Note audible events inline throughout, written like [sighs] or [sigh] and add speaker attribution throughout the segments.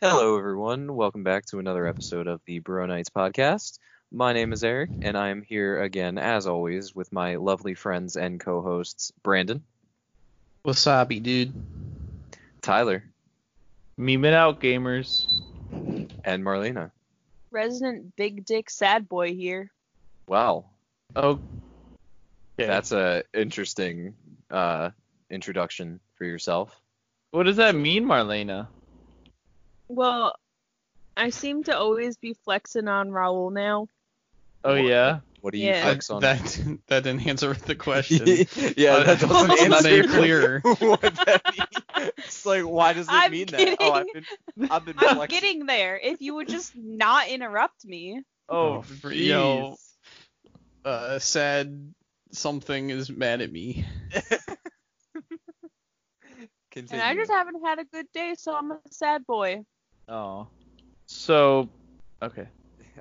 Speaker 1: Hello, everyone. Welcome back to another episode of the Bro Nights podcast. My name is Eric, and I'm here again, as always, with my lovely friends and co hosts, Brandon,
Speaker 2: Wasabi, dude.
Speaker 1: Tyler,
Speaker 3: Memeing out, gamers.
Speaker 1: and Marlena.
Speaker 4: resident big dick sad boy here.
Speaker 1: Wow,
Speaker 3: Oh, okay.
Speaker 1: that's a interesting uh, introduction for yourself.
Speaker 3: what does that mean, Marlena?
Speaker 4: Well, I seem to always be flexing on Raul now.
Speaker 3: Oh
Speaker 1: What?
Speaker 3: yeah.
Speaker 1: What do you
Speaker 4: Yeah.
Speaker 1: flex on?
Speaker 2: That [laughs] that didn't answer the [laughs]
Speaker 1: [laughs]
Speaker 2: question.
Speaker 1: yeah, [laughs] that doesn't
Speaker 2: It's not any
Speaker 1: answer
Speaker 2: clearer.
Speaker 1: [laughs] what that means. It's like, why does it
Speaker 4: I'm
Speaker 1: mean that? Oh, I've been, I've been
Speaker 4: [laughs] I'm
Speaker 1: flexing.
Speaker 4: getting there. If you would just not interrupt me.
Speaker 2: Oh,
Speaker 3: Oh,
Speaker 2: for-
Speaker 3: jeez.
Speaker 2: yo. Uh, sad something is mad at me.
Speaker 4: And
Speaker 1: Continue.
Speaker 4: I just haven't had a good day, so I'm a sad boy.
Speaker 3: Oh. So, okay.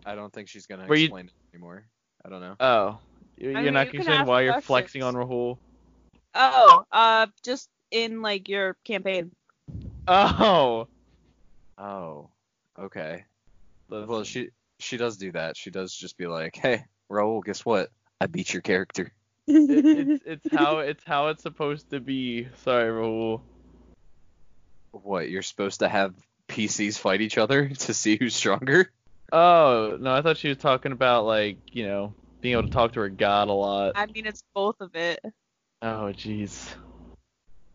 Speaker 1: I don't think she's gonna
Speaker 3: Were you-
Speaker 1: explain it anymore. I don't know.
Speaker 3: Oh, You- you're
Speaker 4: I mean, you
Speaker 3: not gonna
Speaker 4: can
Speaker 3: explain
Speaker 4: ask
Speaker 3: why you're
Speaker 4: questions.
Speaker 3: flexing on Rahul.
Speaker 4: Oh, uh, just in like your [laughs] campaign.
Speaker 3: Oh.
Speaker 1: Oh, okay. Well,
Speaker 3: Listen,
Speaker 1: she she does do that. She does just be like, "Hey, Raul, guess what? I beat your character."
Speaker 3: it- it's it's how it's how it's supposed to be. Sorry, Rahul.
Speaker 1: What? You're supposed to have PCs fight each other [laughs] to see who's stronger?
Speaker 3: Oh no, I thought she was talking about like you know being able to talk to her god a lot.
Speaker 4: I mean, it's both of it.
Speaker 3: Oh, jeez.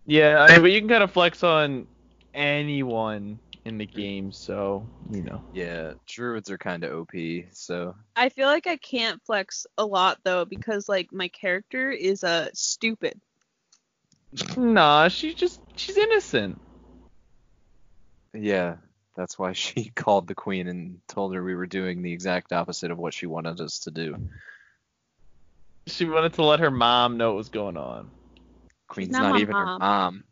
Speaker 3: Yeah, I mean, but you can kind of flex on anyone in the game, so you know.
Speaker 1: Yeah, druids are kind of OP, so
Speaker 4: I feel like I can't flex a lot though because like my character is uh stupid.
Speaker 3: Nah, she's just she's innocent.
Speaker 1: yeah, that's why [laughs] she called the queen and told her we were doing the exact opposite of what she wanted us to do.
Speaker 3: She wanted to let her mom know what was going on.
Speaker 1: Queen's
Speaker 4: not
Speaker 1: not,
Speaker 4: my
Speaker 1: even her
Speaker 4: mom.
Speaker 1: mom.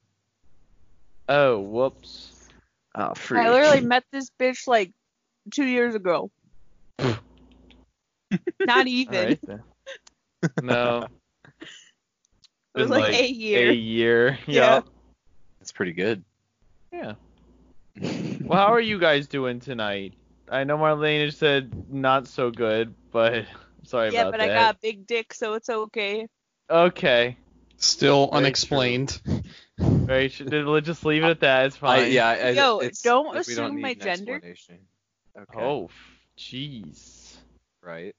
Speaker 3: Oh, whoops.
Speaker 1: Oh, freak. [laughs]
Speaker 4: I literally met this bitch like two years ago. Not
Speaker 3: All
Speaker 4: even.
Speaker 3: right then. No.
Speaker 4: It was
Speaker 3: Been,
Speaker 4: like, [laughs] a year.
Speaker 3: a year.
Speaker 4: Yeah.
Speaker 3: Yeah.
Speaker 1: That's pretty good. [laughs]
Speaker 3: Yeah. Well, how are you guys doing tonight? I know Marlene said not so good, but [laughs] sorry
Speaker 4: yeah,
Speaker 3: about
Speaker 4: but
Speaker 3: that.
Speaker 4: I got a big dick, so it's okay.
Speaker 3: Okay.
Speaker 2: Still
Speaker 1: true.
Speaker 2: unexplained.
Speaker 3: Right. should- Let's just leave it at that. It's fine.
Speaker 1: I, yeah, I,
Speaker 4: Yo,
Speaker 1: it's-
Speaker 4: don't
Speaker 1: we
Speaker 4: assume
Speaker 1: need
Speaker 4: my
Speaker 1: an
Speaker 4: gender.
Speaker 1: explanation. Okay.
Speaker 3: Oh, f- jeez.
Speaker 1: Right.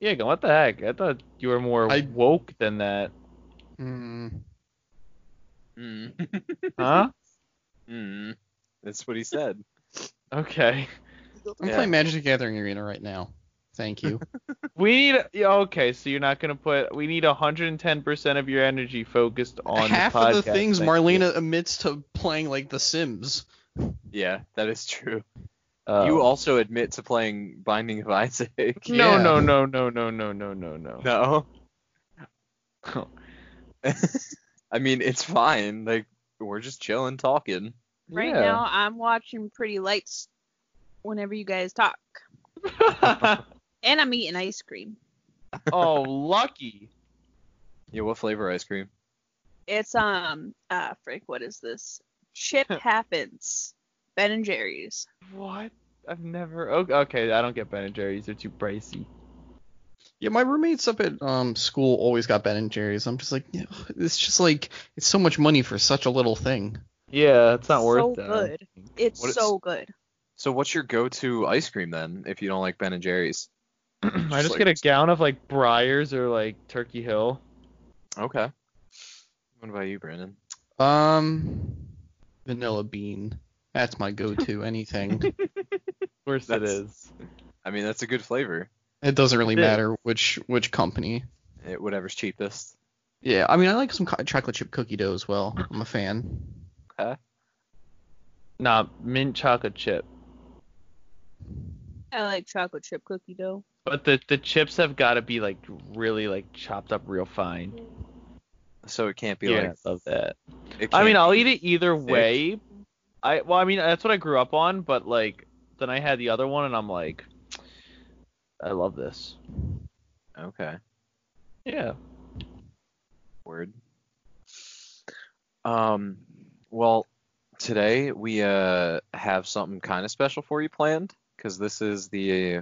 Speaker 3: Yeah, go- what the heck? I thought you were more
Speaker 2: I-
Speaker 3: woke than that.
Speaker 2: Hmm.
Speaker 1: Mm.
Speaker 3: Huh?
Speaker 1: mm. That's what he said.
Speaker 3: okay. [laughs]
Speaker 2: I'm
Speaker 1: Yeah.
Speaker 2: playing Magic the Gathering Arena right now.
Speaker 1: [laughs]
Speaker 2: Thank you.
Speaker 3: We need. Yeah, okay, so you're not gonna put. We need 110% of your energy focused on
Speaker 2: Half
Speaker 3: the podcast.
Speaker 2: of the things
Speaker 3: next
Speaker 2: Marlena
Speaker 3: week.
Speaker 2: admits to playing like The Sims.
Speaker 1: Yeah, that is true.
Speaker 3: Oh.
Speaker 1: You also admit to playing Binding of Isaac. [laughs]
Speaker 3: No,
Speaker 2: Yeah.
Speaker 3: no, no, no, no, no, no, no, no. [laughs] Oh,
Speaker 1: No. I mean, it's fine. Like we're just chilling, talking.
Speaker 4: Right
Speaker 3: Yeah.
Speaker 4: now, I'm watching Pretty Lights whenever you guys talk. And I'm eating ice cream.
Speaker 3: [laughs]
Speaker 2: [laughs]
Speaker 3: oh, lucky.
Speaker 1: Yeah. What flavor ice cream?
Speaker 4: It's, um, uh, Frick, what is this?
Speaker 3: [laughs]
Speaker 4: Chip Happens. Ben and Jerry's.
Speaker 3: What? I've never. Okay, okay, I don't get Ben and Jerry's. They're too pricey.
Speaker 2: Yeah, my roommates up at um school always got Ben and Jerry's. I'm just like, yeah, it's just like it's so much money for such a little thing.
Speaker 3: Yeah, it's not
Speaker 4: So
Speaker 3: worth that. [clears throat]
Speaker 4: good. It's
Speaker 1: What is-
Speaker 4: so good.
Speaker 1: So what's your go-to ice cream then, if you don't like Ben and Jerry's?
Speaker 3: I just get a gallon of like Briars or like Turkey Hill.
Speaker 1: Okay. What about you, Brandon?
Speaker 2: Um, vanilla bean. That's my
Speaker 3: [laughs]
Speaker 2: go-to. Anything.
Speaker 3: Of course it
Speaker 1: That's-
Speaker 3: is.
Speaker 1: I mean, that's a good flavor.
Speaker 2: it doesn't really
Speaker 3: It is.
Speaker 2: matter which which company.
Speaker 1: It, eh, whatever's cheapest.
Speaker 2: Yeah, I mean, I like some co- chocolate chip cookie dough as well. I'm a fan.
Speaker 3: Nah, mint chocolate chip.
Speaker 4: I like chocolate chip cookie dough.
Speaker 3: But the the chips have got to be like really like chopped up real fine.
Speaker 1: So it can't be
Speaker 3: Yeah,
Speaker 1: like.
Speaker 3: I love that.
Speaker 1: it
Speaker 3: I mean,
Speaker 1: can't
Speaker 3: I'll
Speaker 1: be-
Speaker 3: eat it either
Speaker 1: thick.
Speaker 3: way. I well, I mean that's what I grew up on, but like then I had the other one and I'm like, I love this.
Speaker 1: Okay.
Speaker 3: Yeah.
Speaker 1: Word. Um, well, today we uh, have something kind of special for you planned because this is the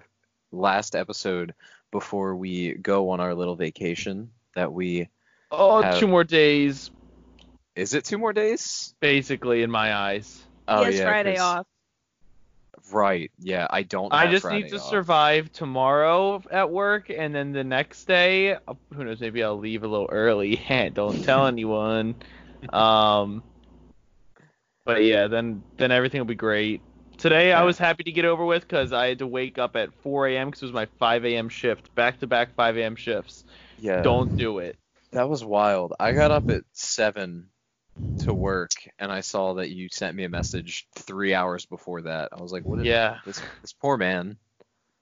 Speaker 1: last episode before we go on our little vacation that we.
Speaker 3: Oh,
Speaker 1: Have-
Speaker 3: two more days,
Speaker 1: Is it two more days?
Speaker 3: basically, in my eyes.
Speaker 1: Oh
Speaker 4: he has
Speaker 1: yeah,
Speaker 4: Friday
Speaker 1: 'cause-
Speaker 4: off. [laughs]
Speaker 1: Right. Yeah, I don't.
Speaker 3: I
Speaker 1: have
Speaker 3: just
Speaker 1: Friday
Speaker 3: need to
Speaker 1: off.
Speaker 3: survive tomorrow at work, and then the next day, uh, who knows? Maybe I'll leave a little early. [laughs] Heh,
Speaker 1: [laughs]
Speaker 3: Don't tell anyone. Um, but yeah, then then everything will be great. Today I
Speaker 1: Yeah.
Speaker 3: was happy to get over with because I had to wake up at 4 a.m. because it was my 5 a.m. shift, back to back 5 a.m. shifts.
Speaker 1: Yeah.
Speaker 3: Don't do it.
Speaker 1: That was wild. I got up at seven to work, and I saw that you sent me a message three hours before that. I was like, "What is
Speaker 3: Yeah.
Speaker 1: this? This poor man."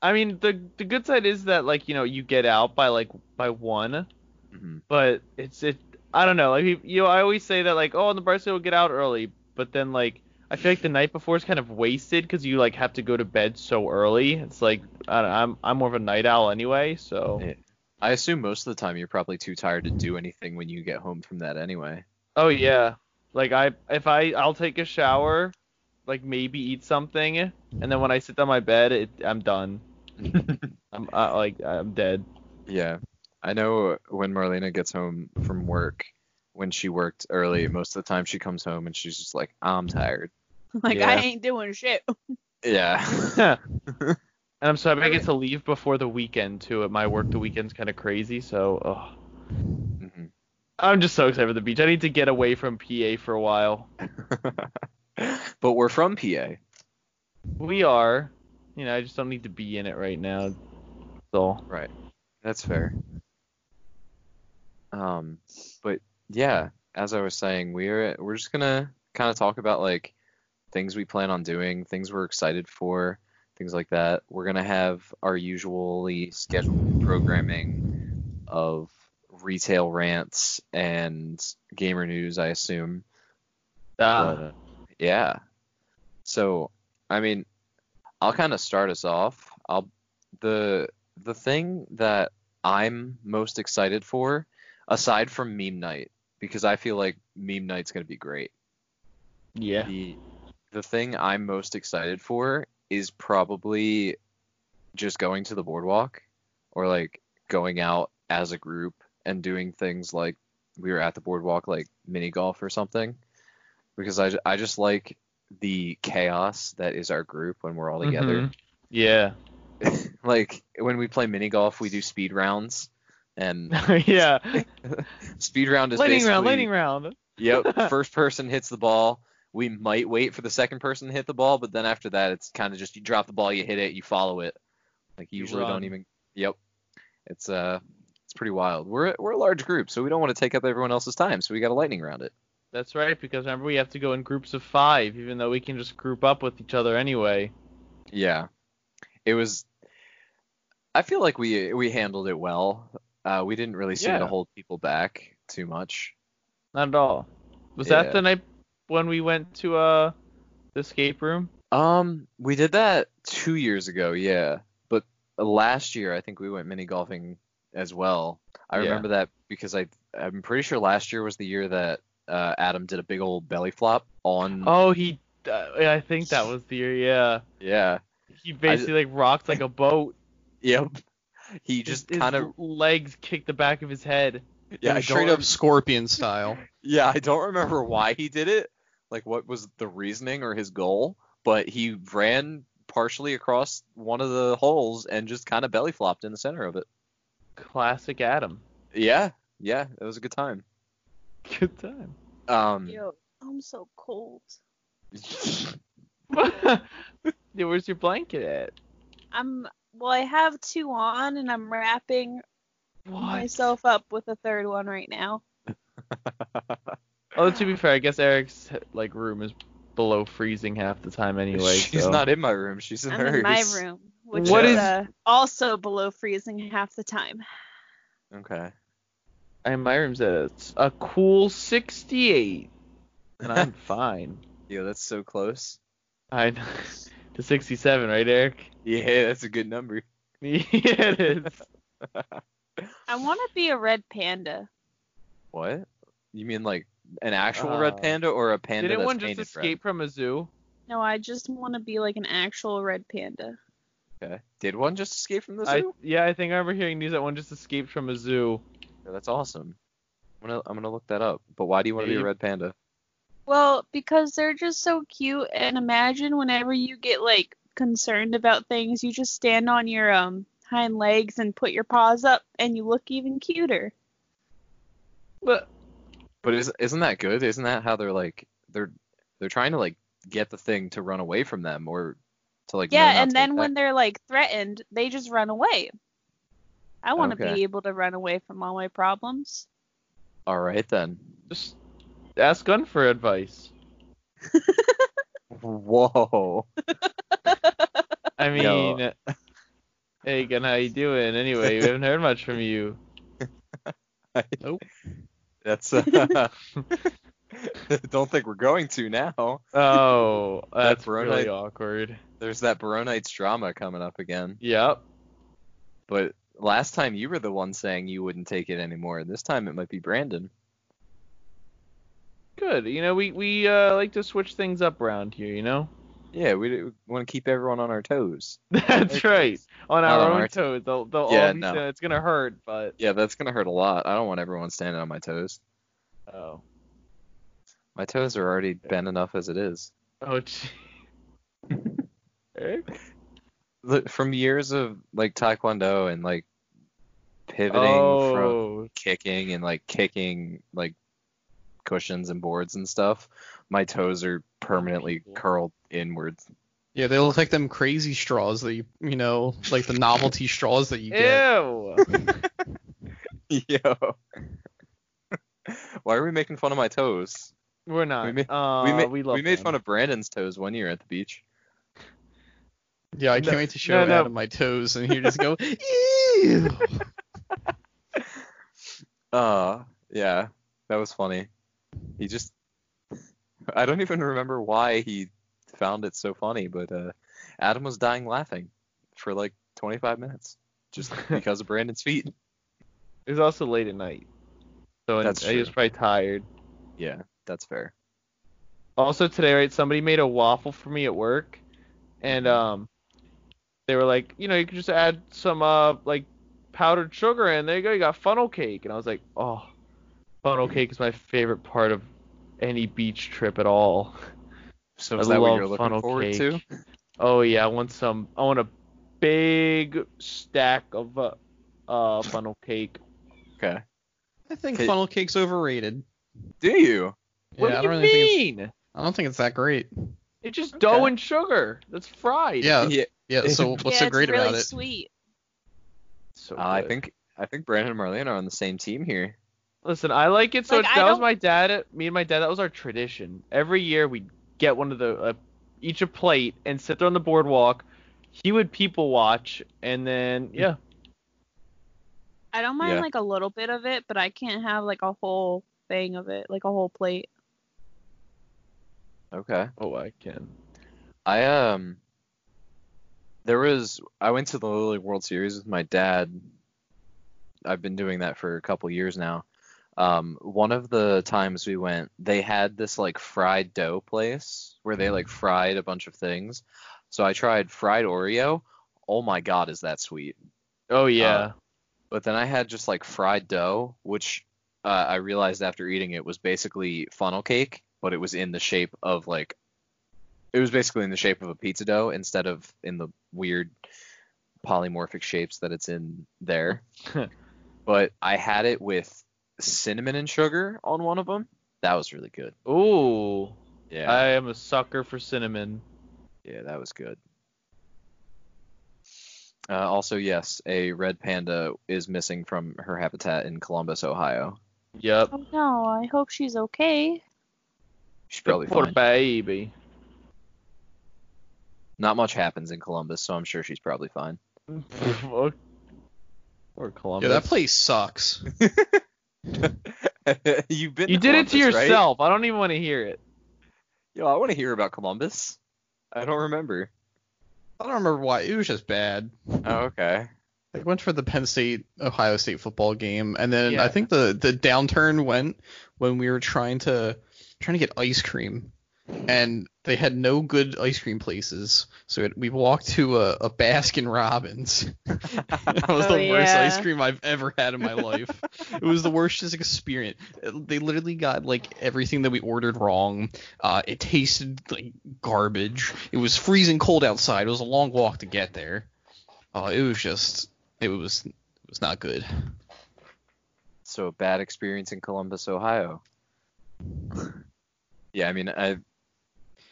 Speaker 3: I mean, the the good side is that like you know you get out by like by one,
Speaker 1: hmm
Speaker 3: but it's it I don't know like you- you know I always say that like oh on the birthday we'll get out early but then like I feel like the night before is kind of wasted because you like have to go to bed so early it's like I don't, I'm I'm more of a night owl anyway so
Speaker 1: Yeah. I assume most of the time you're probably too tired to do anything when you get home from that anyway.
Speaker 3: oh yeah like I if I I'll take a shower like maybe eat something and then when I sit down my bed it, I'm done I'm I, like I'm dead
Speaker 1: Yeah. I know when Marlena gets home from work, when she worked early, most of the time she comes home and she's just like, I'm tired.
Speaker 4: Like I
Speaker 3: Yeah.
Speaker 4: ain't doing shit.
Speaker 1: Yeah. [laughs]
Speaker 3: and I'm sorry but I get to leave before the weekend too at my work the weekend's kind of crazy so ugh.
Speaker 1: Mhm.
Speaker 3: I'm just so excited for the beach. I need to get away from PA for a while.
Speaker 1: but we're from PA.
Speaker 3: We are. You know, I just don't need to be in it right now. That's all.
Speaker 1: Right. That's fair. Um, but yeah, as I was saying, we're we're just gonna kind of talk about like things we plan on doing, things we're excited for, things like that. We're gonna have our usually scheduled programming of retail rants and gamer news, I assume.
Speaker 3: Ah,
Speaker 1: But, uh, yeah. So, I mean, I'll kind of start us off. I'll the the thing that I'm most excited for, aside from meme night, because I feel like meme night's gonna be great.
Speaker 3: yeah.
Speaker 1: The the thing I'm most excited for is probably just going to the boardwalk or like going out as a group and doing things like we were at the boardwalk like mini golf or something because I, I just like the chaos that is our group when we're all together
Speaker 3: Mhm. Yeah. [laughs]
Speaker 1: like when we play mini golf we do speed rounds
Speaker 3: [laughs]
Speaker 1: and [laughs]
Speaker 3: yeah.
Speaker 1: speed round is
Speaker 3: Lightning
Speaker 1: basically
Speaker 3: round, lightning round. [laughs]
Speaker 1: yep first person hits the ball we might wait for the second person to hit the ball but then after that it's kind of just you drop the ball you hit it you follow it like you
Speaker 3: You
Speaker 1: usually
Speaker 3: run.
Speaker 1: don't even yep it's uh it's pretty wild we're we're a large group so we don't want to take up everyone else's time so we got a lightning round it
Speaker 3: That's right, because remember we have to go in groups of five, even though we can just group up with each other anyway.
Speaker 1: Yeah, it was. I feel like we we handled it well. Uh, we didn't really seem
Speaker 3: Yeah.
Speaker 1: to hold people back too much.
Speaker 3: Not at all. Was
Speaker 1: Yeah.
Speaker 3: that the night when we went to uh the escape room?
Speaker 1: Um, we did that two years ago, yeah. But last year, I think we went mini golfing as well. I
Speaker 3: Yeah.
Speaker 1: remember that because I I'm pretty sure last year was the year that uh, Adam did a big old belly flop on.
Speaker 3: Oh, he. Uh, I think that was the year. Yeah.
Speaker 1: Yeah.
Speaker 3: He basically like rocked like a boat.
Speaker 1: Yep. He just
Speaker 3: His-
Speaker 1: kind
Speaker 3: his
Speaker 1: of
Speaker 3: legs kicked the back of his head.
Speaker 1: yeah. I don't
Speaker 2: straight up scorpion style.
Speaker 1: Yeah, I don't remember why he did it, like what was the reasoning or his goal, but he ran partially across one of the holes and just kind of belly flopped in the center of it.
Speaker 3: Classic Adam. [laughs]
Speaker 1: Yeah, yeah, it was a good time.
Speaker 3: Good
Speaker 1: [laughs]
Speaker 3: time.
Speaker 1: Um,
Speaker 4: Yo, I'm so cold.
Speaker 1: [laughs]
Speaker 3: Yeah, Where's your blanket at?
Speaker 4: I'm well. I have two on, and I'm wrapping
Speaker 3: What?
Speaker 4: myself up with a third one right now.
Speaker 3: Oh, to be fair, I guess Eric's like room is below freezing half the time
Speaker 1: [laughs]
Speaker 3: anyway.
Speaker 1: she's
Speaker 3: so-
Speaker 1: not in my room. She's in
Speaker 4: I'm
Speaker 1: hers.
Speaker 4: in my room, which
Speaker 3: What
Speaker 4: is
Speaker 3: is-
Speaker 4: uh, also below freezing half the time.
Speaker 1: Okay.
Speaker 3: I my room's at a, a cool 68,
Speaker 1: [laughs]
Speaker 3: and I'm fine.
Speaker 1: Yeah, that's so close.
Speaker 3: I know. [laughs] to 67, right, Eric? [laughs]
Speaker 1: Yeah, that's a good number. [laughs]
Speaker 3: yeah, it is.
Speaker 4: I want to be a red panda.
Speaker 1: What? You mean like an actual
Speaker 3: Uh,
Speaker 1: red panda or a panda
Speaker 3: Didn't
Speaker 1: that's
Speaker 3: one just
Speaker 1: painted
Speaker 3: escape from a zoo?
Speaker 4: No, I just want to be like an actual red panda.
Speaker 1: red? Okay. Did one just escape from the
Speaker 3: I,
Speaker 1: zoo?
Speaker 3: yeah, I think I remember hearing news that one just escaped from a zoo.
Speaker 1: Yeah, that's awesome. I'm gonna I'm gonna look that up. But why do you want to be a
Speaker 3: Maybe.
Speaker 1: red panda?
Speaker 4: Well, because they're just so cute, and imagine whenever you get like concerned about things, you just stand on your um hind legs and put your paws up, and you look even cuter.
Speaker 3: But
Speaker 1: But is, isn't that good? Isn't that how they're like they're they're trying to like get the thing to run away from them or to like know not
Speaker 4: yeah, and
Speaker 1: to
Speaker 4: then
Speaker 1: attack?
Speaker 4: when they're like threatened, they just run away. I want to
Speaker 1: Okay.
Speaker 4: be able to run away from all my problems.
Speaker 1: all right then.
Speaker 3: just ask Gun for advice.
Speaker 1: Whoa.
Speaker 3: I
Speaker 1: [laughs]
Speaker 3: mean,
Speaker 1: Yo.
Speaker 3: hey Gun, how you doing? Anyway, we haven't heard much from you.
Speaker 1: That's [laughs] uh, don't think we're going to now. [laughs]
Speaker 3: Oh, that's
Speaker 1: That's right.
Speaker 3: really awkward.
Speaker 1: There's that Baronites drama coming up again.
Speaker 3: Yep.
Speaker 1: But last time you were the one saying you wouldn't take it anymore. This time it might be Brandon.
Speaker 3: Good. You know, we we uh, like to switch things up around here. You know. [laughs]
Speaker 1: Yeah, we want to keep everyone on our toes.
Speaker 3: That's right. On
Speaker 1: Not
Speaker 3: our
Speaker 1: on
Speaker 3: own
Speaker 1: our t-
Speaker 3: toes. They'll, they'll all
Speaker 1: Yeah,
Speaker 3: be
Speaker 1: no.
Speaker 3: saying it's gonna hurt, but
Speaker 1: Yeah, that's gonna hurt a lot. I don't want everyone standing on my toes.
Speaker 3: oh,
Speaker 1: My toes are already bent enough as it is.
Speaker 3: oh, gee. Eric?
Speaker 1: Look, From years of like taekwondo and like pivoting from
Speaker 3: oh,
Speaker 1: kicking and like kicking like cushions and boards and stuff, my toes are permanently curled [laughs] inwards.
Speaker 2: Yeah, they look like them crazy straws that you, you know, like the
Speaker 3: [laughs]
Speaker 2: novelty straws that you get.
Speaker 3: ew.
Speaker 1: [laughs] Yo. [laughs] Why are we making fun of my toes?
Speaker 3: We're not.
Speaker 1: We made-
Speaker 3: uh,
Speaker 1: we made,
Speaker 3: we love
Speaker 1: made
Speaker 3: them.
Speaker 1: fun of Brandon's toes one year at the beach.
Speaker 2: Yeah, I can't
Speaker 3: No,
Speaker 2: wait to show
Speaker 3: no, no.
Speaker 2: Adam my toes and he just
Speaker 3: [laughs]
Speaker 2: go, ew.
Speaker 1: Uh, yeah, that was funny. He just, [laughs] I don't even remember why he found it so funny, but uh, Adam was dying laughing for like 25 minutes just because of Brandon's feet.
Speaker 3: It was also late at night, so and
Speaker 1: That's
Speaker 3: he was
Speaker 1: true.
Speaker 3: probably tired.
Speaker 1: Yeah, that's fair.
Speaker 3: Also today, right? Somebody made a waffle for me at work, and um, they were like, you know, you can just add some uh like powdered sugar, and there you go, you got funnel cake. And I was like, oh, funnel cake is my favorite part of any beach trip at all.
Speaker 1: So
Speaker 3: I
Speaker 1: is that what
Speaker 3: love
Speaker 1: you're looking
Speaker 3: funnel
Speaker 1: forward
Speaker 3: cake.
Speaker 1: to?
Speaker 3: Oh yeah, I want some. I want a big stack of uh, uh funnel cake.
Speaker 1: Okay.
Speaker 2: I think
Speaker 1: Okay.
Speaker 2: funnel cake's overrated.
Speaker 1: Do you?
Speaker 3: What
Speaker 2: yeah, I don't
Speaker 3: do you
Speaker 2: really think it's-
Speaker 3: mean?
Speaker 2: I don't think it's that great.
Speaker 3: It's just
Speaker 1: Okay.
Speaker 3: dough and sugar. That's fried.
Speaker 2: Yeah,
Speaker 1: yeah.
Speaker 2: yeah. So what's
Speaker 4: yeah,
Speaker 2: so
Speaker 4: it's
Speaker 2: great
Speaker 4: really
Speaker 2: about it?
Speaker 4: Sweet.
Speaker 3: So
Speaker 1: Uh, I
Speaker 3: good.
Speaker 1: think I think Brandon and Marlene are on the same team here.
Speaker 3: Listen, I like it. So
Speaker 4: Like,
Speaker 3: it's,
Speaker 4: I
Speaker 3: that was
Speaker 4: don't-
Speaker 3: my dad. Me and my dad. That was our tradition. Every year we'd get one of the uh, each a plate and sit there on the boardwalk. He would people watch, and then yeah,
Speaker 4: I don't mind
Speaker 1: Yeah.
Speaker 4: like a little bit of it, but I can't have like a whole thing of it, like a whole plate.
Speaker 1: Okay.
Speaker 3: oh I can.
Speaker 1: I um there was I went to the Little League World Series with my dad. I've been doing that for a couple years now. Um, one of the times we went, they had this like fried dough place where they like fried a bunch of things. So I tried fried Oreo. Oh my god, is that sweet?
Speaker 3: Oh yeah.
Speaker 1: Uh, But then I had just like fried dough, which uh, I realized after eating it was basically funnel cake, but it was in the shape of like, it was basically in the shape of a pizza dough instead of in the weird polymorphic shapes that it's in there. but I had it with cinnamon and sugar on one of them. That was really good.
Speaker 3: Ooh,
Speaker 1: Uh, Yeah.
Speaker 3: I am a sucker for cinnamon.
Speaker 1: yeah, that was good. Uh, also, yes, a red panda is missing from her habitat in Columbus, Ohio.
Speaker 3: Yep.
Speaker 4: Oh no, I hope she's okay.
Speaker 1: She's probably
Speaker 3: Poor
Speaker 1: fine.
Speaker 3: baby. [laughs]
Speaker 1: Not much happens in Columbus, so I'm sure she's probably fine.
Speaker 3: Poor poor Columbus.
Speaker 2: Yeah, that place sucks.
Speaker 1: [laughs] You've been.
Speaker 3: You
Speaker 1: to
Speaker 3: did it to
Speaker 1: Columbus, right?
Speaker 3: yourself. I don't even want to hear it.
Speaker 1: Yo, I want to hear about Columbus. I don't remember.
Speaker 2: I don't remember why. It was just bad.
Speaker 1: Oh, okay.
Speaker 2: I went for the Penn State Ohio State football game, and then
Speaker 3: Yeah.
Speaker 2: I think the the downturn went when we were trying to trying to get ice cream, and they had no good ice cream places, so it, we walked to a, a Baskin Robbins. [laughs] that was
Speaker 4: Oh,
Speaker 2: the worst
Speaker 4: yeah.
Speaker 2: ice cream I've ever had in my life. it was the worst just experience. They literally got like everything that we ordered wrong. Uh, it tasted like garbage. It was freezing cold outside. It was a long walk to get there. Uh, it was just it was it was not good.
Speaker 1: So a bad experience in Columbus, [laughs] Ohio. yeah, I mean, I
Speaker 2: But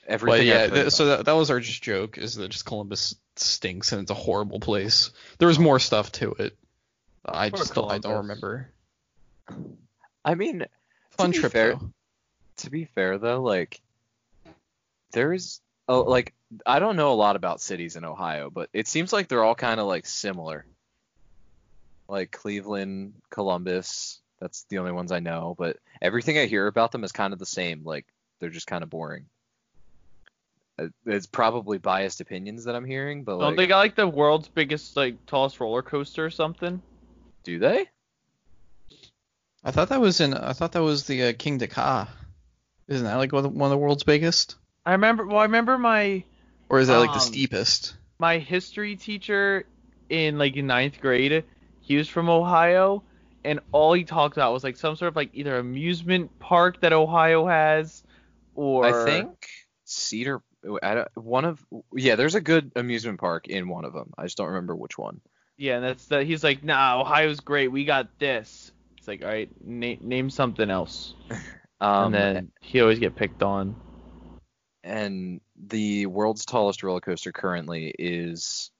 Speaker 1: everything.
Speaker 2: yeah,
Speaker 1: I've heard
Speaker 2: th- so that, that was our just joke is that just Columbus stinks and it's a horrible place. There was more stuff to it. I
Speaker 3: Poor
Speaker 2: just don't, I don't
Speaker 3: Columbus.
Speaker 2: remember.
Speaker 1: I mean,
Speaker 2: Fun
Speaker 1: be
Speaker 2: trip
Speaker 1: fair-
Speaker 2: though.
Speaker 1: to be fair though, like there's oh like I don't know a lot about cities in Ohio, but it seems like they're all kind of like similar. Like Cleveland, Columbus, that's the only ones I know, but everything I hear about them is kind of the same, like they're just kind of boring. Uh, It's probably biased opinions that I'm hearing, but
Speaker 3: Don't
Speaker 1: like
Speaker 3: they got like the world's biggest like tallest roller coaster or something?
Speaker 1: do they?
Speaker 2: I thought that was in I thought that was the uh, King Dakar. Isn't that like one of the- one of the world's biggest?
Speaker 3: I remember. Well, I remember my
Speaker 2: Or is that like the
Speaker 3: Um,
Speaker 2: steepest?
Speaker 3: my history teacher in like ninth grade. He was from Ohio, and all he talked about was like some sort of like either amusement park that Ohio has, or
Speaker 1: I think Cedar. I don't, one of yeah, there's a good amusement park in one of them. I just don't remember which one.
Speaker 3: Yeah, and that's that. He's like, nah, Ohio's great. We got this. It's like, all right, na- name something else.
Speaker 1: Um,
Speaker 3: and then he always get picked on.
Speaker 1: and the world's tallest roller coaster currently is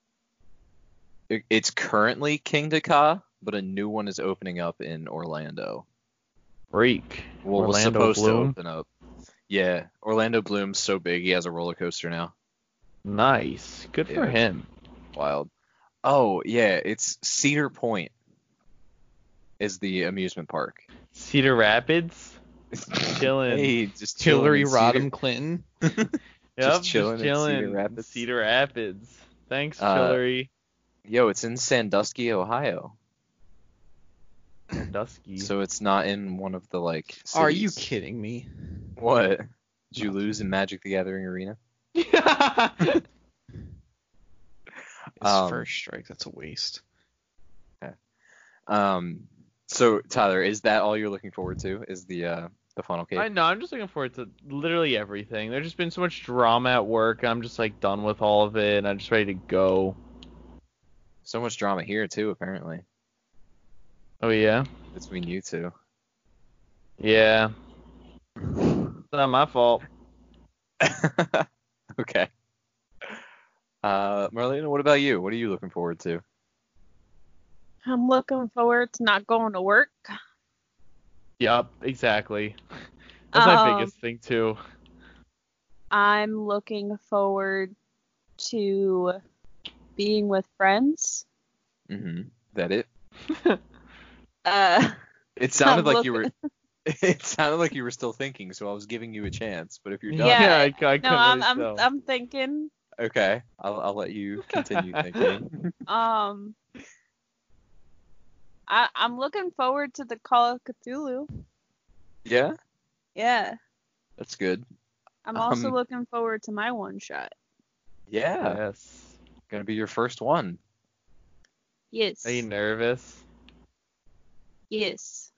Speaker 1: it- it's currently King Ka, but a new one is opening up in Orlando.
Speaker 3: Freak.
Speaker 1: Well, was
Speaker 3: Orlando
Speaker 1: supposed
Speaker 3: Bloom.
Speaker 1: to open up. Yeah, Orlando Bloom's so big he has a roller coaster now.
Speaker 3: Nice. Good for
Speaker 1: Yeah.
Speaker 3: him.
Speaker 1: Wild. Oh yeah, it's Cedar Point is the amusement park.
Speaker 3: Cedar Rapids.
Speaker 1: [laughs]
Speaker 3: Chilling.
Speaker 1: hey, just chilling
Speaker 2: Hillary
Speaker 1: in
Speaker 2: Rodham Clinton.
Speaker 1: Just
Speaker 3: Yup,
Speaker 1: chilling in Cedar
Speaker 3: chilling.
Speaker 1: Rapids.
Speaker 3: Cedar Rapids. Thanks,
Speaker 1: Uh, [clears throat]
Speaker 3: Hillary.
Speaker 1: Cedar. Yo, it's in Sandusky, Ohio.
Speaker 3: Dusky.
Speaker 1: So it's not in one of the like. Cities.
Speaker 2: Are you kidding me?
Speaker 1: What? Did you lose in Magic the Gathering Arena?
Speaker 2: His
Speaker 1: Um,
Speaker 2: first strike. That's a waste.
Speaker 1: Um, so Tyler, is that all you're looking forward to? Is the uh the funnel cake?
Speaker 3: I know. I'm just looking forward to literally everything. There's just been so much drama at work. I'm just like done with all of it, and I'm just ready to go.
Speaker 1: So much drama here too, apparently,
Speaker 3: Oh yeah.
Speaker 1: between you two. [laughs]
Speaker 3: Yeah. It's not my fault.
Speaker 1: okay. Uh, Marlena, what about you? What are you looking forward to?
Speaker 4: I'm looking forward to not going to work.
Speaker 3: Yep, exactly. That's my
Speaker 4: Um,
Speaker 3: biggest thing too.
Speaker 4: I'm looking forward to being with friends.
Speaker 1: Mm-hmm. That it?
Speaker 4: Uh, [laughs]
Speaker 1: It sounded
Speaker 4: I'm
Speaker 1: like you were. [laughs]
Speaker 4: [laughs]
Speaker 1: It sounded like you were still thinking, so I was giving you a chance. But if you're done,
Speaker 4: Yeah,
Speaker 3: I, I couldn't
Speaker 4: no, I'm,
Speaker 3: really
Speaker 4: I'm,
Speaker 3: tell.
Speaker 4: I'm thinking.
Speaker 1: okay, I'll, I'll let you continue
Speaker 4: [laughs]
Speaker 1: thinking.
Speaker 4: Um, I, I'm looking forward to the Call of Cthulhu.
Speaker 1: yeah,
Speaker 4: Yeah,
Speaker 1: that's good.
Speaker 4: I'm also
Speaker 1: Um,
Speaker 4: looking forward to my one shot.
Speaker 1: Yeah,
Speaker 3: Yes.
Speaker 1: gonna be your first one.
Speaker 4: Yes.
Speaker 3: Are you nervous?
Speaker 4: Yes.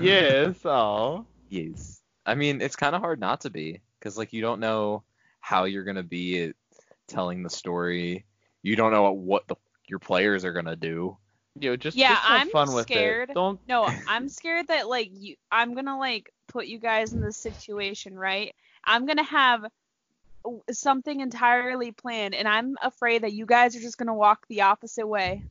Speaker 3: yes. Oh.
Speaker 1: Yes. I mean, it's kind of hard not to be because like you don't know how you're gonna be at telling the story. You don't know what the your players are gonna do.
Speaker 3: Yo, just
Speaker 4: Yeah,
Speaker 3: just have
Speaker 4: I'm
Speaker 3: fun with
Speaker 4: scared.
Speaker 3: it. Don't.
Speaker 4: No, I'm scared that like you I'm going to like put you guys in this situation, right? I'm going to have w- something entirely planned and I'm afraid that you guys are just going to walk the opposite way.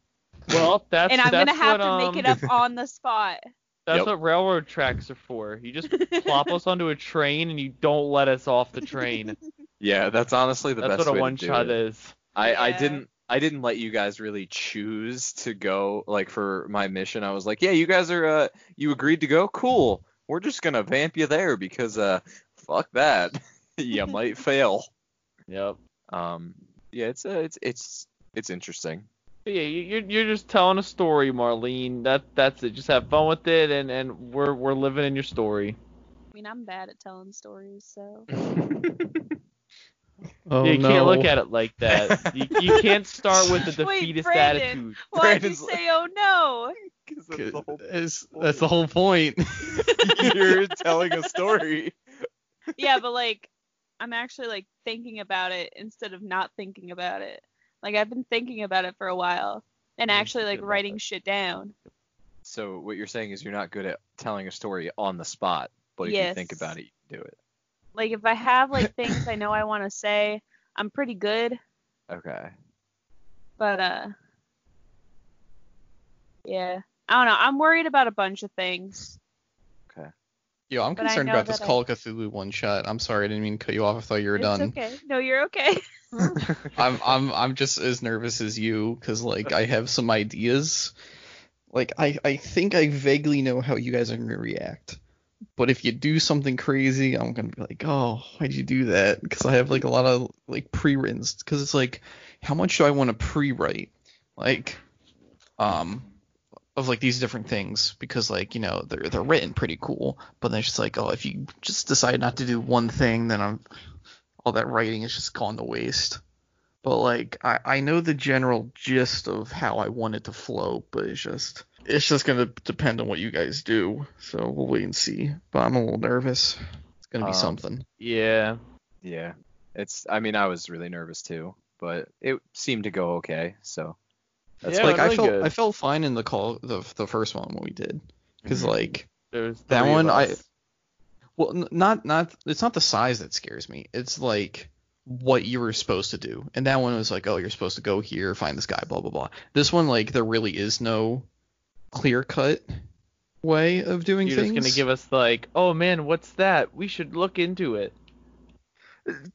Speaker 3: Well, that's
Speaker 4: and I'm
Speaker 3: that's
Speaker 4: going to have
Speaker 3: what,
Speaker 4: to
Speaker 3: um,
Speaker 4: make it up on the spot.
Speaker 3: That's
Speaker 1: Yep.
Speaker 3: what railroad tracks are for. You
Speaker 4: [laughs]
Speaker 3: just plop us onto a train and you don't let us off the train.
Speaker 1: Yeah, that's honestly the
Speaker 3: that's
Speaker 1: best
Speaker 3: what a
Speaker 1: way
Speaker 3: one
Speaker 1: to do
Speaker 3: shot
Speaker 1: it.
Speaker 3: is.
Speaker 1: I, I
Speaker 4: Yeah.
Speaker 1: didn't I didn't let you guys really choose to go like for my mission. I was like, yeah, you guys are uh you agreed to go, cool. We're just gonna vamp you there because uh fuck that, [laughs] you might fail.
Speaker 3: Yep.
Speaker 1: Um yeah, it's uh, it's it's it's interesting. [laughs]
Speaker 3: But yeah, you- you're you're just telling a story, Marlene. That that's it. Just have fun with it, and and we're we're living in your story.
Speaker 4: I mean, I'm bad at telling stories, so.
Speaker 3: [laughs]
Speaker 2: Oh
Speaker 3: you
Speaker 2: no.
Speaker 3: can't look at it like that. you, you can't start with
Speaker 4: [laughs]
Speaker 3: a
Speaker 4: Wait,
Speaker 3: defeatist
Speaker 4: Brandon.
Speaker 3: attitude.
Speaker 4: Why'd you
Speaker 1: Brandon's like-
Speaker 4: say, oh no?
Speaker 1: 'Cause that's the whole-
Speaker 2: That's- that's the whole point.
Speaker 1: [laughs] You're telling a story.
Speaker 4: yeah, but like I'm actually like thinking about it instead of not thinking about it. Like I've been thinking about it for a while and
Speaker 3: Yeah, you
Speaker 4: actually
Speaker 3: should
Speaker 4: like
Speaker 3: about
Speaker 4: writing
Speaker 3: that.
Speaker 4: shit down.
Speaker 1: So what you're saying is you're not good at telling a story on the spot, but if you
Speaker 4: Yes.
Speaker 1: think about it, you can do it.
Speaker 4: Like if I have like things I know I want to say, I'm pretty good,
Speaker 1: Okay.
Speaker 4: but uh Yeah. I don't know. I'm worried about a bunch of things.
Speaker 2: Yo, I'm
Speaker 4: But I
Speaker 2: concerned
Speaker 4: know
Speaker 2: about this
Speaker 4: that I-
Speaker 2: Call of Cthulhu one shot. I'm sorry, I didn't mean to cut you off. I thought you were
Speaker 4: it's
Speaker 2: done.
Speaker 4: okay. No, you're okay. [laughs]
Speaker 2: [laughs] I'm I'm I'm just as nervous as you because like I have some ideas. Like I I think I vaguely know how you guys are gonna react. But if you do something crazy, I'm gonna be like, oh, why'd you do that? Because I have like a lot of like pre-written. Because it's like, how much do I want to pre-write? Like, um, of like these different things because like you know they're they're written pretty cool. But then it's just like, oh, if you just decide not to do one thing, then I'm all that writing is just gone to waste but like I, I know the general gist of how I want it to flow, but it's just it's just gonna depend on what you guys do. So we'll wait and see. But I'm a little nervous. It's gonna be
Speaker 1: Um,
Speaker 2: something.
Speaker 3: Yeah.
Speaker 1: Yeah. It's I mean, I was really nervous too, but it seemed to go okay. So
Speaker 3: yeah,
Speaker 2: like
Speaker 3: really
Speaker 2: I felt
Speaker 3: good.
Speaker 2: I felt fine in the call the the first one when we did because
Speaker 3: Mm-hmm.
Speaker 1: Mhm.
Speaker 2: like
Speaker 3: There was
Speaker 2: that
Speaker 3: three of
Speaker 2: one, I-
Speaker 3: us.
Speaker 2: well n- not not it's not the size that scares me. It's like what you were supposed to do. And that one was like oh you're supposed to go here find this guy blah blah blah. This one like there really is no clear cut way of doing
Speaker 3: You're
Speaker 2: things.
Speaker 3: just gonna give us like, oh man, what's that? We should look into it.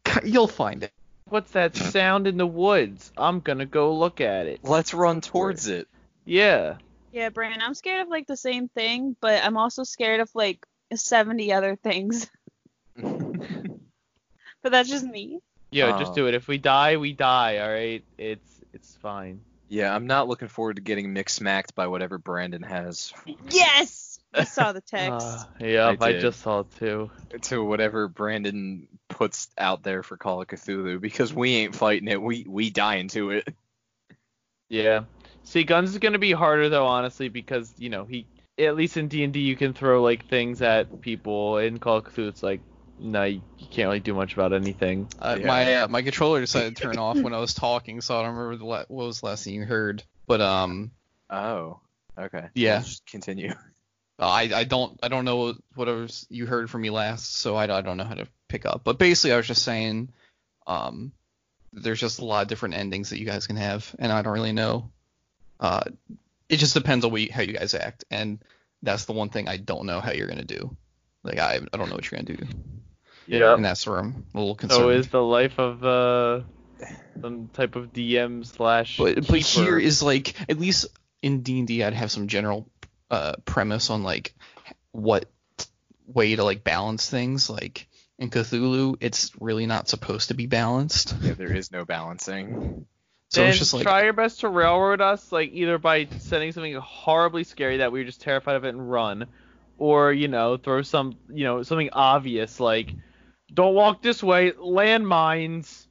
Speaker 2: Ki- You'll find it.
Speaker 3: What's that sound in the woods? I'm gonna go look at it.
Speaker 1: [laughs] let's run towards it. [laughs]
Speaker 3: Yeah.
Speaker 4: Yeah, Brandon, I'm scared of like the same thing, but I'm also scared of like 70 other things. [laughs] but that's just me.
Speaker 3: Yeah, just
Speaker 1: Oh.
Speaker 3: do it. If we die, we die. All right. It's it's fine.
Speaker 1: Yeah, I'm not looking forward to getting mix smacked by whatever Brandon has
Speaker 4: Yes! I saw the text.
Speaker 3: [sighs] Uh, yeah,
Speaker 1: I
Speaker 3: I,
Speaker 1: did.
Speaker 3: just saw it too.
Speaker 1: to whatever Brandon puts out there for Call of Cthulhu because we ain't fighting it. We we dying to it.
Speaker 3: Yeah. See, guns is gonna be harder though, honestly, because you know he at least in D and D you can throw like things at people. In Call of Cthulhu, it's like no, you, you can't really do much about anything.
Speaker 2: Uh,
Speaker 1: Yeah.
Speaker 2: My uh, my controller decided to turn off when I was talking, so I don't remember the la- what was the last thing you heard. But um,
Speaker 1: Oh, okay.
Speaker 2: Yeah.
Speaker 1: Let's just continue. [laughs]
Speaker 2: Uh, I I don't I don't know what I was, you heard from me last, so I, I don't know how to pick up. But basically, I was just saying, um, there's just a lot of different endings that you guys can have, and I don't really know. Uh, it just depends on what you, how you guys act, and that's the one thing I don't know how you're gonna do. Like I I don't know what you're gonna do,
Speaker 3: Yeah.
Speaker 2: and that's where I'm a little concerned.
Speaker 3: So is the life of uh some type of DM slash.
Speaker 2: but but here
Speaker 3: keeper.
Speaker 2: is like at least in D&D I'd have some general uh, premise on like what way to like balance things like in Cthulhu it's really not supposed to be balanced
Speaker 1: Yeah, there is no balancing.
Speaker 2: so
Speaker 3: then
Speaker 2: it's just like
Speaker 3: try your best to railroad us, like either by sending something horribly scary that we were just terrified of it and run, or you know throw some you know something obvious like, don't walk this way, landmines.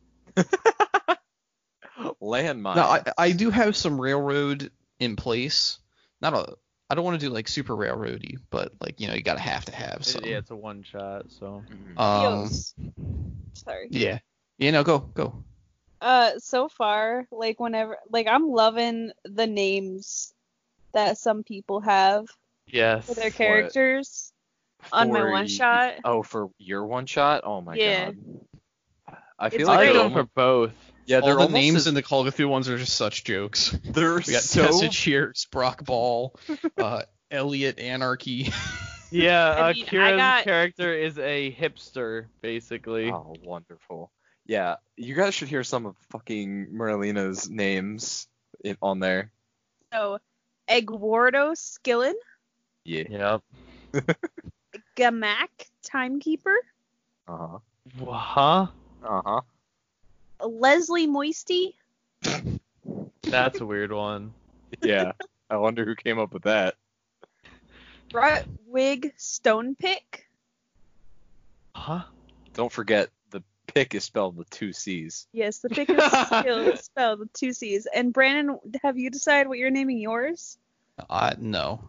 Speaker 1: Landmine.
Speaker 2: no I, I do have some railroad in place not a I don't want to do like super railroady but like you know you gotta have to have some
Speaker 3: Yeah, it's a one shot, so
Speaker 1: Mhm.
Speaker 2: um
Speaker 4: Yos. Sorry.
Speaker 2: yeah you know go go
Speaker 4: Uh, so far, like whenever, like I'm loving the names that some people have
Speaker 3: yes.
Speaker 4: for their characters on my
Speaker 1: For
Speaker 4: one
Speaker 1: y-
Speaker 4: shot.
Speaker 1: Oh, for your one shot? Oh my
Speaker 4: Yeah.
Speaker 1: god. I
Speaker 4: It's
Speaker 1: feel
Speaker 3: I
Speaker 1: like
Speaker 3: like um,
Speaker 1: they're
Speaker 4: great.
Speaker 3: them for
Speaker 1: almost,
Speaker 3: both.
Speaker 1: yeah,
Speaker 2: all
Speaker 1: they're
Speaker 2: the
Speaker 1: almost
Speaker 2: names
Speaker 1: as-
Speaker 2: in the Call of Cthulhu ones are just such jokes
Speaker 1: they're
Speaker 2: We got
Speaker 1: so
Speaker 2: Tessa Cheers, Brock Ball, uh, Elliot Anarchy. [laughs]
Speaker 3: Yeah,
Speaker 4: [laughs] I
Speaker 3: uh,
Speaker 4: mean, I
Speaker 3: Kira's
Speaker 4: got-
Speaker 3: character is a hipster
Speaker 1: [laughs]
Speaker 3: basically.
Speaker 1: Oh, wonderful. Yeah, you guys should hear some of fucking Merlina's names in, on there.
Speaker 4: So, Eduardo Skillen,
Speaker 1: Yeah.
Speaker 3: Yep.
Speaker 4: Gamak Timekeeper,
Speaker 1: Uh-huh.
Speaker 3: Huh?
Speaker 2: [laughs]
Speaker 1: Uh-huh.
Speaker 4: Leslie Moisty,
Speaker 3: That's a weird one.
Speaker 1: yeah. I wonder who came up with that.
Speaker 4: Rutwig Stonepick.
Speaker 3: Huh?
Speaker 1: Don't forget the pick is spelled with two C's.
Speaker 4: Yes, the pick is still spelled with two C's. And Brandon, have you decided what you're naming yours?
Speaker 2: Uh, no.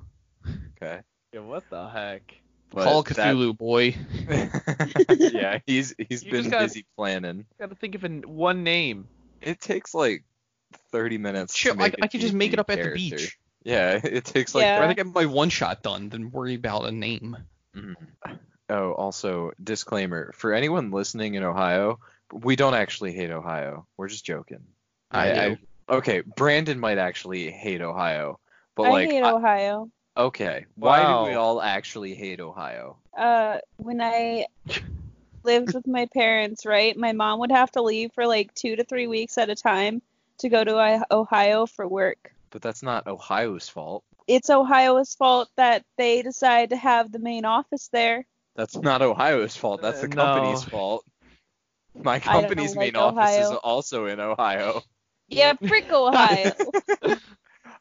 Speaker 1: Okay.
Speaker 3: Yeah, what the heck?
Speaker 1: But
Speaker 2: Call
Speaker 1: that-
Speaker 2: Cthulhu, boy. [laughs]
Speaker 1: yeah, he's he's
Speaker 3: You
Speaker 1: been
Speaker 3: just gotta-
Speaker 1: busy planning.
Speaker 3: Gotta think of an, one name.
Speaker 1: It takes like 30 minutes.
Speaker 2: Shit,
Speaker 1: to
Speaker 2: I,
Speaker 1: make a
Speaker 2: I could just make it
Speaker 1: D&D
Speaker 2: up at
Speaker 1: character.
Speaker 2: the beach.
Speaker 1: Yeah, [laughs] it takes like.
Speaker 4: Yeah.
Speaker 2: I think I have my one shot done, then worry about a name.
Speaker 1: Mm. Oh, also disclaimer for anyone listening in Ohio, we don't actually hate Ohio. We're just joking. I-
Speaker 2: do.
Speaker 1: Okay, Brandon might actually hate Ohio, but
Speaker 4: I
Speaker 1: like,
Speaker 4: hate
Speaker 1: I-
Speaker 4: Ohio.
Speaker 1: okay, why
Speaker 3: Wow.
Speaker 1: do we all actually hate Ohio?
Speaker 4: Uh, when I lived with my parents, right, my mom would have to leave for like two to three weeks at a time to go to I- Ohio for work.
Speaker 1: But that's not Ohio's fault.
Speaker 4: It's Ohio's fault that they decide to have the main office there.
Speaker 1: That's not Ohio's fault. That's the
Speaker 3: Uh, no.
Speaker 1: company's fault. My
Speaker 4: don't
Speaker 1: company's
Speaker 4: like
Speaker 1: main office is
Speaker 4: Ohio.
Speaker 1: also in Ohio.
Speaker 4: Yeah, frick [laughs] Ohio.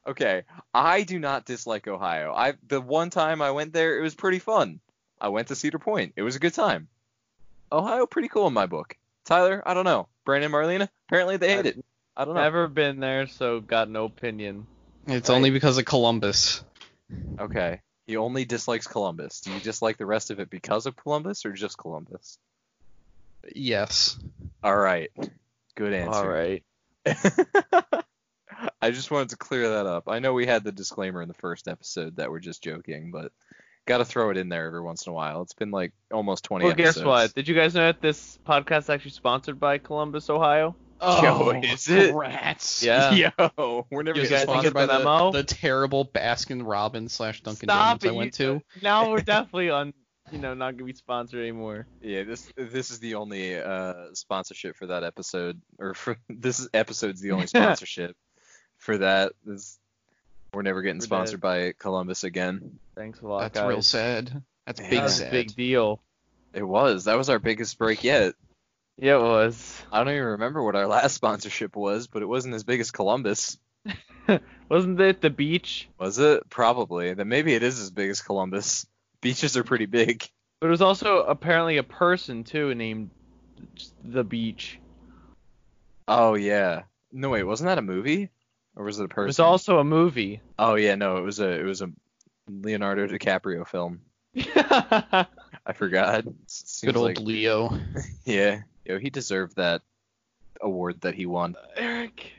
Speaker 1: Okay, I do not dislike Ohio. I the one time I went there, it was pretty fun. I went to Cedar Point. It was a good time. Ohio, pretty cool in my book. Tyler, I don't know. Brandon, Marlena, apparently they hate it. I don't know.
Speaker 3: Never been there, so got no opinion.
Speaker 2: It's only because of Columbus.
Speaker 1: Okay. He only dislikes Columbus. Do you dislike the rest of it because of Columbus or just Columbus?
Speaker 2: Yes.
Speaker 1: All right. Good answer.
Speaker 3: All right.
Speaker 1: [laughs] I just wanted to clear that up. I know we had the disclaimer in the first episode that we're just joking, but got to throw it in there every once in a while. It's been like almost 20
Speaker 3: Well,
Speaker 1: episodes.
Speaker 3: guess what? Did you guys know that this podcast is actually sponsored by Columbus, Ohio?
Speaker 1: Oh, is it? [laughs]
Speaker 2: Rats. [laughs]
Speaker 3: Yeah.
Speaker 1: Yo, we're never going
Speaker 3: You
Speaker 1: to
Speaker 2: Is it
Speaker 3: guys think
Speaker 2: sponsored
Speaker 1: sponsor
Speaker 3: it's
Speaker 2: by the,
Speaker 3: memo?
Speaker 2: the terrible Baskin Robbins slash Dunkin'
Speaker 3: Stop
Speaker 2: Donuts I
Speaker 3: it,
Speaker 2: went
Speaker 3: you-
Speaker 2: to?
Speaker 3: [laughs] Now
Speaker 2: [laughs]
Speaker 3: we're definitely on, you know, not gonna be sponsored anymore.
Speaker 1: Yeah, this this is the only uh, sponsorship for that episode, or for [laughs] this is- episode's the
Speaker 3: [laughs]
Speaker 1: only sponsorship for that. This, we're never getting
Speaker 3: We're
Speaker 1: sponsored by Columbus again.
Speaker 3: Thanks a lot,
Speaker 2: That's
Speaker 3: guys.
Speaker 2: real sad. That's
Speaker 1: Yeah.
Speaker 2: big
Speaker 3: That was a
Speaker 2: sad.
Speaker 3: big deal.
Speaker 1: It was that was our biggest break yet.
Speaker 3: Yeah, it was.
Speaker 1: I don't even remember what our last [laughs] sponsorship was, but it wasn't as big as Columbus,
Speaker 3: Wasn't it the beach?
Speaker 1: was it? Probably. Then maybe it is as big as Columbus. [laughs] Beaches are pretty big.
Speaker 3: But it was also apparently a person too named the beach.
Speaker 1: Oh yeah. No wait, wasn't that a movie? Or was it a person?
Speaker 3: It was also a movie. [laughs]
Speaker 1: Oh yeah, no, it was a it was a Leonardo DiCaprio film.
Speaker 3: yeah,
Speaker 1: I forgot. S- Seems
Speaker 2: Good old
Speaker 1: like,
Speaker 2: Leo.
Speaker 1: [laughs] yeah. Yo, he deserved that award that he won. [laughs]
Speaker 3: Eric.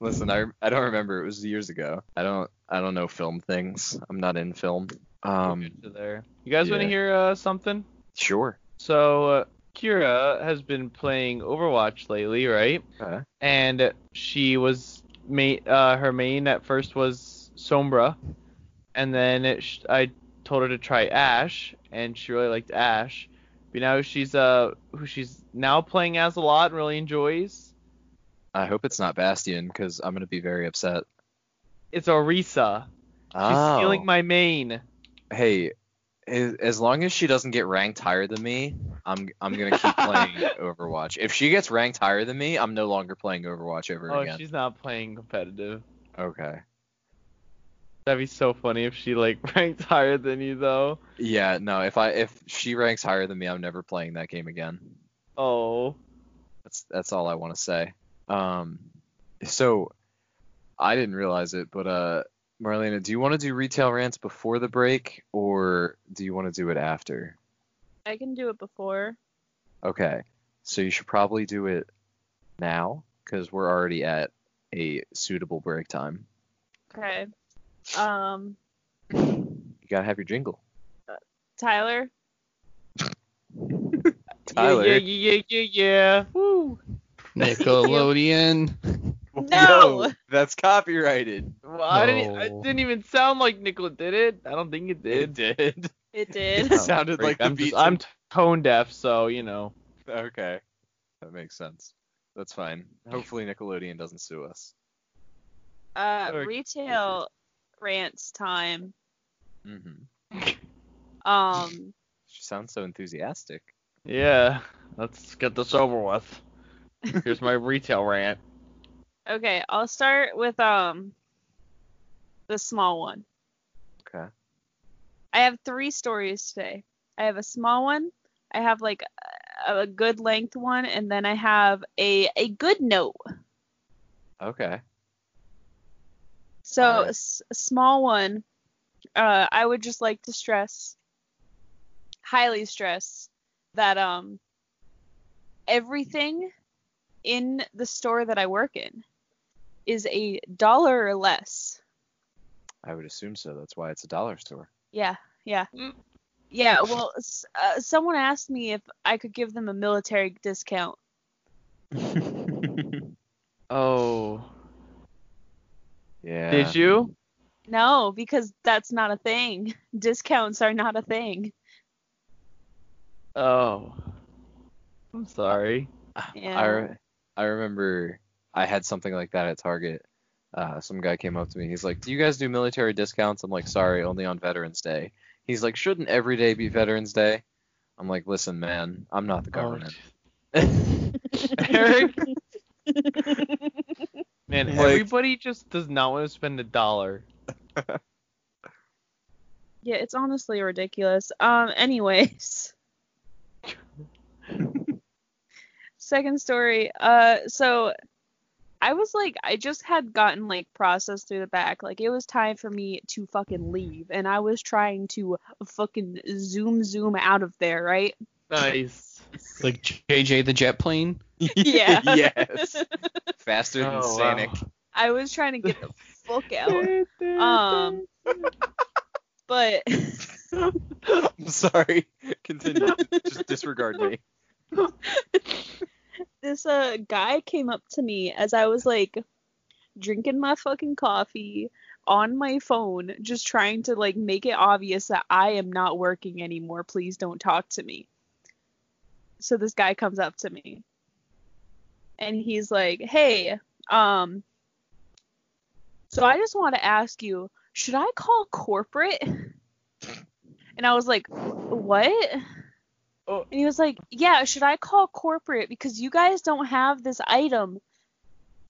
Speaker 1: Listen, I I don't remember. It was years ago. I don't I don't know film things. I'm not in film. Um,
Speaker 3: Picture there. You guys want to
Speaker 1: yeah.
Speaker 3: hear uh, something?
Speaker 1: sure.
Speaker 3: So uh, Kira has been playing Overwatch lately, right?
Speaker 1: Uh,
Speaker 3: And she was ma Uh, her main at first was Sombra, and then it sh- I told her to try Ash, and she really liked Ash. But now she's uh who she's now playing as a lot and really enjoys.
Speaker 1: I hope it's not Bastion because I'm gonna be very upset.
Speaker 3: It's Orisa. She's
Speaker 1: oh.
Speaker 3: stealing my main.
Speaker 1: Hey, as, as long as she doesn't get ranked higher than me, I'm I'm gonna keep playing Overwatch. If she gets ranked higher than me, I'm no longer playing Overwatch ever
Speaker 3: Oh,
Speaker 1: again.
Speaker 3: she's not playing competitive.
Speaker 1: Okay.
Speaker 3: That'd be so funny if she like [laughs] ranked higher than you though.
Speaker 1: Yeah, no. If I if she ranks higher than me, I'm never playing that game again.
Speaker 3: Oh.
Speaker 1: That's that's all I want to say. Um, so I didn't realize it, but uh, Marlena, do you want to do retail rants before the break, or do you want to do it after?
Speaker 4: I can do it before.
Speaker 1: Okay. So you should probably do it now because we're already at a suitable break time.
Speaker 4: Okay. Um,
Speaker 1: You gotta have your jingle.
Speaker 4: Tyler,
Speaker 1: Tyler.
Speaker 3: Yeah, yeah, yeah, yeah, yeah. Woo.
Speaker 2: Nickelodeon.
Speaker 1: [laughs]
Speaker 4: No!
Speaker 1: that's copyrighted.
Speaker 3: Well, I didn't. I
Speaker 2: No.
Speaker 3: didn't even sound like Nickel did it. I don't think it did.
Speaker 1: did. [laughs]
Speaker 4: it
Speaker 1: It
Speaker 4: did.
Speaker 1: sounded like the
Speaker 3: I'm
Speaker 1: beat.
Speaker 3: just, I'm tone deaf, so you know.
Speaker 1: Okay. That makes sense. That's fine. Hopefully Nickelodeon doesn't sue us.
Speaker 4: Uh,
Speaker 3: Or-
Speaker 4: retail rants time.
Speaker 1: Mm-hmm.
Speaker 4: Um,
Speaker 1: She sounds so enthusiastic. [laughs]
Speaker 3: Yeah. Let's get this over with. Here's my retail rant.
Speaker 4: Okay, I'll start with um the small one.
Speaker 1: Okay.
Speaker 4: I have three stories today. I have a small one, I have like a, a good length one, and then I have a a good note.
Speaker 1: Okay.
Speaker 4: So
Speaker 1: Alright.
Speaker 4: a s- a small one, uh, I would just like to stress, highly stress, that um everything in the store that I work in is a dollar or less.
Speaker 1: I would assume so. That's why it's a dollar [laughs] store.
Speaker 4: Yeah, yeah.
Speaker 2: Mm.
Speaker 4: Yeah, well, s- uh, someone asked me if I could give them a military discount.
Speaker 3: Oh.
Speaker 1: Yeah.
Speaker 3: Did you?
Speaker 4: No, because that's not a thing. [laughs] Discounts are not a thing.
Speaker 3: Oh. I'm sorry.
Speaker 4: Yeah.
Speaker 1: I, re- I remember I had something like that at Target. Uh, some guy came up to me. He's like, "Do you guys do military discounts?" I'm like, "Sorry, only on Veterans Day." He's like, "Shouldn't every day be Veterans Day?" I'm like, "Listen, man, I'm not the government."
Speaker 3: Oh. [laughs] Eric? Man,
Speaker 1: Like-
Speaker 3: everybody just does not want to spend a dollar.
Speaker 4: Yeah, it's honestly ridiculous. Um, anyways. Second story. Uh, so I was like, I just had gotten like processed through the back. Like it was time for me to fucking leave, and I was trying to fucking zoom zoom out of there, right?
Speaker 3: Nice.
Speaker 2: Like JJ the jet plane.
Speaker 1: [laughs]
Speaker 4: Yeah.
Speaker 3: [laughs]
Speaker 1: yes. Faster than
Speaker 3: Oh, wow.
Speaker 1: Sonic.
Speaker 4: I was trying to get the fuck
Speaker 3: Oh, [laughs]
Speaker 4: out. Um, but
Speaker 1: [laughs] I'm sorry. Continue. Just
Speaker 4: [laughs]
Speaker 1: disregard me.
Speaker 4: this uh guy came up to me as I was like drinking my fucking coffee on my phone, just trying to like make it obvious that I am not working anymore. Please don't talk to me. So this guy comes up to me and he's like, "Hey, um so I just want to ask you, should I call corporate?" [laughs] And I was like, "What?"
Speaker 3: Oh.
Speaker 4: And he was like, "Yeah, should I call corporate because you guys don't have this item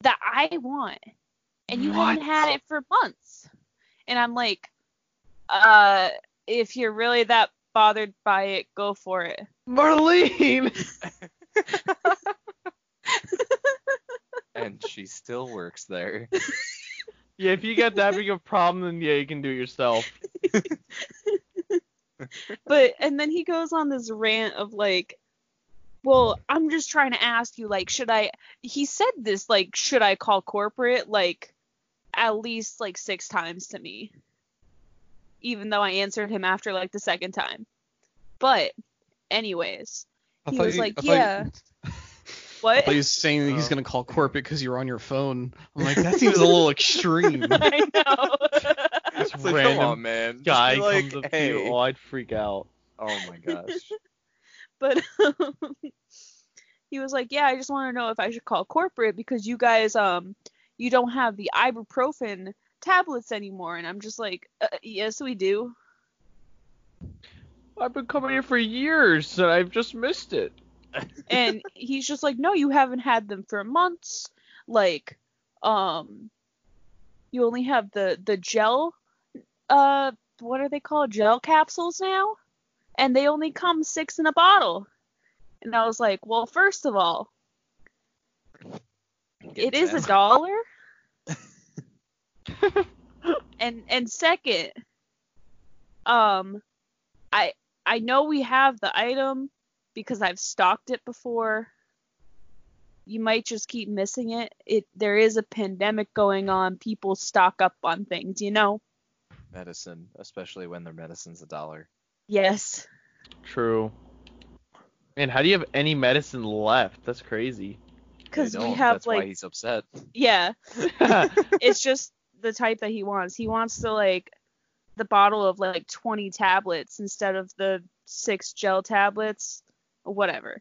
Speaker 4: that I want, and you haven't had it for months." And I'm like, "Uh, if you're really that bothered by it, go for it."
Speaker 3: Marlene!
Speaker 1: And she still works
Speaker 3: [laughs]
Speaker 1: there.
Speaker 3: Yeah, if you get that big of a problem, then yeah, you can do it yourself.
Speaker 4: but and then he goes on this rant of like well i'm just trying to ask you like should i he said this like should i call corporate like at least like six times to me even though i answered him after like the second time but anyways he was like yeah
Speaker 2: I
Speaker 4: what
Speaker 2: thought he [laughs] was saying that he's
Speaker 1: Oh.
Speaker 2: gonna call corporate because you're on your phone. I'm like, that seems a little [laughs] extreme.
Speaker 4: [laughs] i know
Speaker 3: This
Speaker 1: It's like,
Speaker 3: random
Speaker 1: come on, man. [laughs] Just
Speaker 3: guy
Speaker 1: be like,
Speaker 3: comes up to
Speaker 1: hey.
Speaker 3: you, oh, I'd freak out.
Speaker 1: Oh my gosh.
Speaker 4: but [laughs] um, he was like, "Yeah, I just want to know if I should call corporate because you guys um you don't have the ibuprofen tablets anymore." And I'm just like, uh, "Yes, we do."
Speaker 3: I've been coming here for years, and I've just missed it.
Speaker 4: And he's just like, "No, you haven't had them for months. Like um you only have the the gel uh what are they called? Gel capsules now? And they only come 6 in a bottle." And I was like, "Well, first of all, it is a dollar. and and second, um, I I know we have the item because I've stocked it before. You might just keep missing it. It there is a pandemic going on. People stock up on things, you know.
Speaker 1: medicine, especially when their medicine's a dollar.
Speaker 4: Yes.
Speaker 3: True. Man, how do you have any medicine left? That's crazy. [laughs]
Speaker 1: They
Speaker 4: Cuz we
Speaker 1: don't,
Speaker 4: have
Speaker 1: That's why
Speaker 4: like
Speaker 1: he's upset.
Speaker 4: yeah,
Speaker 3: yeah,
Speaker 4: it's just the type that he wants. He wants the like the bottle of like 20 tablets instead of the six gel tablets, whatever.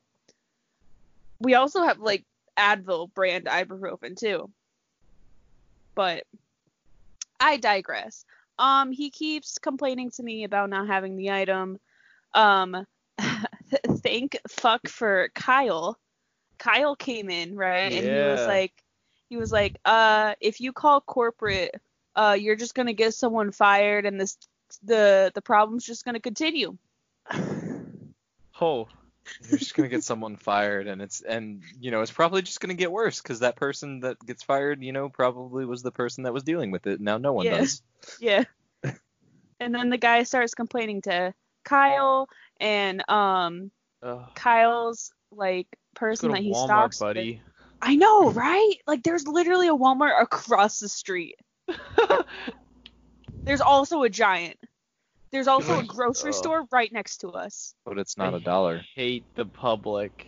Speaker 4: We also have like Advil brand ibuprofen too. But I digress. Um he keeps complaining to me about not having the item. Um [laughs] thank fuck for Kyle. Kyle came in, right? And he was
Speaker 3: Yeah.
Speaker 4: like He was like, uh, if you call corporate, uh, you're just gonna get someone fired, and this the the problem's just gonna continue.
Speaker 3: Oh,
Speaker 1: [laughs] You're just gonna get someone fired, and it's and you know it's probably just gonna get worse because that person that gets fired, you know, probably was the person that was dealing with it. Now no one
Speaker 4: Yeah.
Speaker 1: does.
Speaker 3: [laughs]
Speaker 4: Yeah. and then the guy starts complaining to Kyle, and um,
Speaker 3: ugh.
Speaker 4: Kyle's like person
Speaker 3: go
Speaker 4: that
Speaker 3: to
Speaker 4: he
Speaker 3: Walmart,
Speaker 4: stalks. with-
Speaker 3: buddy.
Speaker 4: I know, right? Like there's literally a Walmart across the
Speaker 3: [laughs]
Speaker 4: street. There's also a Giant. There's also
Speaker 3: [laughs]
Speaker 4: a
Speaker 3: Like,
Speaker 4: grocery
Speaker 3: ugh.
Speaker 4: store right next to us.
Speaker 1: But it's not a dollar.
Speaker 3: Hate
Speaker 4: [laughs]
Speaker 3: the public.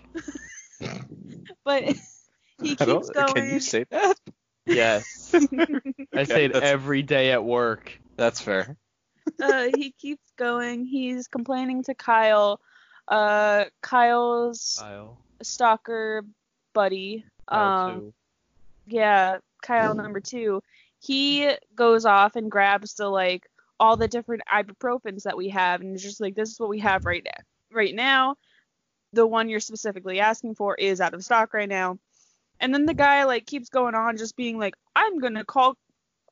Speaker 4: But
Speaker 3: [laughs]
Speaker 4: [laughs] he
Speaker 1: [laughs] I
Speaker 4: keeps
Speaker 1: don't-
Speaker 4: going.
Speaker 1: Can you say that?
Speaker 3: Yes. I say it
Speaker 1: That's-
Speaker 3: every day at work.
Speaker 1: That's fair.
Speaker 4: [laughs] uh, he keeps going. He's complaining to Kyle. Uh, Kyle's
Speaker 3: Kyle.
Speaker 4: stalker buddy.
Speaker 3: Uh. Kyle
Speaker 4: um,
Speaker 3: too.
Speaker 4: yeah, Kyle number two. He goes off and grabs the like all the different ibuprofens that we have, and is just like, this is what we have right now. Right now, the one you're specifically asking for is out of stock right now. And then the guy like keeps going on, just being like, I'm gonna call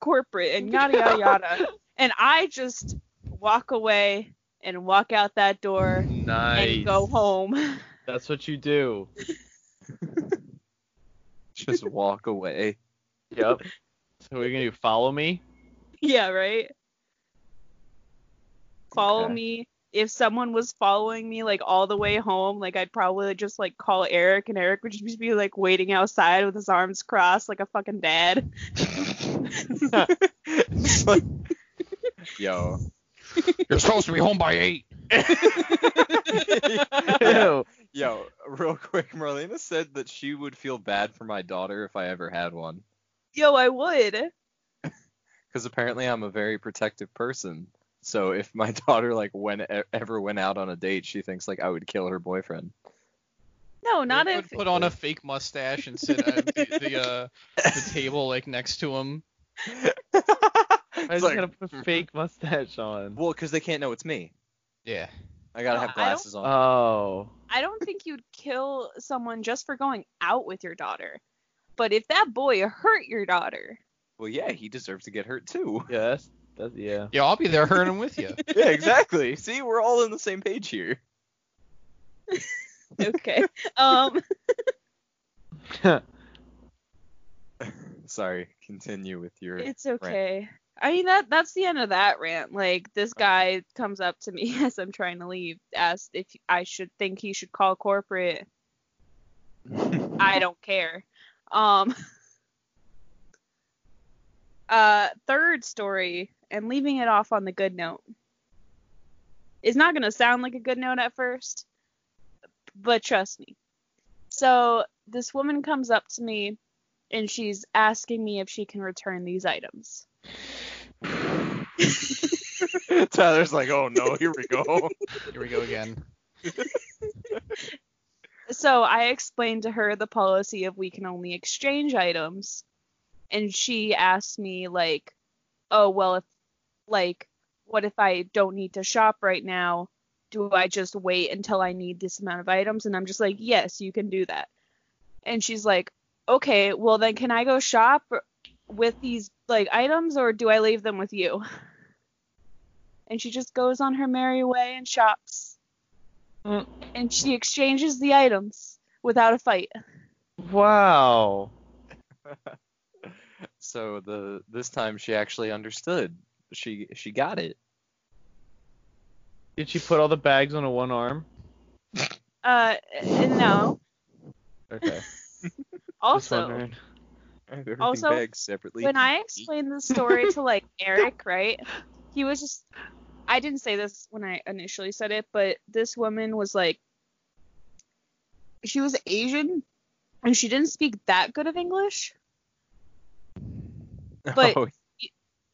Speaker 4: corporate and yada yada yada. and I just walk away and walk out that door
Speaker 3: Nice.
Speaker 4: and go home.
Speaker 3: That's what you do.
Speaker 1: Just walk away. [laughs]
Speaker 3: Yep. So we're gonna do follow me. [laughs]
Speaker 4: Yeah, right? Follow
Speaker 1: Okay.
Speaker 4: me. If someone was following me like all the way home, like I'd probably just like call Eric and Eric would just be like waiting outside with his arms crossed like a fucking dad. [laughs]
Speaker 1: It's like- Yo. [laughs]
Speaker 2: You're supposed to be home by eight.
Speaker 3: Ew.
Speaker 1: Yo, real quick, Marlena said that she would feel bad for my daughter if I ever had one.
Speaker 4: Yo, I would.
Speaker 1: Because apparently I'm a very protective person. So if my [laughs] daughter like went e- ever went out on a date, she thinks like I would kill her boyfriend.
Speaker 4: No, not
Speaker 2: Rick
Speaker 4: if
Speaker 2: would put on a fake mustache and sit at the, the, uh, [laughs] the table like next to him.
Speaker 3: I just
Speaker 1: like-
Speaker 3: gotta put a fake mustache on.
Speaker 1: Well, because they can't know it's me.
Speaker 2: Yeah.
Speaker 1: I gotta
Speaker 4: No,
Speaker 1: have
Speaker 4: I don't-
Speaker 1: glasses on.
Speaker 3: Oh.
Speaker 4: I don't think you'd kill someone just for going out with your daughter. But if that boy hurt
Speaker 2: [laughs]
Speaker 4: your daughter,
Speaker 1: Well, yeah, he deserves to get hurt
Speaker 4: [laughs]
Speaker 1: too.
Speaker 3: Yeah. That's, that's yeah. [laughs]
Speaker 2: Yeah, I'll be there hurting with you.
Speaker 1: yeah, exactly. See, we're all on the same page here.
Speaker 4: okay. um
Speaker 1: Sorry, continue with your. [laughs]
Speaker 4: It's okay. I mean that that's the end of that rant. Like this guy comes up to me [laughs] as I'm trying to leave, asked if I should think he should call corporate.
Speaker 1: Mm-hmm.
Speaker 4: I don't care. Um [laughs] uh third story and leaving it off on the good note. It's not going to sound like a good note at first, but trust me. So, this woman comes up to me and she's asking me if she can return these items.
Speaker 1: [laughs] Tyler's like, oh no, here we go. [laughs]
Speaker 2: Here we go again.
Speaker 4: so I explained to her the policy of we can only exchange items, and she asked me like, "Oh well, if like, what if I don't need to shop right now? Do I just wait until I need this amount of items?" And I'm just like, "Yes, you can do that." And she's like, "Okay, well then, can I go shop with these like items, or do I leave them with you?" And she just goes on her merry way and shops and she exchanges the items without a fight.
Speaker 3: Wow.
Speaker 1: so the this time she actually understood. She she got it.
Speaker 3: Did she put all the bags on a one arm?
Speaker 4: Uh, and no.
Speaker 3: Okay. Just
Speaker 4: Also,
Speaker 3: wondering.
Speaker 1: Everything
Speaker 4: Also,
Speaker 1: bagged separately. [laughs]
Speaker 4: when I explained the story to like Eric, right? He was just I didn't say this when I initially said it, but this woman was like she was Asian and she didn't speak that good of English, but-
Speaker 1: Oh,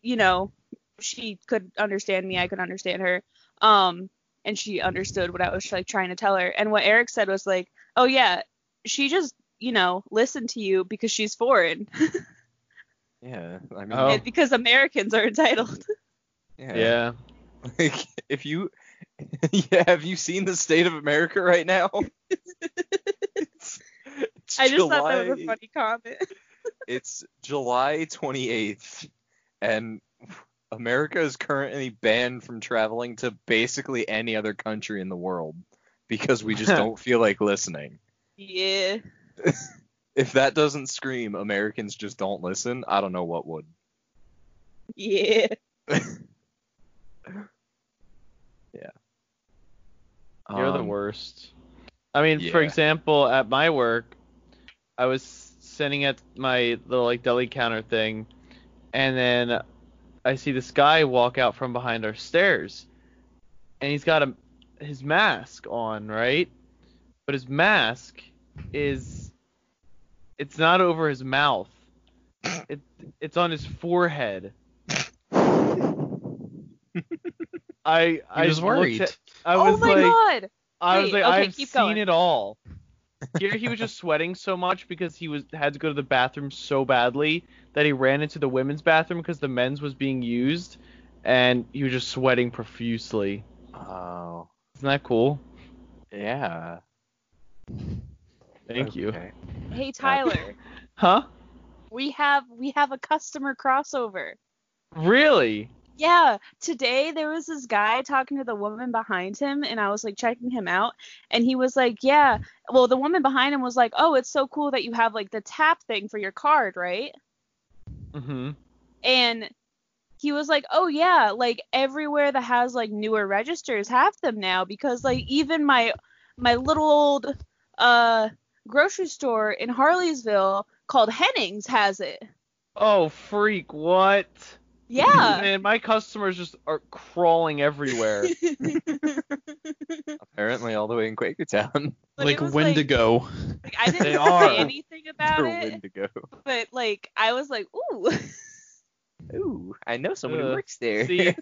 Speaker 4: you know, she could understand me, I could understand her. Um and she understood what I was like trying to tell her. And what Eric said was like, "Oh yeah, she just, you know, listened to you because she's foreign." [laughs]
Speaker 1: yeah, I mean,
Speaker 3: Oh.
Speaker 4: It's because Americans are entitled. [laughs]
Speaker 1: yeah.
Speaker 3: Yeah.
Speaker 1: [laughs] Like, if you, [laughs] yeah, have you seen the state of America right
Speaker 3: [laughs]
Speaker 1: now? It's- it's
Speaker 4: I just thought that was a
Speaker 1: July.
Speaker 4: [laughs] funny comment.
Speaker 1: it's July 28th, and America is currently banned from traveling to basically any other country in the world because we
Speaker 3: [laughs]
Speaker 1: just don't feel like listening.
Speaker 4: Yeah.
Speaker 1: If that doesn't scream Americans just don't listen, I don't know what would.
Speaker 4: Yeah.
Speaker 3: You're the
Speaker 1: Um,
Speaker 3: worst. I mean, for
Speaker 1: yeah.
Speaker 3: example, at my work, I was sitting at my little like deli counter thing, and then I see this guy walk out from behind our stairs, and he's got a his mask on, right? But his mask is it's not over his mouth. It it's on his forehead. I I
Speaker 2: I was
Speaker 3: looked
Speaker 2: worried.
Speaker 3: at- I
Speaker 4: oh
Speaker 3: was
Speaker 4: my
Speaker 3: like
Speaker 4: god.
Speaker 3: I was
Speaker 4: Wait,
Speaker 3: like,
Speaker 4: okay,
Speaker 3: I've
Speaker 4: keep
Speaker 3: seen
Speaker 4: going.
Speaker 3: it all. Here he was just sweating so much because he was had to go to the bathroom so badly that he ran into the women's bathroom because the men's was being used, and he was just sweating profusely.
Speaker 1: [laughs] Oh,
Speaker 3: Isn't that cool?
Speaker 1: yeah.
Speaker 3: Thank you.
Speaker 1: Okay.
Speaker 4: Hey Tyler,
Speaker 3: Huh?
Speaker 4: we have we have a customer crossover.
Speaker 3: Really?
Speaker 4: Yeah, today there was this guy talking to the woman behind him, and I was like checking him out, and he was like, "Yeah." Well, the woman behind him was like, "Oh, it's so cool that you have like the tap thing for your card, right?"
Speaker 3: Mm-hmm.
Speaker 4: And he was like, "Oh yeah, like everywhere that has like newer registers have them now because like even my my little old uh grocery store in Harleysville called Hennings has it."
Speaker 3: Oh, freak! What? [laughs]
Speaker 4: Yeah.
Speaker 3: Man, my customers just are
Speaker 4: [laughs]
Speaker 3: crawling everywhere.
Speaker 1: Apparently, all the way in Quakertown.
Speaker 4: But
Speaker 2: like
Speaker 4: it was,
Speaker 2: Wendigo.
Speaker 4: Like, I didn't
Speaker 3: They
Speaker 4: say
Speaker 3: are.
Speaker 4: anything about [laughs]
Speaker 1: for
Speaker 4: it.
Speaker 1: Wendigo.
Speaker 4: but like I was like, ooh, [laughs]
Speaker 1: Ooh, I know
Speaker 3: someone who Uh,
Speaker 1: works there. [laughs]
Speaker 3: See,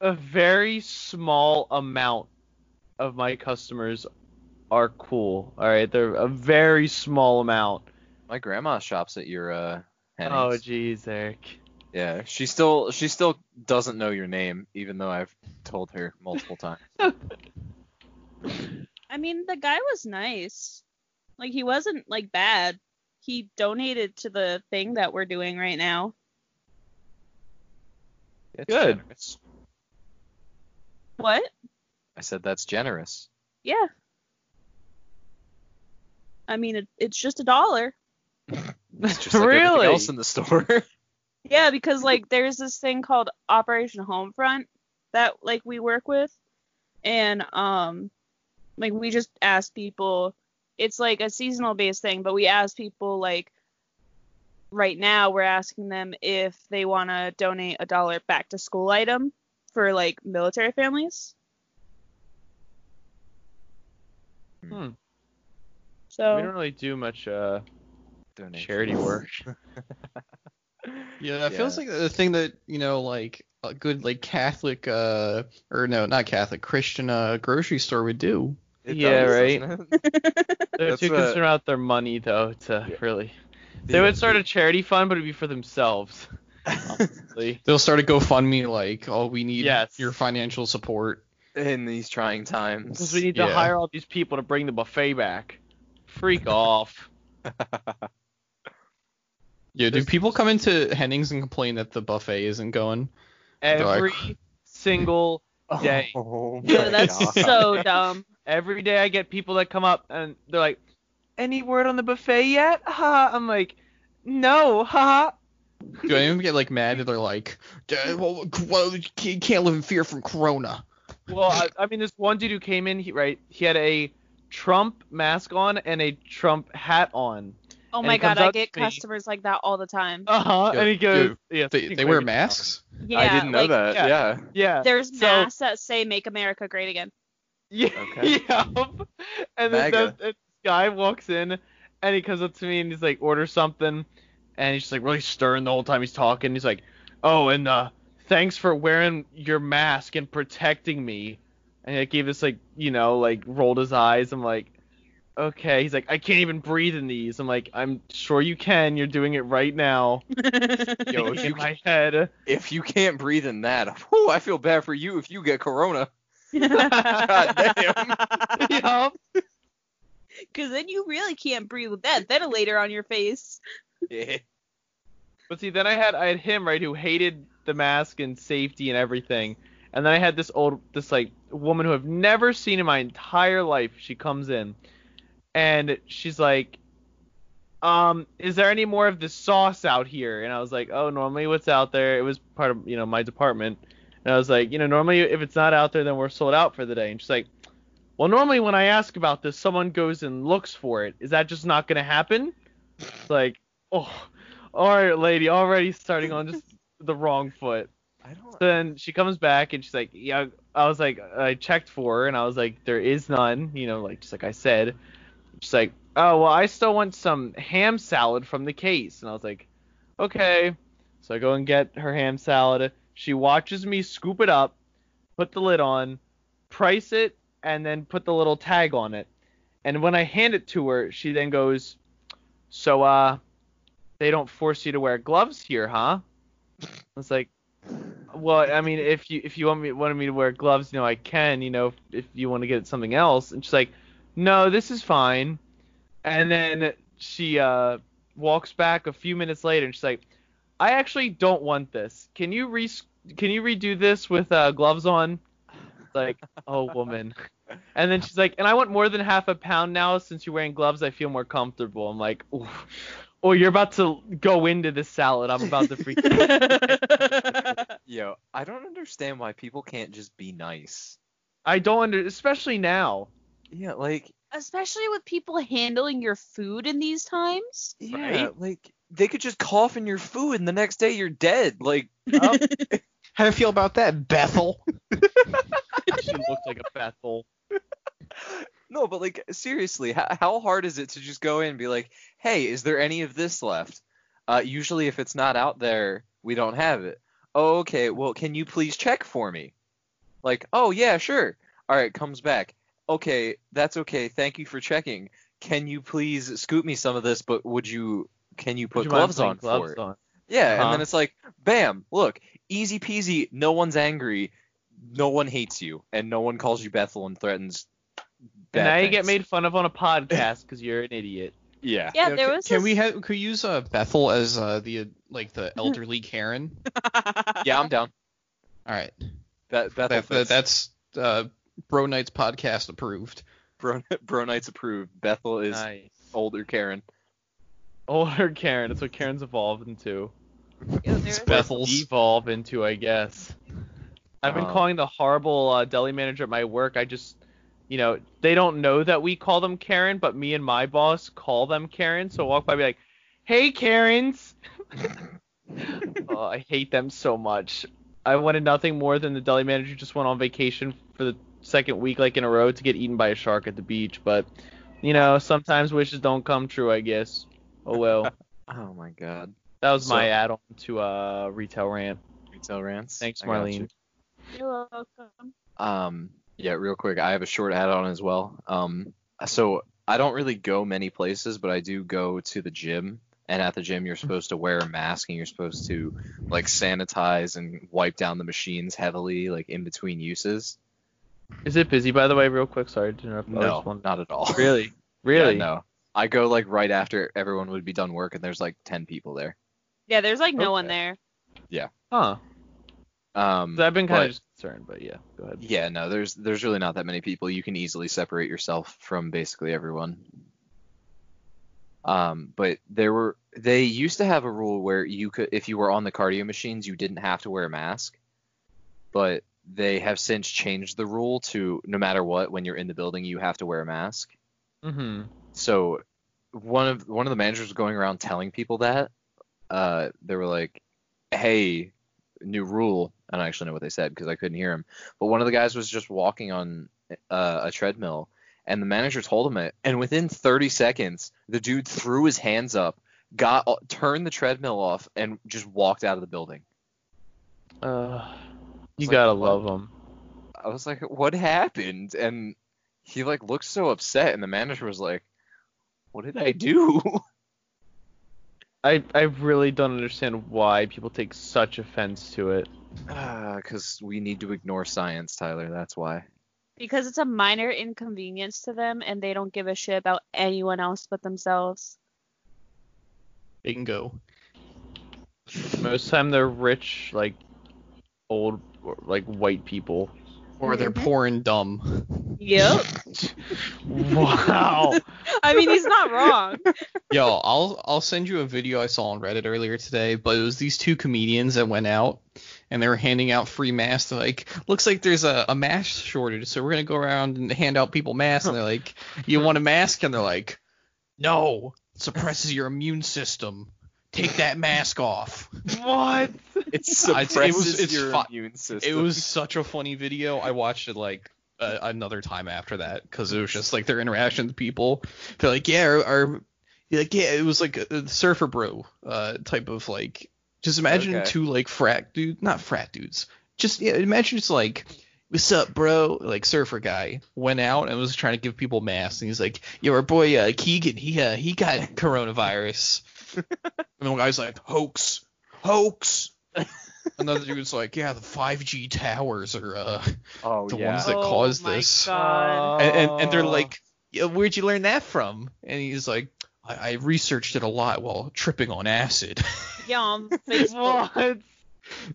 Speaker 3: a very small amount of my customers are cool. All right, they're a very small amount.
Speaker 1: My grandma shops at your uh.
Speaker 3: Oh,
Speaker 1: Hennings.
Speaker 3: jeez, Eric.
Speaker 1: yeah, she still she still doesn't know your name, even though I've told her multiple times. [laughs]
Speaker 4: I mean the guy was nice. Like he wasn't like bad. He donated to the thing that we're doing right now.
Speaker 1: It's
Speaker 3: Good.
Speaker 1: generous.
Speaker 4: What?
Speaker 1: I said that's generous.
Speaker 4: Yeah. I mean it, it's just a dollar.
Speaker 1: It's
Speaker 3: [laughs]
Speaker 1: just like everything
Speaker 3: Really?
Speaker 1: else in the store. [laughs]
Speaker 4: Yeah, because like there's this thing called Operation Homefront that like we work with, and um, like we just ask people. It's like a seasonal based thing, but we ask people like right now we're asking them if they want to donate a dollar back to school item for like military families.
Speaker 3: Hmm. We don't
Speaker 4: So
Speaker 3: really do much uh,
Speaker 1: Donations.
Speaker 3: charity
Speaker 1: [laughs]
Speaker 3: work.
Speaker 2: Yeah, it feels
Speaker 1: Yeah.
Speaker 2: like the thing that you know, like a good like Catholic, uh, or no, not Catholic, Christian uh, grocery store would do.
Speaker 1: It
Speaker 3: Yeah,
Speaker 1: does,
Speaker 3: right.
Speaker 1: doesn't it?
Speaker 3: They're
Speaker 1: That's
Speaker 3: too
Speaker 1: a-
Speaker 3: concerned about their money though to
Speaker 1: Yeah.
Speaker 3: really. They would start a charity fund, but it'd be for themselves.
Speaker 1: [laughs]
Speaker 3: honestly.
Speaker 2: They'll start a GoFundMe like, oh, we need
Speaker 3: Yes.
Speaker 2: your financial support.
Speaker 1: in these trying
Speaker 3: Because
Speaker 1: times.
Speaker 3: we need to
Speaker 2: Yeah.
Speaker 3: hire all these people to bring the buffet back.
Speaker 1: [laughs]
Speaker 3: Freak off.
Speaker 2: Yeah, do
Speaker 3: There's-
Speaker 2: people come into Hennings and complain that the buffet isn't going?
Speaker 3: Every single [laughs] day.
Speaker 1: [laughs] Oh my
Speaker 4: yeah, [laughs] that's
Speaker 1: God.
Speaker 4: so dumb.
Speaker 3: every day I get people that come up and they're like, "Any word on the buffet yet?" [laughs] Ha! I'm like, "No, [laughs] ha!"
Speaker 2: Do I even get like mad that they're like, "Uh, well, well, you can't can't live in fear from Corona?
Speaker 3: Well, I, I mean, this one dude who came in, he, right? He had a Trump mask on and a Trump hat on.
Speaker 4: Oh
Speaker 3: And
Speaker 4: my
Speaker 3: it comes
Speaker 4: god, I
Speaker 3: out to
Speaker 4: get
Speaker 3: me-
Speaker 4: customers like that all the time.
Speaker 3: Uh huh.
Speaker 2: Yo,
Speaker 3: and he goes,
Speaker 2: yo,
Speaker 3: "Yeah,
Speaker 2: They,
Speaker 3: fucking
Speaker 2: they wear
Speaker 3: crazy.
Speaker 2: masks.
Speaker 4: Yeah,
Speaker 1: I didn't know
Speaker 4: like,
Speaker 1: that.
Speaker 3: yeah.
Speaker 1: Yeah.
Speaker 3: Yeah.
Speaker 4: There's
Speaker 3: so,
Speaker 4: masks that say "Make America Great Again." [laughs]
Speaker 3: Yeah. [laughs]
Speaker 1: Okay.
Speaker 3: yeah. And then
Speaker 1: MAGA.
Speaker 3: the, this guy walks in and he comes up to me and he's like, order something. And he's just like really stern the whole time he's talking. He's like, oh, and uh, thanks for wearing your mask and protecting me. And I gave this like, you know, like rolled his eyes. I'm like, okay. He's like, I can't even breathe in these. I'm like, I'm sure you can. You're doing it
Speaker 1: [laughs]
Speaker 3: right now. [laughs]
Speaker 1: Yo, if
Speaker 3: in
Speaker 1: you
Speaker 3: my
Speaker 1: [laughs]
Speaker 3: head.
Speaker 1: if you can't breathe in that, [laughs] whew, I feel bad for you if you get corona. [laughs] God [laughs] damn.
Speaker 3: Yup.
Speaker 4: Because then you really can't breathe with that ventilator on your face.
Speaker 1: Yeah.
Speaker 3: But see, then I had I had him right who hated the mask and safety and everything, and then I had this old this like woman who I've never seen in my entire life. She comes in, and she's like, "Um, is there any more of this sauce out here?" And I was like, "Oh, normally what's out there? It was part of you know my department." And I was like, "You know, normally if it's not out there, then we're sold out for the day." And she's like. Well, normally when I ask about this, someone goes and looks for it. Is that just not going to happen? It's like, oh, all right, lady, already starting on just the wrong foot.
Speaker 1: I don't.
Speaker 3: So then she comes back and she's like, yeah, I was like, I checked for her and I was like, there is none, you know, like just like I said. She's like, oh, well, I still want some ham salad from the case. And I was like, okay. So I go and get her ham salad. She watches me scoop it up, put the lid on, price it, and then put the little tag on it. And when I hand it to her, she then goes, so, uh, they don't force you to wear gloves here, huh? I was like, well, I mean, if you if you want me wanted me to wear gloves, you know, I can. You know, if, if you want to get something else, and she's like, no, this is fine. And then she uh, walks back a few minutes later, and she's like, I actually don't want this. Can you re can you redo this with uh, gloves on? It's like, oh woman. And then she's like, and I want more than half a pound now. Since you're wearing gloves, I feel more comfortable. I'm like, oof. Oh, you're about to go into this salad. I'm about to freak.
Speaker 1: Yo, I don't understand why people can't just be nice.
Speaker 3: I don't under, especially [laughs] now.
Speaker 1: Yeah, like
Speaker 4: Especially with people handling your food in these times.
Speaker 1: yeah, like they could just cough in your food and the next day you're dead. Like
Speaker 3: Oh,
Speaker 2: How do you feel about that, Bethel?
Speaker 3: she looked like a Bethel.
Speaker 1: no, but like seriously, how, how hard is it to just go in and be like, "Hey, is there any of this left?" Uh, usually, if it's not out there, we don't have it. Oh, okay. Well, can you please check for me? Like, oh yeah, sure. All right, comes back. Okay, that's okay. Thank you for checking. Can you please scoop me some of this? But would you? Can you put
Speaker 3: Would you mind
Speaker 1: gloves
Speaker 3: putting
Speaker 1: on for
Speaker 3: gloves
Speaker 1: it?
Speaker 3: on?
Speaker 1: Yeah, and then
Speaker 3: Uh-huh.
Speaker 1: it's like, bam, look, easy peasy, no one's angry, no one hates you, and no one calls you Bethel and threatens. bad
Speaker 3: And now you get
Speaker 1: things.
Speaker 3: made fun of on
Speaker 1: [laughs]
Speaker 3: a podcast because you're an idiot.
Speaker 1: Yeah.
Speaker 4: [laughs]
Speaker 2: You
Speaker 4: Yeah,
Speaker 2: know,
Speaker 4: there
Speaker 2: ca-
Speaker 4: was.
Speaker 2: Can
Speaker 4: this- Mm-hmm.
Speaker 2: we have? Could we use uh, Bethel as uh, the uh, like the elderly Karen?
Speaker 1: Yeah, I'm down.
Speaker 2: All right,
Speaker 1: That, Bethel
Speaker 2: that, that,
Speaker 1: fits.
Speaker 2: that's uh, Bro Knights podcast approved.
Speaker 1: [laughs] Bro, Bro Knights approved. Bethel is
Speaker 3: Nice.
Speaker 1: older Karen.
Speaker 3: Older Karen. That's what Karen's evolved into.
Speaker 4: Yeah, there was-
Speaker 2: Bethel's.
Speaker 3: Evolve into, I guess. I've been
Speaker 1: Um.
Speaker 3: calling the horrible uh, deli manager at my work. I just, you know, they don't know that we call them Karen, but me and my boss call them Karen. So I walk by and be like, "Hey, Karens." oh, I hate them so much. I wanted nothing more than the deli manager just went on vacation for the second week like in a row to get eaten by a shark at the beach, but you know, sometimes wishes don't come true, I guess. Oh well.
Speaker 1: Oh my God.
Speaker 3: That was my
Speaker 1: So-
Speaker 3: add-on to uh retail rant.
Speaker 1: Retail rants.
Speaker 3: Thanks,
Speaker 1: I got
Speaker 3: Marlene.
Speaker 1: you.
Speaker 4: You're welcome.
Speaker 1: Um, yeah, real quick, I have a short add-on as well. Um, so I don't really go many places, but I do go to the gym. And at the gym,
Speaker 3: Mm-hmm.
Speaker 1: you're supposed to wear a mask and you're supposed to like sanitize and wipe down the machines heavily, like in between uses.
Speaker 3: Is it busy, by the way, real quick? Sorry to interrupt. I just
Speaker 1: No,
Speaker 3: wanted-
Speaker 1: not at all.
Speaker 3: [laughs] Really?
Speaker 1: [laughs] Yeah,
Speaker 3: Really?
Speaker 1: no. I go like right after everyone would be done work, and there's like ten people there.
Speaker 4: Yeah, there's like no one
Speaker 3: Okay.
Speaker 4: there.
Speaker 3: Huh.
Speaker 1: Um,
Speaker 3: So I've been kind
Speaker 1: but-
Speaker 3: of just concerned, Mm, but yeah, go ahead.
Speaker 1: yeah, no, there's there's really not that many people. You can easily separate yourself from basically everyone. Um, but there were they used to have a rule where you could if you were on the cardio machines, you didn't have to wear a mask. But they have since changed the rule to no matter what, when you're in the building, you have to wear a mask.
Speaker 3: Mm-hmm.
Speaker 1: So one of one of the managers was going around telling people that uh, they were like, "Hey, new rule." I don't actually know what they said because I couldn't hear him. But one of the guys was just walking on uh, a treadmill, and the manager told him it. And within 30 seconds, the dude threw his hands up, got turned the treadmill off, and just walked out of the building.
Speaker 3: Uh, you
Speaker 1: It's like,
Speaker 3: gotta
Speaker 1: what?
Speaker 3: love 'em. love them.
Speaker 1: I was like, "What happened?" And he like looked so upset, and the manager was like, "What did I do?" [laughs]
Speaker 3: I I really don't understand why people take such offense to it.
Speaker 1: Because Ah, we need to ignore science, Tyler. That's [laughs] why.
Speaker 4: Because it's a minor inconvenience to them and they don't give a shit about anyone else but themselves.
Speaker 2: Bingo.
Speaker 3: Most time they're rich, like old, like white people.
Speaker 2: Or they're
Speaker 4: Mm-hmm.
Speaker 2: poor and dumb. [laughs]
Speaker 4: Yep.
Speaker 3: [laughs] Wow.
Speaker 4: [laughs] I mean, he's not wrong.
Speaker 2: Yo, I'll I'll send you a video I saw on Reddit earlier today, but it was these two comedians that went out and they were handing out free masks. They're like, looks like there's a, a mask shortage, so we're gonna go around and hand out people masks and they're like, You want a mask? And they're like, No, it suppresses your immune system. Take that mask off.
Speaker 3: what?
Speaker 1: It
Speaker 2: was-
Speaker 1: suppresses
Speaker 2: it's
Speaker 1: your
Speaker 2: fu-
Speaker 1: immune
Speaker 2: It
Speaker 1: system.
Speaker 2: was such a funny video. I watched it like uh, another time after that because it was just like their interaction with people. They're like, yeah, our, our yeah, like yeah, it was like a, a surfer bro uh, type of like. Just imagine
Speaker 1: Okay.
Speaker 2: two like frat dude, not frat dudes. Just yeah, imagine just like. What's up, bro? Like surfer guy went out and was trying to give people masks, and he's like, "Yo, our boy uh, Keegan, he uh, he got coronavirus." and the guy's like, "Hoax, hoax." Another dude's like, "Yeah, the 5G towers are uh,
Speaker 1: oh
Speaker 2: the
Speaker 1: yeah.
Speaker 2: ones that
Speaker 4: oh
Speaker 2: caused
Speaker 4: my
Speaker 2: this.
Speaker 4: God.
Speaker 2: and, and, and they're like, yeah, where'd you learn that from? And he's like, I, I researched it a lot while tripping on acid. [laughs]
Speaker 4: Yeah, on
Speaker 3: [laughs]
Speaker 4: Facebook.
Speaker 3: what?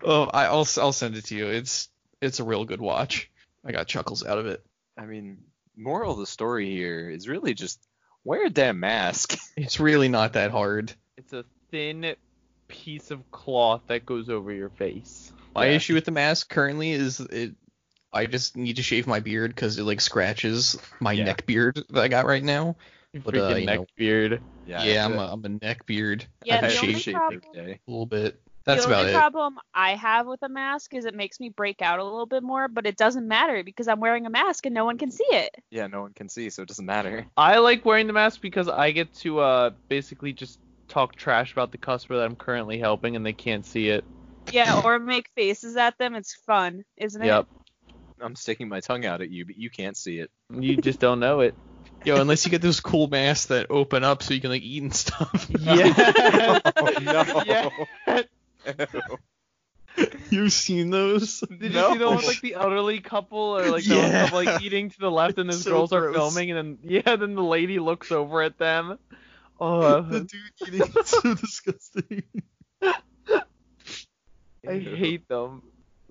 Speaker 2: oh, I, I'll I'll send it to you. It's it's a real good watch. I got chuckles out of it.
Speaker 1: I mean, moral of the story here is really just wear a damn [laughs] mask.
Speaker 2: It's really not that hard.
Speaker 3: It's a thin piece of cloth that goes over your face.
Speaker 2: My
Speaker 1: Yeah.
Speaker 2: issue with the mask currently is it. I just need to shave my beard because it like scratches my
Speaker 3: Yeah.
Speaker 2: neck beard that I got right now.
Speaker 3: You
Speaker 2: But,
Speaker 3: freaking
Speaker 2: uh, you
Speaker 3: neck
Speaker 2: know.
Speaker 3: beard.
Speaker 2: Yeah, I'm a, I'm a neck beard.
Speaker 4: Yeah,
Speaker 2: I've
Speaker 4: the only
Speaker 2: shaved
Speaker 1: shaped
Speaker 4: problem-
Speaker 1: day.
Speaker 2: a little bit. That's
Speaker 4: the
Speaker 2: about
Speaker 4: only
Speaker 2: it.
Speaker 4: problem I have with a mask is it makes me break out a little bit more, but it doesn't matter because I'm wearing a mask and no one can see it.
Speaker 1: Yeah, no one can see, so it doesn't matter. [laughs]
Speaker 3: I like wearing the mask because I get to uh basically just talk trash about the customer that I'm currently helping and they can't see it.
Speaker 2: [laughs]
Speaker 4: Yeah, or make faces at them. It's fun, isn't it?
Speaker 3: Yep.
Speaker 1: I'm sticking my tongue out at you, but you can't see it.
Speaker 2: [laughs]
Speaker 3: You just don't know it.
Speaker 2: Yo, unless you get those cool masks that open up so you can like eat and stuff.
Speaker 3: Yeah.
Speaker 2: [laughs]
Speaker 1: Oh, no.
Speaker 3: Yeah.
Speaker 1: [laughs]
Speaker 2: You've seen those?
Speaker 3: [laughs] Did you see the one with like the elderly couple or like the one
Speaker 2: Yeah.
Speaker 3: couple, like eating to the
Speaker 2: [laughs]
Speaker 3: left and
Speaker 2: It's
Speaker 3: those
Speaker 2: so
Speaker 3: girls are
Speaker 2: gross.
Speaker 3: filming and then [laughs] yeah, then the lady looks over at them.
Speaker 2: [laughs]
Speaker 3: Oh,
Speaker 2: dude eating it's so disgusting.
Speaker 3: I hate them.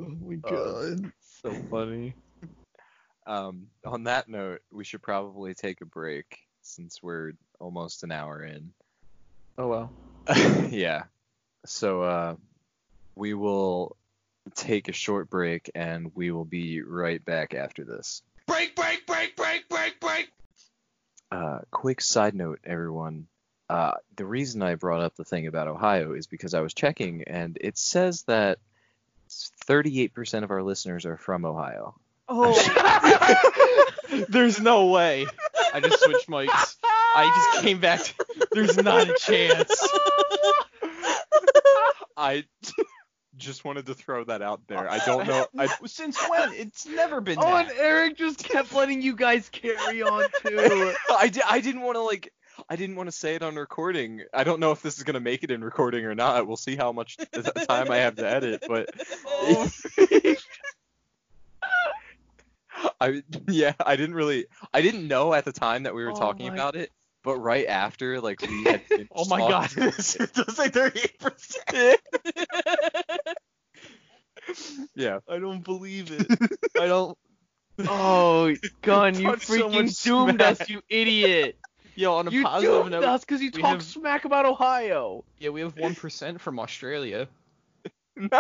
Speaker 2: Oh my
Speaker 3: Uh,
Speaker 2: god.
Speaker 3: So funny.
Speaker 1: Um, on that note, we should probably take a break since we're almost an hour in.
Speaker 3: Oh well.
Speaker 2: [laughs]
Speaker 1: [laughs] yeah. So uh, we will take a short break and we will be right back after this.
Speaker 2: Break, break, break, break, break, break.
Speaker 1: Uh, quick side note, everyone. Uh, the reason I brought up the thing about Ohio is because I was checking and it says that 38% of our listeners are from Ohio.
Speaker 4: Oh,
Speaker 2: There's no way. I just switched mics. [laughs] I just came back. to- There's not a chance.
Speaker 1: I just wanted to throw that out [laughs] there. I don't know.
Speaker 2: Since when? It's never been
Speaker 3: Oh, and Eric just kept letting you guys carry on
Speaker 2: [laughs]
Speaker 3: too.
Speaker 1: I, di- I didn't want to like I didn't want to say it on recording. I don't know if this is gonna make it in recording or not. We'll see how much t- time I have to edit, but
Speaker 3: Oh.
Speaker 1: I yeah I didn't really I didn't know at the time that we were
Speaker 3: Oh
Speaker 1: talking
Speaker 3: my-
Speaker 1: about it, but right after like we
Speaker 2: [laughs]
Speaker 1: had finished
Speaker 2: Oh my god.
Speaker 1: talking-
Speaker 2: [laughs] It does say 38%.
Speaker 1: [laughs] yeah
Speaker 2: I don't believe
Speaker 1: [laughs]
Speaker 2: it. I don't.
Speaker 3: [laughs] Oh, Gun, you
Speaker 2: Talk so
Speaker 3: freaking
Speaker 2: much
Speaker 3: doomed
Speaker 2: smack.
Speaker 3: us, you [laughs] idiot!
Speaker 2: Yo, on a
Speaker 3: You
Speaker 2: positive
Speaker 3: doomed
Speaker 2: note,
Speaker 3: us because you
Speaker 2: we
Speaker 3: talk
Speaker 2: have-
Speaker 3: smack about Ohio.
Speaker 2: yeah, we have one percent from Australia.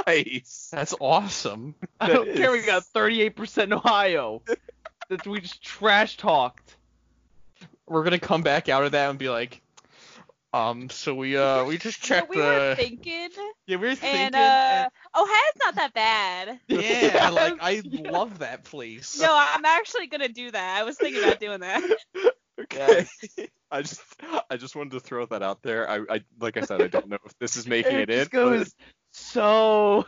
Speaker 1: nice
Speaker 2: That's awesome.
Speaker 3: [laughs] I
Speaker 1: That
Speaker 3: don't care. We
Speaker 1: is-
Speaker 3: got 38% Ohio. That we just trash talked.
Speaker 2: We're gonna come back out of that and be like, um, so we uh we just
Speaker 4: what
Speaker 2: checked
Speaker 4: we were
Speaker 2: the
Speaker 4: thinking,
Speaker 2: yeah [laughs] we were
Speaker 4: and
Speaker 3: [laughs]
Speaker 2: thinking
Speaker 4: uh, Ohio's not that bad.
Speaker 2: and- yeah [laughs] like I love that place.
Speaker 4: No, I'm actually gonna do that. I was thinking about
Speaker 2: [laughs]
Speaker 4: doing that.
Speaker 1: okay [laughs] I just I just wanted to throw that out there I, I like I said I don't know if this is making it
Speaker 3: Eric
Speaker 1: in
Speaker 3: just goes, [laughs] so.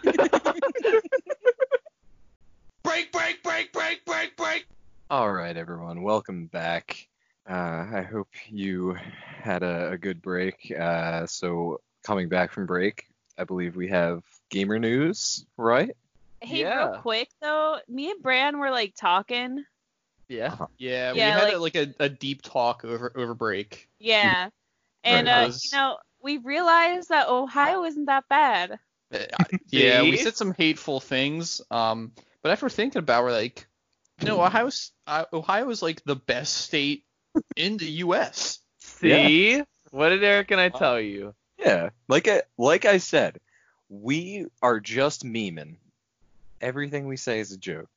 Speaker 2: Break break break break break break.
Speaker 1: [laughs] All right, everyone, welcome back. Uh, I hope you had a, a good break. Uh, so, coming back from break, I believe we have gamer news, right?
Speaker 4: Hey,
Speaker 3: Yeah.
Speaker 4: real quick though, me and Bran were like talking.
Speaker 3: Yeah.
Speaker 2: Yeah, we [laughs]
Speaker 4: Yeah,
Speaker 2: had like, a, like a, a deep talk over over break.
Speaker 4: Yeah. And
Speaker 1: Right.
Speaker 4: uh,
Speaker 2: Those-
Speaker 4: you know, we realized that Ohio isn't that bad.
Speaker 2: Uh, I- yeah, we
Speaker 3: See?
Speaker 2: said some hateful things. Um, but after thinking about, it, we're like, you [laughs] know, Ohio's uh, Ohio is like the best state in the U.S.
Speaker 3: See? What did Eric and I tell you?
Speaker 1: Yeah, like I like I said, we are just memeing. Everything we say is a joke.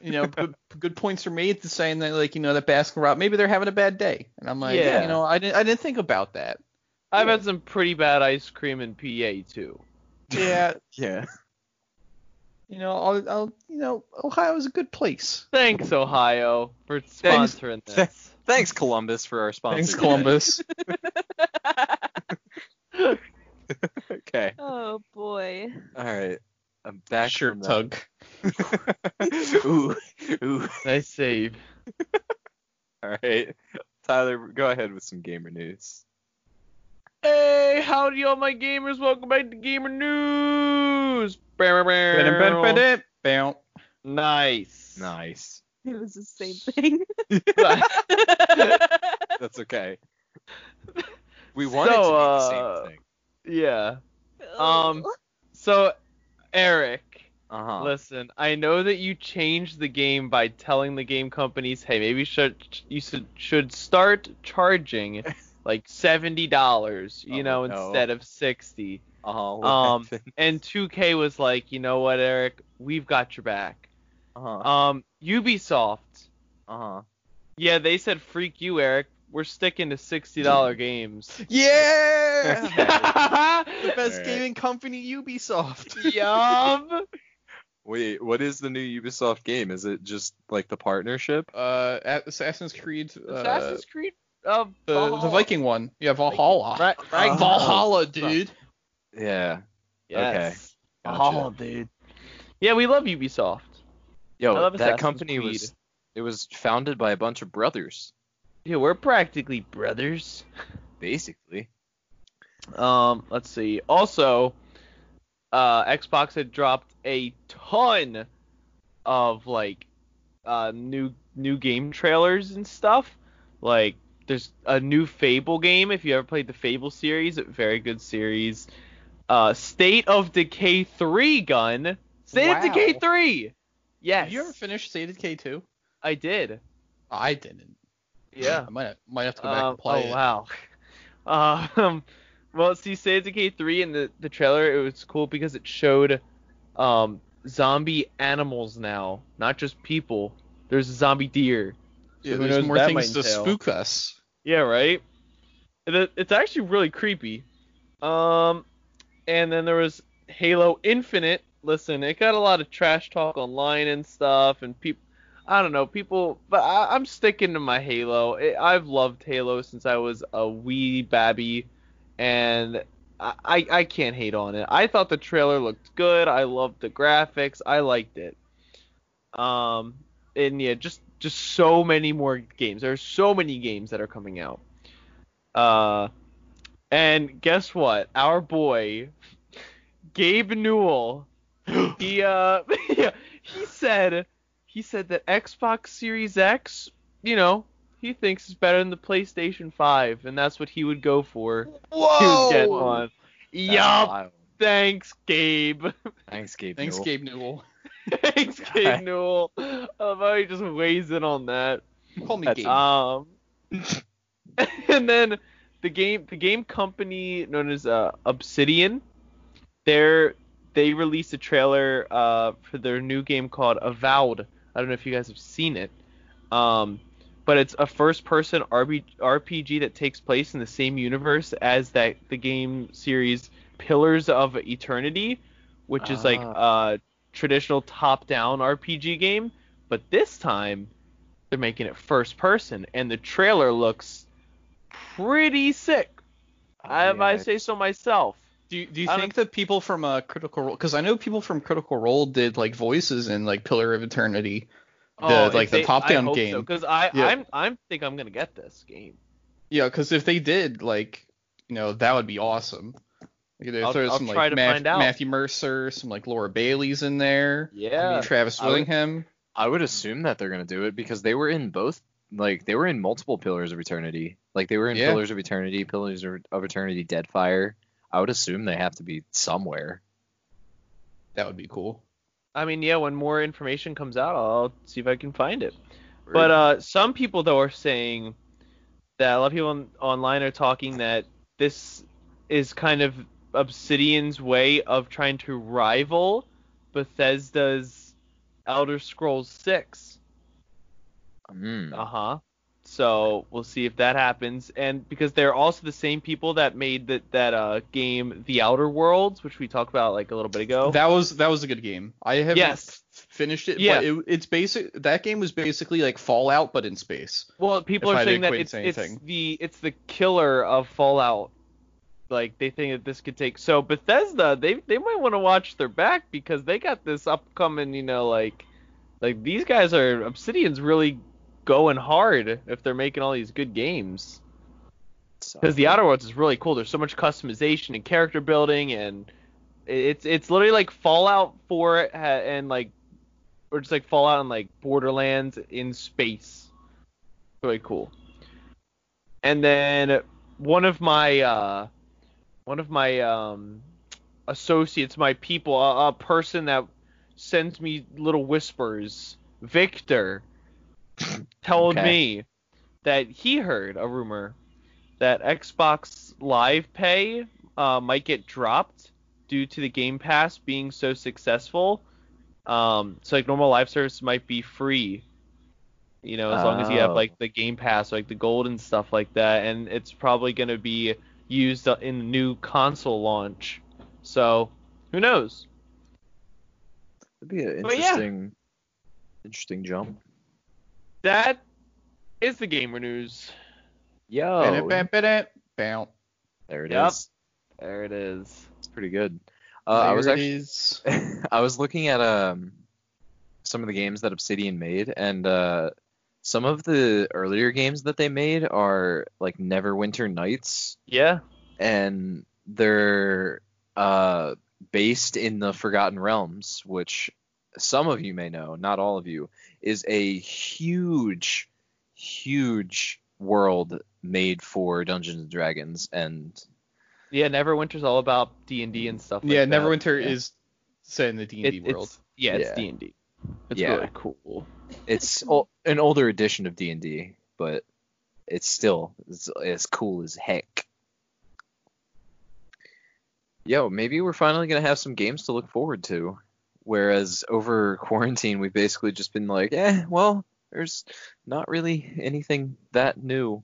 Speaker 2: You know, good, good points are made to saying that, like, you know, that Baskin Robbins maybe they're having a bad day, and I'm like,
Speaker 3: Yeah.
Speaker 2: you know, I didn't I didn't think about [laughs] that.
Speaker 3: I've had some pretty bad ice cream in PA too.
Speaker 2: Yeah,
Speaker 1: Yeah.
Speaker 2: you know, I'll, I'll you know, Ohio is a good place.
Speaker 3: Thanks, Ohio, for
Speaker 1: Thanks-
Speaker 3: [laughs] sponsoring this.
Speaker 1: Thanks Columbus for our sponsor.
Speaker 2: Thanks,
Speaker 1: today.
Speaker 2: [laughs]
Speaker 1: [laughs]
Speaker 2: Columbus.
Speaker 1: okay.
Speaker 4: Oh boy.
Speaker 1: All right. I'm back
Speaker 2: sure,
Speaker 1: from that.
Speaker 2: Tug.
Speaker 1: ooh, ooh.
Speaker 3: nice save.
Speaker 1: All right. Tyler, go ahead with some gamer news.
Speaker 3: Hey, howdy, all my gamers. Welcome back to Gamer News. Bow, bow, bow.
Speaker 2: Bow.
Speaker 3: Nice.
Speaker 1: Nice.
Speaker 4: It was the [laughs] same thing.
Speaker 1: That's
Speaker 3: [laughs]
Speaker 1: okay. We wanted
Speaker 3: So,
Speaker 1: to be the
Speaker 3: uh,
Speaker 1: same thing.
Speaker 3: [laughs] yeah. Um, So, Eric,
Speaker 1: Uh huh.
Speaker 3: Listen, I know that you changed the game by telling the game companies, "Hey, maybe you should you should, should start
Speaker 1: [laughs]
Speaker 3: charging like seventy dollars, you
Speaker 1: Oh,
Speaker 3: know,
Speaker 1: no.
Speaker 3: instead of sixty.
Speaker 1: Uh huh.
Speaker 3: um,
Speaker 1: [laughs]
Speaker 3: And 2K was like, "You know what, Eric? We've got your back."
Speaker 1: uh huh.
Speaker 3: Um, Ubisoft, Uh-huh.
Speaker 1: Uh huh.
Speaker 3: yeah, they said, "Freak you, Eric. We're sticking to sixty dollar games." [laughs]
Speaker 2: Yeah. the
Speaker 3: Yum.
Speaker 2: best
Speaker 1: Alright.
Speaker 2: gaming company, Ubisoft.
Speaker 1: [laughs] Uh, Wait, what is the new Ubisoft game? Is it just like the partnership?
Speaker 2: [laughs] Uh, Assassin's Creed. Uh,
Speaker 3: Assassin's Creed. Uh,
Speaker 2: the, the
Speaker 3: Valhalla.
Speaker 2: Viking one. Yeah, Valhalla.
Speaker 3: Ra- Ragnarok.
Speaker 2: Valhalla, dude.
Speaker 1: Yeah.
Speaker 3: Yes.
Speaker 1: Gotcha.
Speaker 3: dude. Yeah, we love Ubisoft. I
Speaker 1: Yo,
Speaker 3: love
Speaker 1: that
Speaker 3: Assassin's
Speaker 1: company
Speaker 3: Creed.
Speaker 1: was it was founded by a bunch of brothers,
Speaker 3: Yeah, we're practically brothers.
Speaker 1: basically.
Speaker 3: Um, let's see. Also, uh, Xbox had dropped a ton of like uh, new new game trailers and stuff. Like, there's a new Fable game. If you ever played the Fable series, a very good series. Uh, State of Decay 3 gun. State of
Speaker 2: Wow.
Speaker 3: Decay 3. Yes,
Speaker 2: Have you ever finished Stated K2?
Speaker 3: I did.
Speaker 2: I didn't.
Speaker 3: Yeah.
Speaker 2: I might have, might have to go back
Speaker 3: Um,
Speaker 2: and play
Speaker 3: oh
Speaker 2: it.
Speaker 3: wow. [laughs] Um, well, see, Santa K three in the the trailer, it was cool because it showed um zombie animals now, not just people. There's a zombie deer.
Speaker 2: Yeah,
Speaker 3: Who
Speaker 2: there's
Speaker 3: knows
Speaker 2: more
Speaker 3: what that
Speaker 2: things to
Speaker 3: might entail.
Speaker 2: spook us.
Speaker 3: Yeah, right. And it- it's actually really creepy. Um, and then there was Halo Infinite. Listen, it got a lot of trash talk online and stuff, and people. I don't know, people, but I, I'm sticking to my Halo. I I've loved Halo since I was a wee babby, and I, I I can't hate on it. I thought the trailer looked good. I loved the graphics. I liked it. Um, and yeah, just just so many more games. There are so many games that are coming out. Uh, and guess what? Our boy, Gabe Newell, he uh, [laughs] yeah, he said he said that Xbox Series X, you know, he thinks is better than the PlayStation 5, and that's what he would go for to get one.
Speaker 1: That's
Speaker 3: Yup.
Speaker 1: wild.
Speaker 3: Thanks, Gabe. [laughs]
Speaker 1: Thanks, Gabe.
Speaker 2: Thanks,
Speaker 1: Newell.
Speaker 2: Gabe Newell.
Speaker 3: Thanks, Gabe Newell. I love how he just weighs in on that.
Speaker 2: Call me
Speaker 1: That's
Speaker 2: Gabe.
Speaker 3: Um, [laughs] and then the game, the game company known as uh, Obsidian, they're they released a trailer uh, for their new game called Avowed. I don't know if you guys have seen it, um, but it's a first-person RB, RPG that takes place in the same universe as that the game series Pillars of Eternity, which is like a traditional top-down RPG game, but this time they're making it first person, and the trailer looks pretty sick.
Speaker 2: Oh,
Speaker 3: I, if I
Speaker 1: Yeah.
Speaker 3: say so myself.
Speaker 2: Do you, do you
Speaker 3: I don't-
Speaker 2: think that people from uh, Critical Role, because I know people from Critical Role did like voices in like Pillar of Eternity. The- like
Speaker 3: Oh, if
Speaker 2: the
Speaker 3: they-
Speaker 2: top-down
Speaker 3: I hope
Speaker 2: game.
Speaker 3: Because I
Speaker 2: Yeah.
Speaker 3: I'm I'm think I'm gonna get this game.
Speaker 2: Yeah, because if they did, like, you know, that would be awesome. You know,
Speaker 3: I'll-
Speaker 2: throw
Speaker 3: I'll
Speaker 2: some
Speaker 3: try
Speaker 2: like
Speaker 3: to
Speaker 2: Math-
Speaker 3: find out.
Speaker 2: Matthew Mercer, some like Laura Bailey's in there. I mean,
Speaker 3: Yeah.
Speaker 2: Travis
Speaker 1: I would-
Speaker 2: Willingham.
Speaker 1: I would assume that they're gonna do it because they were in both like they were in multiple Pillars of Eternity. Like they were in
Speaker 2: Yeah.
Speaker 1: Pillars of Eternity, Pillars of of Eternity, Deadfire. I would assume they have to be somewhere.
Speaker 2: That would be cool.
Speaker 3: I mean, yeah, when more information comes out, I'll see if I can find it. But uh, some people though are saying that a lot of people on, online are talking that this is kind of Obsidian's way of trying to rival Bethesda's Elder Scrolls 6.
Speaker 1: Hmm.
Speaker 3: Uh huh. So we'll see if that happens, and because they're also the same people that made that that uh game The Outer Worlds, which we talked about like a little bit ago.
Speaker 2: That was that was a good game. I have
Speaker 3: Oh. Yes.
Speaker 2: finished it.
Speaker 3: Yeah.
Speaker 2: But it, it's basic. That game was basically like Fallout, but in space.
Speaker 3: Well, people
Speaker 2: If
Speaker 3: are
Speaker 2: I
Speaker 3: saying
Speaker 2: didn't
Speaker 3: that
Speaker 2: quit
Speaker 3: it's,
Speaker 2: saying
Speaker 3: it's
Speaker 2: anything.
Speaker 3: the it's the killer of Fallout. Like they think that this could take. So Bethesda, they they might want to watch their back because they got this upcoming, you know, like like these guys are Obsidian's really going hard if they're making all these good games. Because the Outer Worlds is really cool. There's so much customization and character building, and it's it's literally like Fallout 4 ha- and like or just like Fallout and like Borderlands in space. Really cool. And then one of my uh, one of my um, associates, my people, a, a person that sends me little whispers, Victor, told
Speaker 1: Okay.
Speaker 3: me that he heard a rumor that Xbox Live Pay uh, might get dropped due to the Game Pass being so successful. Um, so like normal live service might be free, you know, as long as you have
Speaker 1: Oh.
Speaker 3: like the Game Pass, like the gold and stuff like that, and it's probably gonna be used in the new console launch. So who knows?
Speaker 1: That'd be an
Speaker 3: But yeah.
Speaker 1: interesting, interesting jump.
Speaker 3: That is the gamer news.
Speaker 1: Yo,
Speaker 2: Ba-da-ba-ba-da, bow.
Speaker 1: there it is.
Speaker 3: Yep. There it is.
Speaker 1: It's pretty good. Uh, I
Speaker 2: There
Speaker 1: was
Speaker 2: it
Speaker 1: actually,
Speaker 2: is.
Speaker 1: I was looking at um some of the games that Obsidian made, and uh, some of the earlier games that they made are like Neverwinter Nights,
Speaker 3: Yeah.
Speaker 1: and they're uh based in the Forgotten Realms, which some of you may know, not all of you, is a huge, huge world made for Dungeons and Dragons, and
Speaker 3: Yeah. Neverwinter's all about D and D and stuff. Like
Speaker 2: yeah,
Speaker 3: that.
Speaker 2: Neverwinter
Speaker 1: yeah.
Speaker 2: is set in the D and
Speaker 3: It-
Speaker 2: D world.
Speaker 3: It's, yeah, it's
Speaker 1: Yeah.
Speaker 3: D and D. It's
Speaker 1: Yeah.
Speaker 3: really cool.
Speaker 1: it's o- an older edition of D&D, but it's still as, as cool as heck. Yo, maybe we're finally gonna have some games to look forward to, whereas over [laughs] quarantine we've basically just been like, eh, well, there's not really anything that new,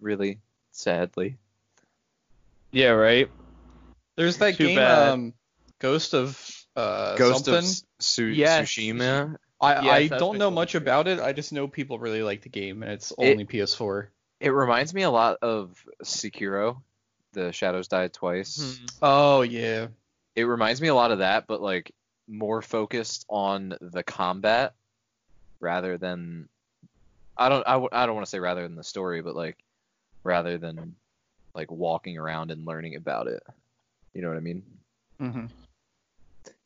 Speaker 1: really, sadly.
Speaker 3: Yeah. Right.
Speaker 2: There's that
Speaker 3: Too
Speaker 2: game,
Speaker 3: bad.
Speaker 2: um, Ghost of uh,
Speaker 1: Ghost
Speaker 2: something.
Speaker 1: of Su-
Speaker 3: Yes.
Speaker 1: Tsushima.
Speaker 2: I,
Speaker 3: Yes,
Speaker 2: I
Speaker 3: that's
Speaker 2: don't
Speaker 3: been
Speaker 2: know
Speaker 3: cool.
Speaker 2: much about it. I just know people really like the game, and it's only PS4.
Speaker 1: It reminds me a lot of Sekiro, The Shadows Die Twice.
Speaker 3: Mm-hmm.
Speaker 2: Oh yeah,
Speaker 1: it reminds me a lot of that, but like more focused on the combat rather than I don't I, w- I don't want to say rather than the story, but like rather than like walking around and learning about it. You know what I mean?
Speaker 2: mm-hmm.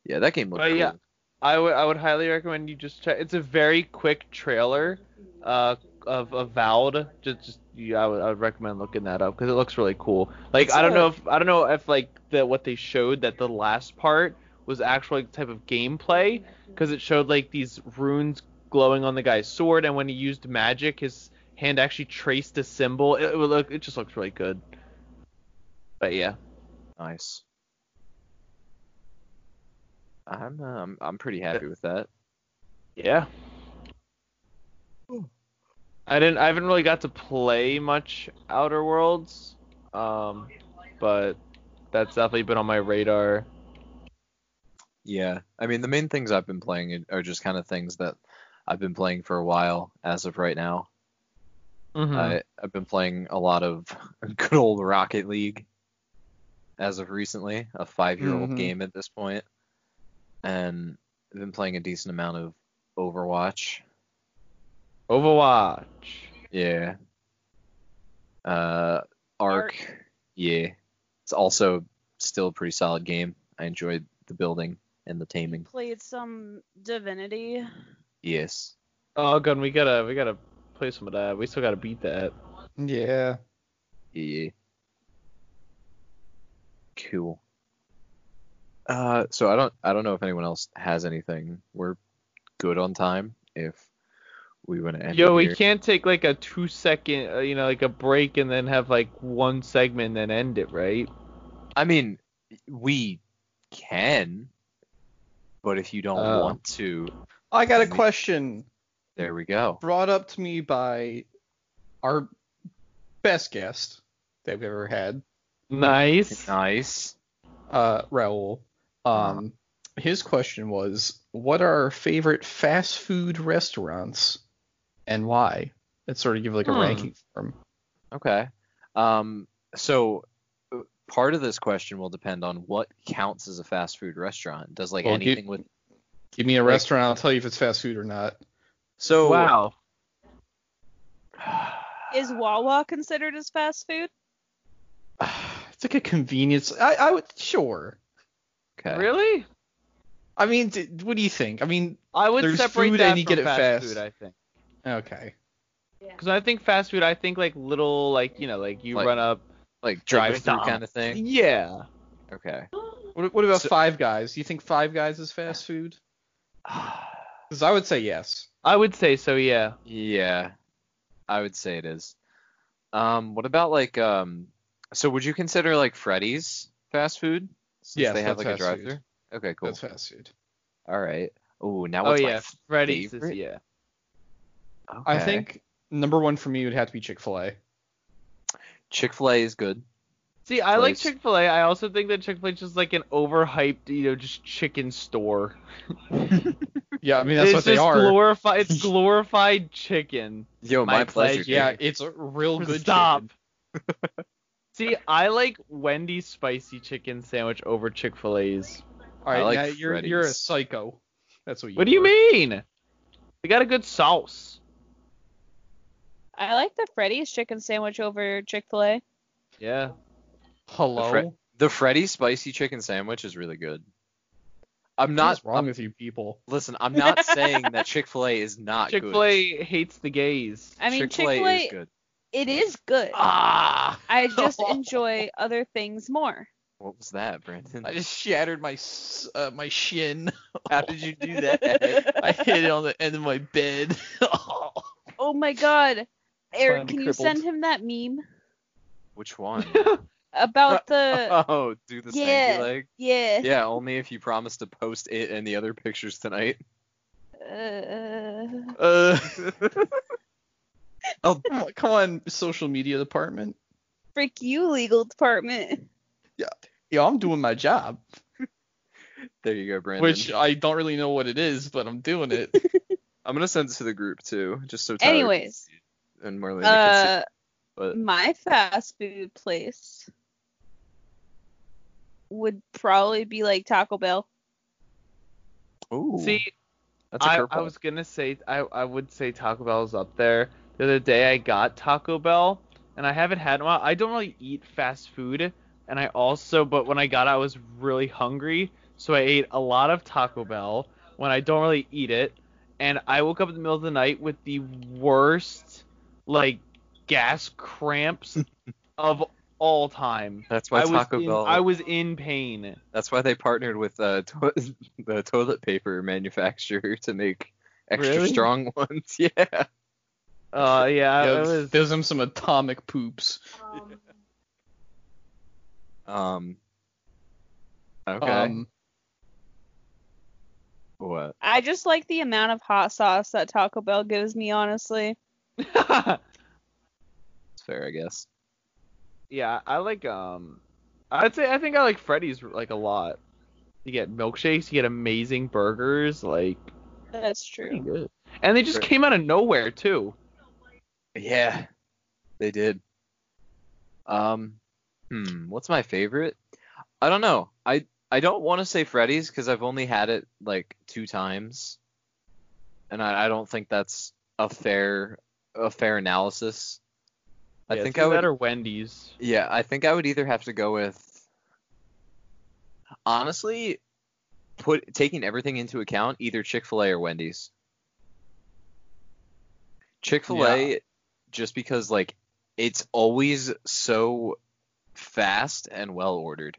Speaker 1: Yeah, that game looked
Speaker 3: But
Speaker 1: cool.
Speaker 3: yeah. I would I would highly recommend you just check. It's a very quick trailer uh, of Avowed. Just, just you, I would I would recommend looking that up because it looks really cool. Like
Speaker 1: It's
Speaker 3: I don't
Speaker 1: a-
Speaker 3: know if I don't know if like the what they showed that the last part was actual like, type of gameplay because it showed like these runes glowing on the guy's sword and when he used magic his hand actually traced a symbol. It, it would look it just looks really good. But yeah.
Speaker 1: Nice. I'm um, I'm pretty happy with that.
Speaker 3: Yeah. I didn't. I haven't really got to play much Outer Worlds, um, but that's definitely been on my radar.
Speaker 1: Yeah, I mean the main things I've been playing are just kind of things that I've been playing for a while as of right now.
Speaker 2: Mm-hmm.
Speaker 3: Hmm.
Speaker 1: I, I've been playing a lot of [laughs] good old Rocket League as of recently, a five year old
Speaker 2: Mhm.
Speaker 1: game at this point. And I've been playing a decent amount of Overwatch.
Speaker 3: Overwatch.
Speaker 1: Yeah. Uh, Arc. Yeah. It's also still a pretty solid game. I enjoyed the building and the taming.
Speaker 4: Played some Divinity.
Speaker 1: Yes.
Speaker 3: Oh, gun. We gotta. We gotta play some of that. We still gotta beat that.
Speaker 2: Yeah.
Speaker 1: Yeah. Cool. Uh, so I don't I don't know if anyone else has anything. We're good on time. If we want to end.
Speaker 3: Yo,
Speaker 1: it
Speaker 3: we
Speaker 1: here.
Speaker 3: can't take like a two second, uh, you know, like a break and then have like one segment and then end it, right?
Speaker 1: I mean, we can, but if you don't
Speaker 3: Oh.
Speaker 1: want to,
Speaker 2: I got a
Speaker 1: Me-
Speaker 2: question
Speaker 1: there we go.
Speaker 2: brought up to me by our best guest that we've ever had,
Speaker 3: Nice.
Speaker 1: Nice.
Speaker 2: uh, Raul. Um, his question was, what are our favorite fast food restaurants and why? It sort of give like a
Speaker 3: Hmm.
Speaker 2: ranking for 'em.
Speaker 1: Okay. Um, so uh, part of this question will depend on what counts as a fast food restaurant. Does like
Speaker 2: Well, gi-
Speaker 1: anything with
Speaker 2: Give me a
Speaker 1: Like-
Speaker 2: restaurant, I'll tell you if it's fast food or not. [sighs]
Speaker 1: so
Speaker 3: wow.
Speaker 4: Is Wawa considered as fast food?
Speaker 2: it's like a convenience. I, I would sure.
Speaker 1: Okay.
Speaker 3: Really?
Speaker 2: I mean, d- what do you think? I mean,
Speaker 3: I would
Speaker 2: There's
Speaker 3: separate
Speaker 2: food
Speaker 3: that
Speaker 2: and you
Speaker 3: from
Speaker 2: get it
Speaker 3: fast,
Speaker 2: fast.
Speaker 3: food. I think.
Speaker 2: okay.
Speaker 3: Because I think fast food, I think like little, like you know, like you
Speaker 1: Like-
Speaker 3: run up.
Speaker 1: Like drive through
Speaker 3: McDonald's.
Speaker 1: kind of thing.
Speaker 3: Yeah.
Speaker 1: Okay.
Speaker 2: What, what about
Speaker 1: So-
Speaker 2: Five Guys? Do you think Five Guys is fast food? [sighs] Because I would say yes.
Speaker 3: I would say so. Yeah.
Speaker 1: Yeah. I would say it is. Um, what about like um so would you consider like Freddy's fast food? Since
Speaker 2: Yes,
Speaker 1: they have like
Speaker 2: that's
Speaker 1: a
Speaker 2: fast
Speaker 1: drive
Speaker 2: food.
Speaker 1: through? Okay, cool.
Speaker 2: That's fast food.
Speaker 1: All right. Ooh, now
Speaker 3: Oh
Speaker 1: what's my
Speaker 3: yeah.
Speaker 1: f-
Speaker 3: Freddy's is
Speaker 1: favorite?
Speaker 3: yeah.
Speaker 2: I
Speaker 1: Okay.
Speaker 2: think number one for me would have to be Chick Fil A.
Speaker 1: Chick-fil-A is good.
Speaker 3: See, I like
Speaker 1: Chick-fil-A's.
Speaker 3: Chick Fil A. I also think that Chick Fil A is just like an overhyped, you know, just chicken store.
Speaker 2: Yeah, I mean that's
Speaker 3: it's
Speaker 2: what
Speaker 3: just
Speaker 2: they are.
Speaker 3: Glorified, it's
Speaker 2: [laughs]
Speaker 3: glorified chicken.
Speaker 1: Yo,
Speaker 3: My
Speaker 1: my, pleasure.
Speaker 3: pleasure.
Speaker 1: dude.
Speaker 2: yeah, it's a real good.
Speaker 3: Stop.
Speaker 2: chicken.
Speaker 3: [laughs] See, I like Wendy's spicy chicken sandwich over Chick Fil A's.
Speaker 2: All right,
Speaker 1: I like
Speaker 2: now you're you're a
Speaker 1: Freddy's.
Speaker 2: psycho. That's what you.
Speaker 3: What do you
Speaker 2: are.
Speaker 3: mean? They got a good sauce.
Speaker 4: I like the Freddy's chicken sandwich over Chick Fil A.
Speaker 3: Yeah.
Speaker 2: Hello.
Speaker 1: The Fre- The Freddy's spicy chicken sandwich is really good. I'm not
Speaker 2: What's wrong with you people?
Speaker 1: listen, I'm
Speaker 2: [laughs]
Speaker 1: not saying that Chick-fil-A is not
Speaker 3: Chick Fil
Speaker 1: good.
Speaker 3: A hates the gays.
Speaker 4: I mean, Chick
Speaker 1: Chick-fil-A
Speaker 4: Fil
Speaker 1: is
Speaker 4: A,
Speaker 1: good.
Speaker 4: it is good.
Speaker 2: Ah!
Speaker 1: [laughs]
Speaker 4: I just enjoy other things more.
Speaker 1: What was that, Brandon?
Speaker 2: I just shattered my s- uh, my shin.
Speaker 1: How did you do that? [laughs]
Speaker 2: I hit it on the end of my bed. [laughs]
Speaker 4: Oh my god. Eric,
Speaker 2: I'm
Speaker 4: can you
Speaker 2: crippled.
Speaker 4: send him that meme
Speaker 1: Which
Speaker 3: [laughs]
Speaker 1: one? [laughs] Uh,
Speaker 4: about the
Speaker 1: oh, do the
Speaker 4: Yeah.
Speaker 1: stanky
Speaker 3: [laughs]
Speaker 1: leg.
Speaker 4: yeah?
Speaker 1: Yeah, only if you promise to post it and the other pictures
Speaker 3: [laughs]
Speaker 1: tonight.
Speaker 4: Uh,
Speaker 2: uh, [laughs] oh, come on, social media department.
Speaker 4: frick you, legal department.
Speaker 2: Yeah, I'm doing my job,
Speaker 1: [laughs] There you go, Brandon.
Speaker 2: which I don't really know what it is, but I'm doing
Speaker 3: [laughs]
Speaker 2: it.
Speaker 1: I'm gonna send it to the group too, just so. Tyler
Speaker 4: Anyways,
Speaker 1: and Marlena can see.
Speaker 4: uh,
Speaker 1: But
Speaker 4: my fast food place would probably be like Taco Bell.
Speaker 1: ooh,
Speaker 3: uh, See,
Speaker 1: that's a
Speaker 3: I,
Speaker 1: curveball.
Speaker 3: I was gonna say I, I would say Taco Bell's up there. The other day I got Taco Bell and I haven't had in a while. I don't really eat fast food and I also but when I got it I was really hungry, so I ate a lot of Taco Bell when I don't really eat it. And I woke up in the middle of the night with the worst like gas
Speaker 1: [laughs]
Speaker 3: cramps of all time.
Speaker 1: That's why
Speaker 3: I was
Speaker 1: Taco
Speaker 3: in-
Speaker 1: Bell.
Speaker 3: I was in pain.
Speaker 1: That's why they partnered with uh, to- [laughs] the toilet paper manufacturer to make extra
Speaker 3: Really?
Speaker 1: strong [laughs] ones. Yeah. [laughs]
Speaker 3: Uh yeah,
Speaker 2: Yeah,
Speaker 3: it was
Speaker 2: there's them some atomic poops.
Speaker 1: Um. Okay.
Speaker 2: Um,
Speaker 1: what?
Speaker 4: [laughs] I just like the amount of hot sauce that Taco Bell gives me, honestly.
Speaker 3: [laughs]
Speaker 1: It's fair, I guess.
Speaker 3: Yeah, I like um I'd say I think I like Freddy's like a lot. You get milkshakes, you get amazing burgers, like
Speaker 4: That's
Speaker 3: pretty
Speaker 4: true.
Speaker 3: good. And they just
Speaker 1: Fre-
Speaker 3: came out of nowhere too.
Speaker 1: Yeah, they did. Um, hmm, what's my favorite? I don't know. I I don't want to say Freddy's because I've only had it like two times, and I, I don't think that's a fair a fair analysis. I
Speaker 3: Yeah,
Speaker 1: think
Speaker 3: it's
Speaker 1: I would.
Speaker 3: that or Wendy's.
Speaker 1: Yeah, I think I would either have to go with honestly, put taking everything into account, either Chick Fil A or Wendy's. Chick fil A, just because, like, it's always so fast and well ordered.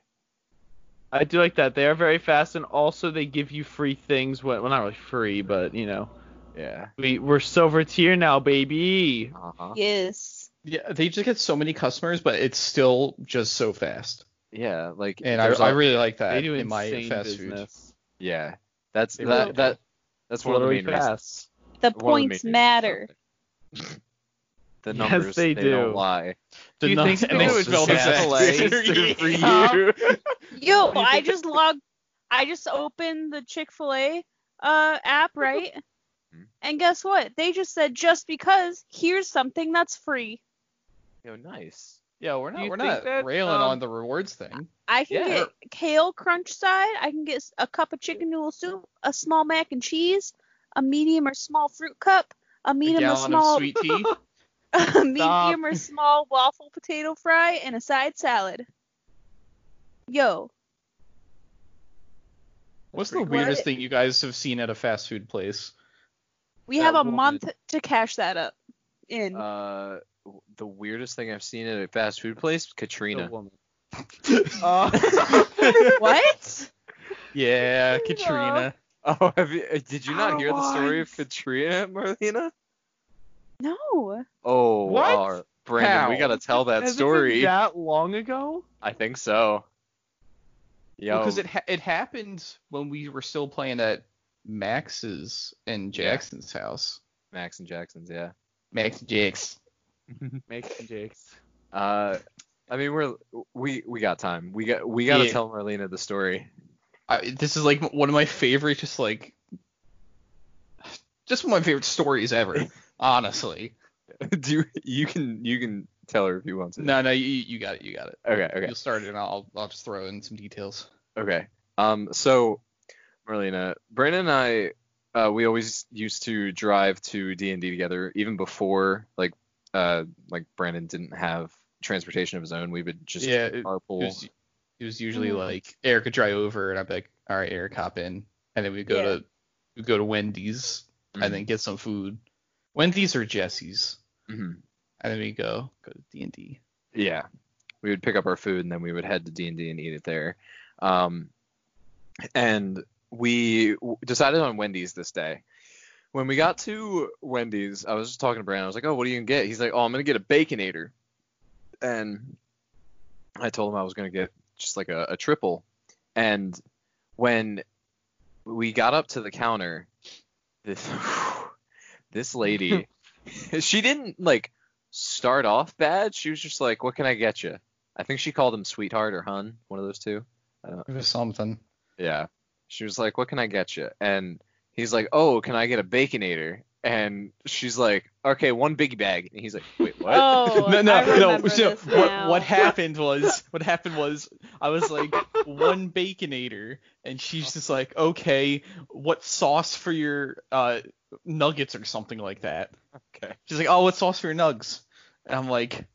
Speaker 3: I do like that. They are very fast, and also they give you free things. When, well, not really free, but you know,
Speaker 1: Yeah.
Speaker 3: we we're silver tier now, baby.
Speaker 1: Uh huh.
Speaker 4: Yes.
Speaker 2: Yeah, they just get so many customers, but it's still just so fast.
Speaker 1: Yeah. Like,
Speaker 2: And I,
Speaker 1: there's
Speaker 2: I
Speaker 1: al-
Speaker 2: really like that
Speaker 3: They do
Speaker 2: in my
Speaker 3: insane
Speaker 2: fast food.
Speaker 3: business.
Speaker 1: Yeah. That's
Speaker 3: They
Speaker 1: that,
Speaker 3: really do.
Speaker 1: that that's one of the
Speaker 3: Literally
Speaker 1: main reasons.
Speaker 3: fast.
Speaker 1: one
Speaker 4: The
Speaker 1: of the main
Speaker 4: points
Speaker 1: reasons. [laughs]
Speaker 4: matter.
Speaker 1: The
Speaker 3: Yes,
Speaker 1: numbers
Speaker 3: they
Speaker 1: don't
Speaker 3: do.
Speaker 1: lie.
Speaker 2: The
Speaker 3: Do you
Speaker 2: nuts
Speaker 3: think
Speaker 2: and
Speaker 1: they
Speaker 2: the
Speaker 1: would build a [laughs]
Speaker 2: sass.
Speaker 1: Chick-fil-A
Speaker 3: for
Speaker 4: Huh?
Speaker 3: you?
Speaker 4: Yo,
Speaker 3: [laughs] do you
Speaker 4: I
Speaker 3: think-
Speaker 4: just logged. I just opened the Chick Fil A uh,
Speaker 1: [laughs]
Speaker 4: app, right?
Speaker 1: Mhm.
Speaker 4: And guess what? They just said just because here's something that's free.
Speaker 1: Yo, nice.
Speaker 2: [laughs] Yeah, we're
Speaker 3: Do
Speaker 2: not
Speaker 3: you
Speaker 2: we're
Speaker 3: think
Speaker 2: not
Speaker 3: that,
Speaker 2: railing
Speaker 3: um,
Speaker 2: on the rewards
Speaker 3: [laughs]
Speaker 2: thing.
Speaker 4: I can
Speaker 1: Yeah.
Speaker 4: get kale crunch side. I can get s- a cup of chicken noodle soup, a small mac and cheese, a medium or small fruit cup, a
Speaker 2: A
Speaker 4: medium or
Speaker 2: gallon of
Speaker 4: small
Speaker 2: sweet
Speaker 3: [laughs]
Speaker 2: tea.
Speaker 4: [laughs] a
Speaker 2: [laughs]
Speaker 4: medium or small waffle potato fry, and a side salad. Yo,
Speaker 2: What's the
Speaker 1: Pretty
Speaker 2: weirdest
Speaker 4: What?
Speaker 2: thing you guys have seen at a fast food place?
Speaker 4: we
Speaker 1: That
Speaker 4: have a
Speaker 1: woman-
Speaker 4: month to cash that up
Speaker 3: Mm-hmm.
Speaker 4: in.
Speaker 2: [laughs]
Speaker 1: Uh, w- the weirdest thing I've seen at a fast food place, Katrina.
Speaker 3: Oh, [laughs] Uh,
Speaker 4: [laughs] what?
Speaker 2: Yeah,
Speaker 4: No.
Speaker 2: Katrina.
Speaker 1: [laughs] Oh, have you, uh, did you not
Speaker 3: Our
Speaker 1: hear the story of
Speaker 3: wives.
Speaker 1: Katrina, Marlena?
Speaker 4: No.
Speaker 1: Oh,
Speaker 3: What?
Speaker 1: uh, Brandon, we
Speaker 2: How?
Speaker 1: gotta tell that
Speaker 3: Has it been
Speaker 1: story.
Speaker 3: that long ago?
Speaker 1: I think so. Yo,
Speaker 2: Because it ha- it happened when we were still playing at Max's and
Speaker 1: Yeah.
Speaker 2: Jackson's house.
Speaker 1: Max and Jackson's, yeah.
Speaker 2: Max and Jax.
Speaker 3: Makes and jakes.
Speaker 1: Uh, I mean, we're we we got time. We got we gotta
Speaker 2: Yeah.
Speaker 1: tell Marlena the story. [laughs]
Speaker 2: I, this is like one of my favorite, just like, [sighs] just one of my favorite stories [laughs] ever. honestly.
Speaker 1: Do you, you can you can tell her if you want to.
Speaker 2: No, no, you, you got it, you got it.
Speaker 1: Okay, okay.
Speaker 2: You'll start it, and I'll I'll just throw in some details.
Speaker 1: Okay. Um. So, Marlena, Brandon and I, uh, we always used to drive to D and D together, even before like, uh, like Brandon didn't have transportation of his own. We would just
Speaker 2: yeah, it, it
Speaker 1: carpool.
Speaker 2: was it was usually
Speaker 4: Mhm.
Speaker 2: like Eric would drive over, and I'd be like, all right, Eric, hop in, and then we go
Speaker 4: Yeah.
Speaker 2: to we go to Wendy's,
Speaker 1: Mhm,
Speaker 2: and then get some food. Wendy's or Jesse's,
Speaker 1: mhm.
Speaker 2: and then we go go to D and D.
Speaker 1: Yeah. We would pick up our food and then we would head to D and D and eat it there. Um, and we w- decided on Wendy's this day. When we got to Wendy's, I was just talking to Brandon. I was like, "Oh, what are you gonna get?" He's like, "Oh, I'm gonna get a baconator." And I told him I was gonna get just like a, a triple. And when we got up to the counter, this [laughs] this lady, she didn't like start off bad. She was just like, "What can I get you?" I think she called him sweetheart or hun, one of those two.
Speaker 2: It was something.
Speaker 1: Yeah. She was like, "What can I get you?" And he's like, "Oh, can I get a baconator?" And she's like, "Okay, one biggie bag." And he's like, "Wait, what?"
Speaker 4: Oh,
Speaker 2: [laughs] no, no,
Speaker 4: I
Speaker 2: no.
Speaker 4: remember
Speaker 2: So
Speaker 4: this
Speaker 2: what,
Speaker 4: now.
Speaker 2: what happened
Speaker 4: [laughs]
Speaker 2: was, what happened was, I was like one baconator, and she's just like, okay, what sauce for your uh, nuggets or something like that.
Speaker 1: [laughs] Okay.
Speaker 2: She's like, oh, what sauce for your nugs? And I'm like,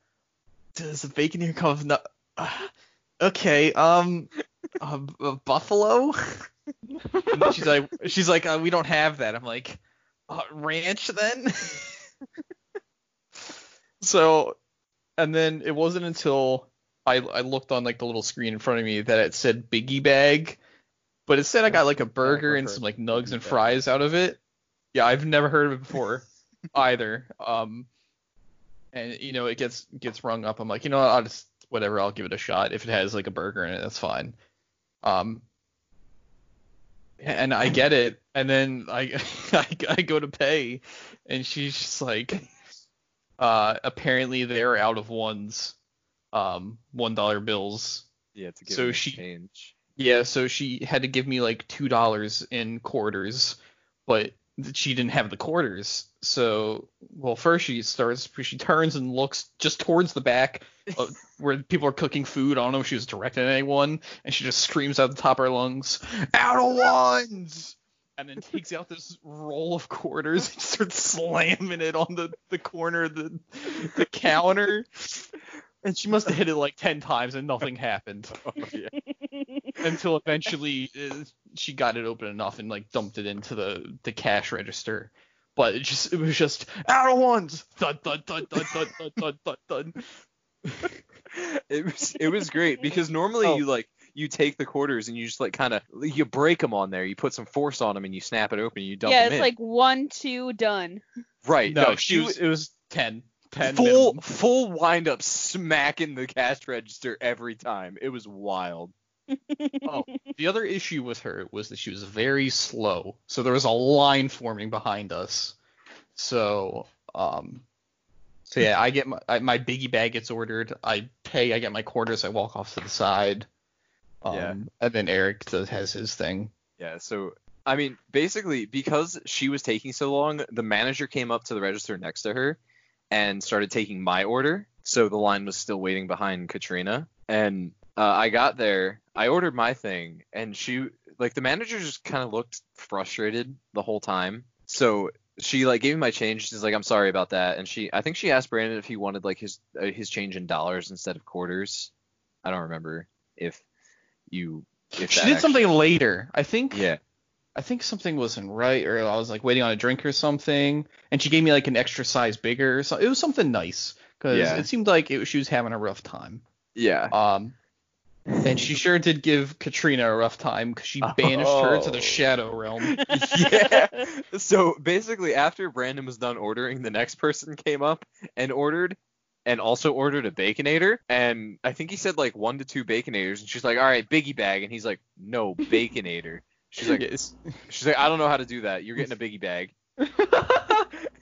Speaker 2: does the baconator come with nu- [sighs] Ah, Okay, um, uh, uh, buffalo. [laughs] And then she's like, she's like, uh, we don't have that. I'm like, uh, ranch then. [laughs] so, and then it wasn't until I I looked on like the little screen in front of me that it said Biggie Bag, but it said I got like a burger and some like nugs and fries out of it. Yeah, I've never heard of it before either. Um, and you know it gets gets rung up. I'm like, you know, what, I'll just whatever. I'll give it a shot. If it has like a burger in it, that's fine. Um, and I get it. And then I [laughs] I, I go to pay, and she's just like, uh, apparently they're out of ones, um, one dollar bills.
Speaker 1: Yeah, to give
Speaker 2: So
Speaker 1: him a
Speaker 2: she-
Speaker 1: change.
Speaker 2: Yeah, so she had to give me like two dollars in quarters, but th- she didn't have the quarters. So, well, first she starts, she turns and looks just towards the back of, where people are cooking food. I don't know if she was directing at anyone, and she just screams out the top of her lungs, "Out of ones!" And then takes out this roll of quarters and starts slamming it on the, the corner of the, the counter. And she must have hit it like 10 times and nothing happened until eventually uh, she got it open enough and like dumped it into the the cash register. but it just it was just out of ones. Dun dun dun dun dun dun dun
Speaker 1: [laughs]
Speaker 2: dun. dun.
Speaker 1: [laughs] It was it was great because normally
Speaker 2: Oh.
Speaker 1: you like you take the quarters and you just like kind of you break them on there. You put some force on them and you snap it open. and You dump
Speaker 4: yeah,
Speaker 1: them
Speaker 4: it's
Speaker 1: in.
Speaker 4: like one, two, done.
Speaker 1: right. No, she
Speaker 2: it
Speaker 1: was
Speaker 2: it was ten. Ten.
Speaker 1: full
Speaker 2: minimum.
Speaker 1: full wind up smacking the cash register every time. It was wild.
Speaker 2: The other issue with her was that she was very slow, so there was a line forming behind us. So, um, so yeah, I get my I, my biggie bag gets ordered. I pay. I get my quarters. I walk off to the side. Um,
Speaker 1: Yeah.
Speaker 2: And then Eric does, has his thing.
Speaker 1: Yeah, so I mean, basically because she was taking so long, the manager came up to the register next to her and started taking my order. So the line was still waiting behind Katrina and uh, I got there, I ordered my thing and she like the manager just kind of looked frustrated the whole time. So she like gave me my change. She's like, "I'm sorry about that." And she, I think she asked Brandon if he wanted like his uh, his change in dollars instead of quarters. I don't remember if you if
Speaker 2: She
Speaker 1: that
Speaker 2: did
Speaker 1: actually-
Speaker 2: something later. I think.
Speaker 1: Yeah.
Speaker 2: I think something wasn't right, or I was like waiting on a drink or something, and she gave me like an extra size bigger. So it was something nice because
Speaker 1: Yeah.
Speaker 2: it seemed like it, she was having a rough time. [laughs]
Speaker 1: Yeah.
Speaker 2: Um, and she sure did give Katrina a rough time
Speaker 1: [laughs]
Speaker 2: because she banished her to
Speaker 3: Oh.
Speaker 2: the Shadow Realm.
Speaker 1: yeah. So basically, after Brandon was done ordering, the next person came up and ordered, and also ordered a baconator. And I think he said like one to two baconators, and she's like, "All right, biggie bag," and he's like, "No, baconator." [laughs] She's
Speaker 2: [laughs]
Speaker 1: like,
Speaker 2: Yes.
Speaker 1: "She's like, I don't know how to do that. You're getting a biggie
Speaker 2: [laughs]
Speaker 1: bag."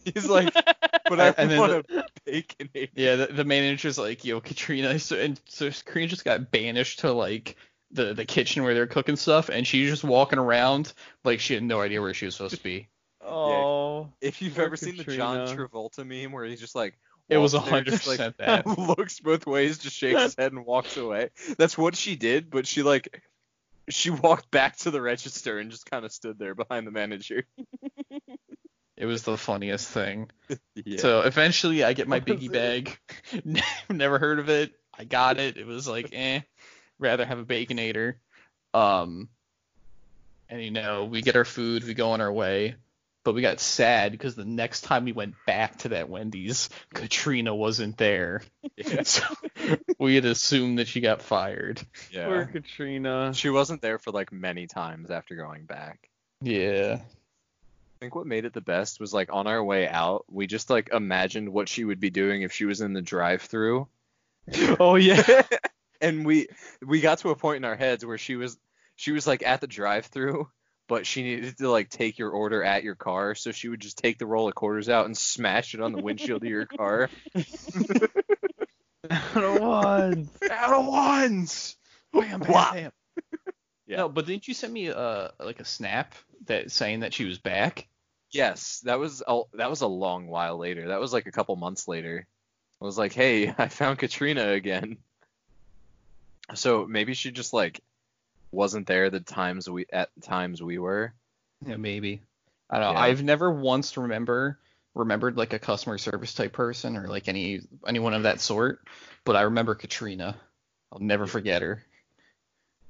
Speaker 1: he's like, "But I
Speaker 2: And then
Speaker 1: want a baconator."
Speaker 2: Yeah, the, the manager's like, yo, Katrina. [laughs] So, and so Katrina just got banished to like the, the kitchen where they're cooking stuff, and she's just walking around like she had no idea where she was supposed to be.
Speaker 3: Oh.
Speaker 1: If you've
Speaker 3: Poor
Speaker 1: ever seen the John
Speaker 3: Katrina.
Speaker 1: Travolta meme where he's just like,
Speaker 2: It was
Speaker 1: walks there, just,
Speaker 2: 100%
Speaker 1: like,
Speaker 2: that.
Speaker 1: [laughs] looks both ways, just shakes his head and walks away. That's what she did, but she like she walked back to the register and just kind of stood there behind the manager.
Speaker 2: It was the funniest thing.
Speaker 1: Yeah.
Speaker 2: So eventually, I get my
Speaker 3: What was
Speaker 2: biggie
Speaker 3: it?
Speaker 2: bag. [laughs] Never heard of it. I got it. It was like, eh, rather have a baconator. Um, and you know, we get our food, we go on our way. But we got sad because the next time we went back to that Wendy's, Katrina wasn't there. [laughs] so we had assumed that she got fired.
Speaker 3: Poor
Speaker 1: [laughs]
Speaker 3: Katrina.
Speaker 1: She wasn't there for like many times after going back.
Speaker 2: Yeah.
Speaker 1: I think what made it the best was like on our way out, we just like imagined what she would be doing if she was in the drive-through.
Speaker 3: Oh yeah.
Speaker 1: and we we got to a point in our heads where she was she was like at the drive-through but she needed to like take your order at your car so she would just take the roll of quarters out and smash it on the windshield of your car
Speaker 3: Out of one.
Speaker 2: Out of ones. Wham, bam,
Speaker 1: Wah.
Speaker 3: [laughs]
Speaker 2: bam.
Speaker 1: Yeah.
Speaker 2: No, but didn't you send me uh like a snap that saying that she was back?
Speaker 1: yes that was a, that was a long while later that was like a couple months later i was like hey [laughs] i found katrina again so maybe she just like wasn't there the times we at the times we were
Speaker 2: Yeah, maybe. I don't know.
Speaker 1: Yeah.
Speaker 2: I've never once remember remembered like a customer service type person or like any anyone of that sort, but I remember Katrina. I'll never forget her.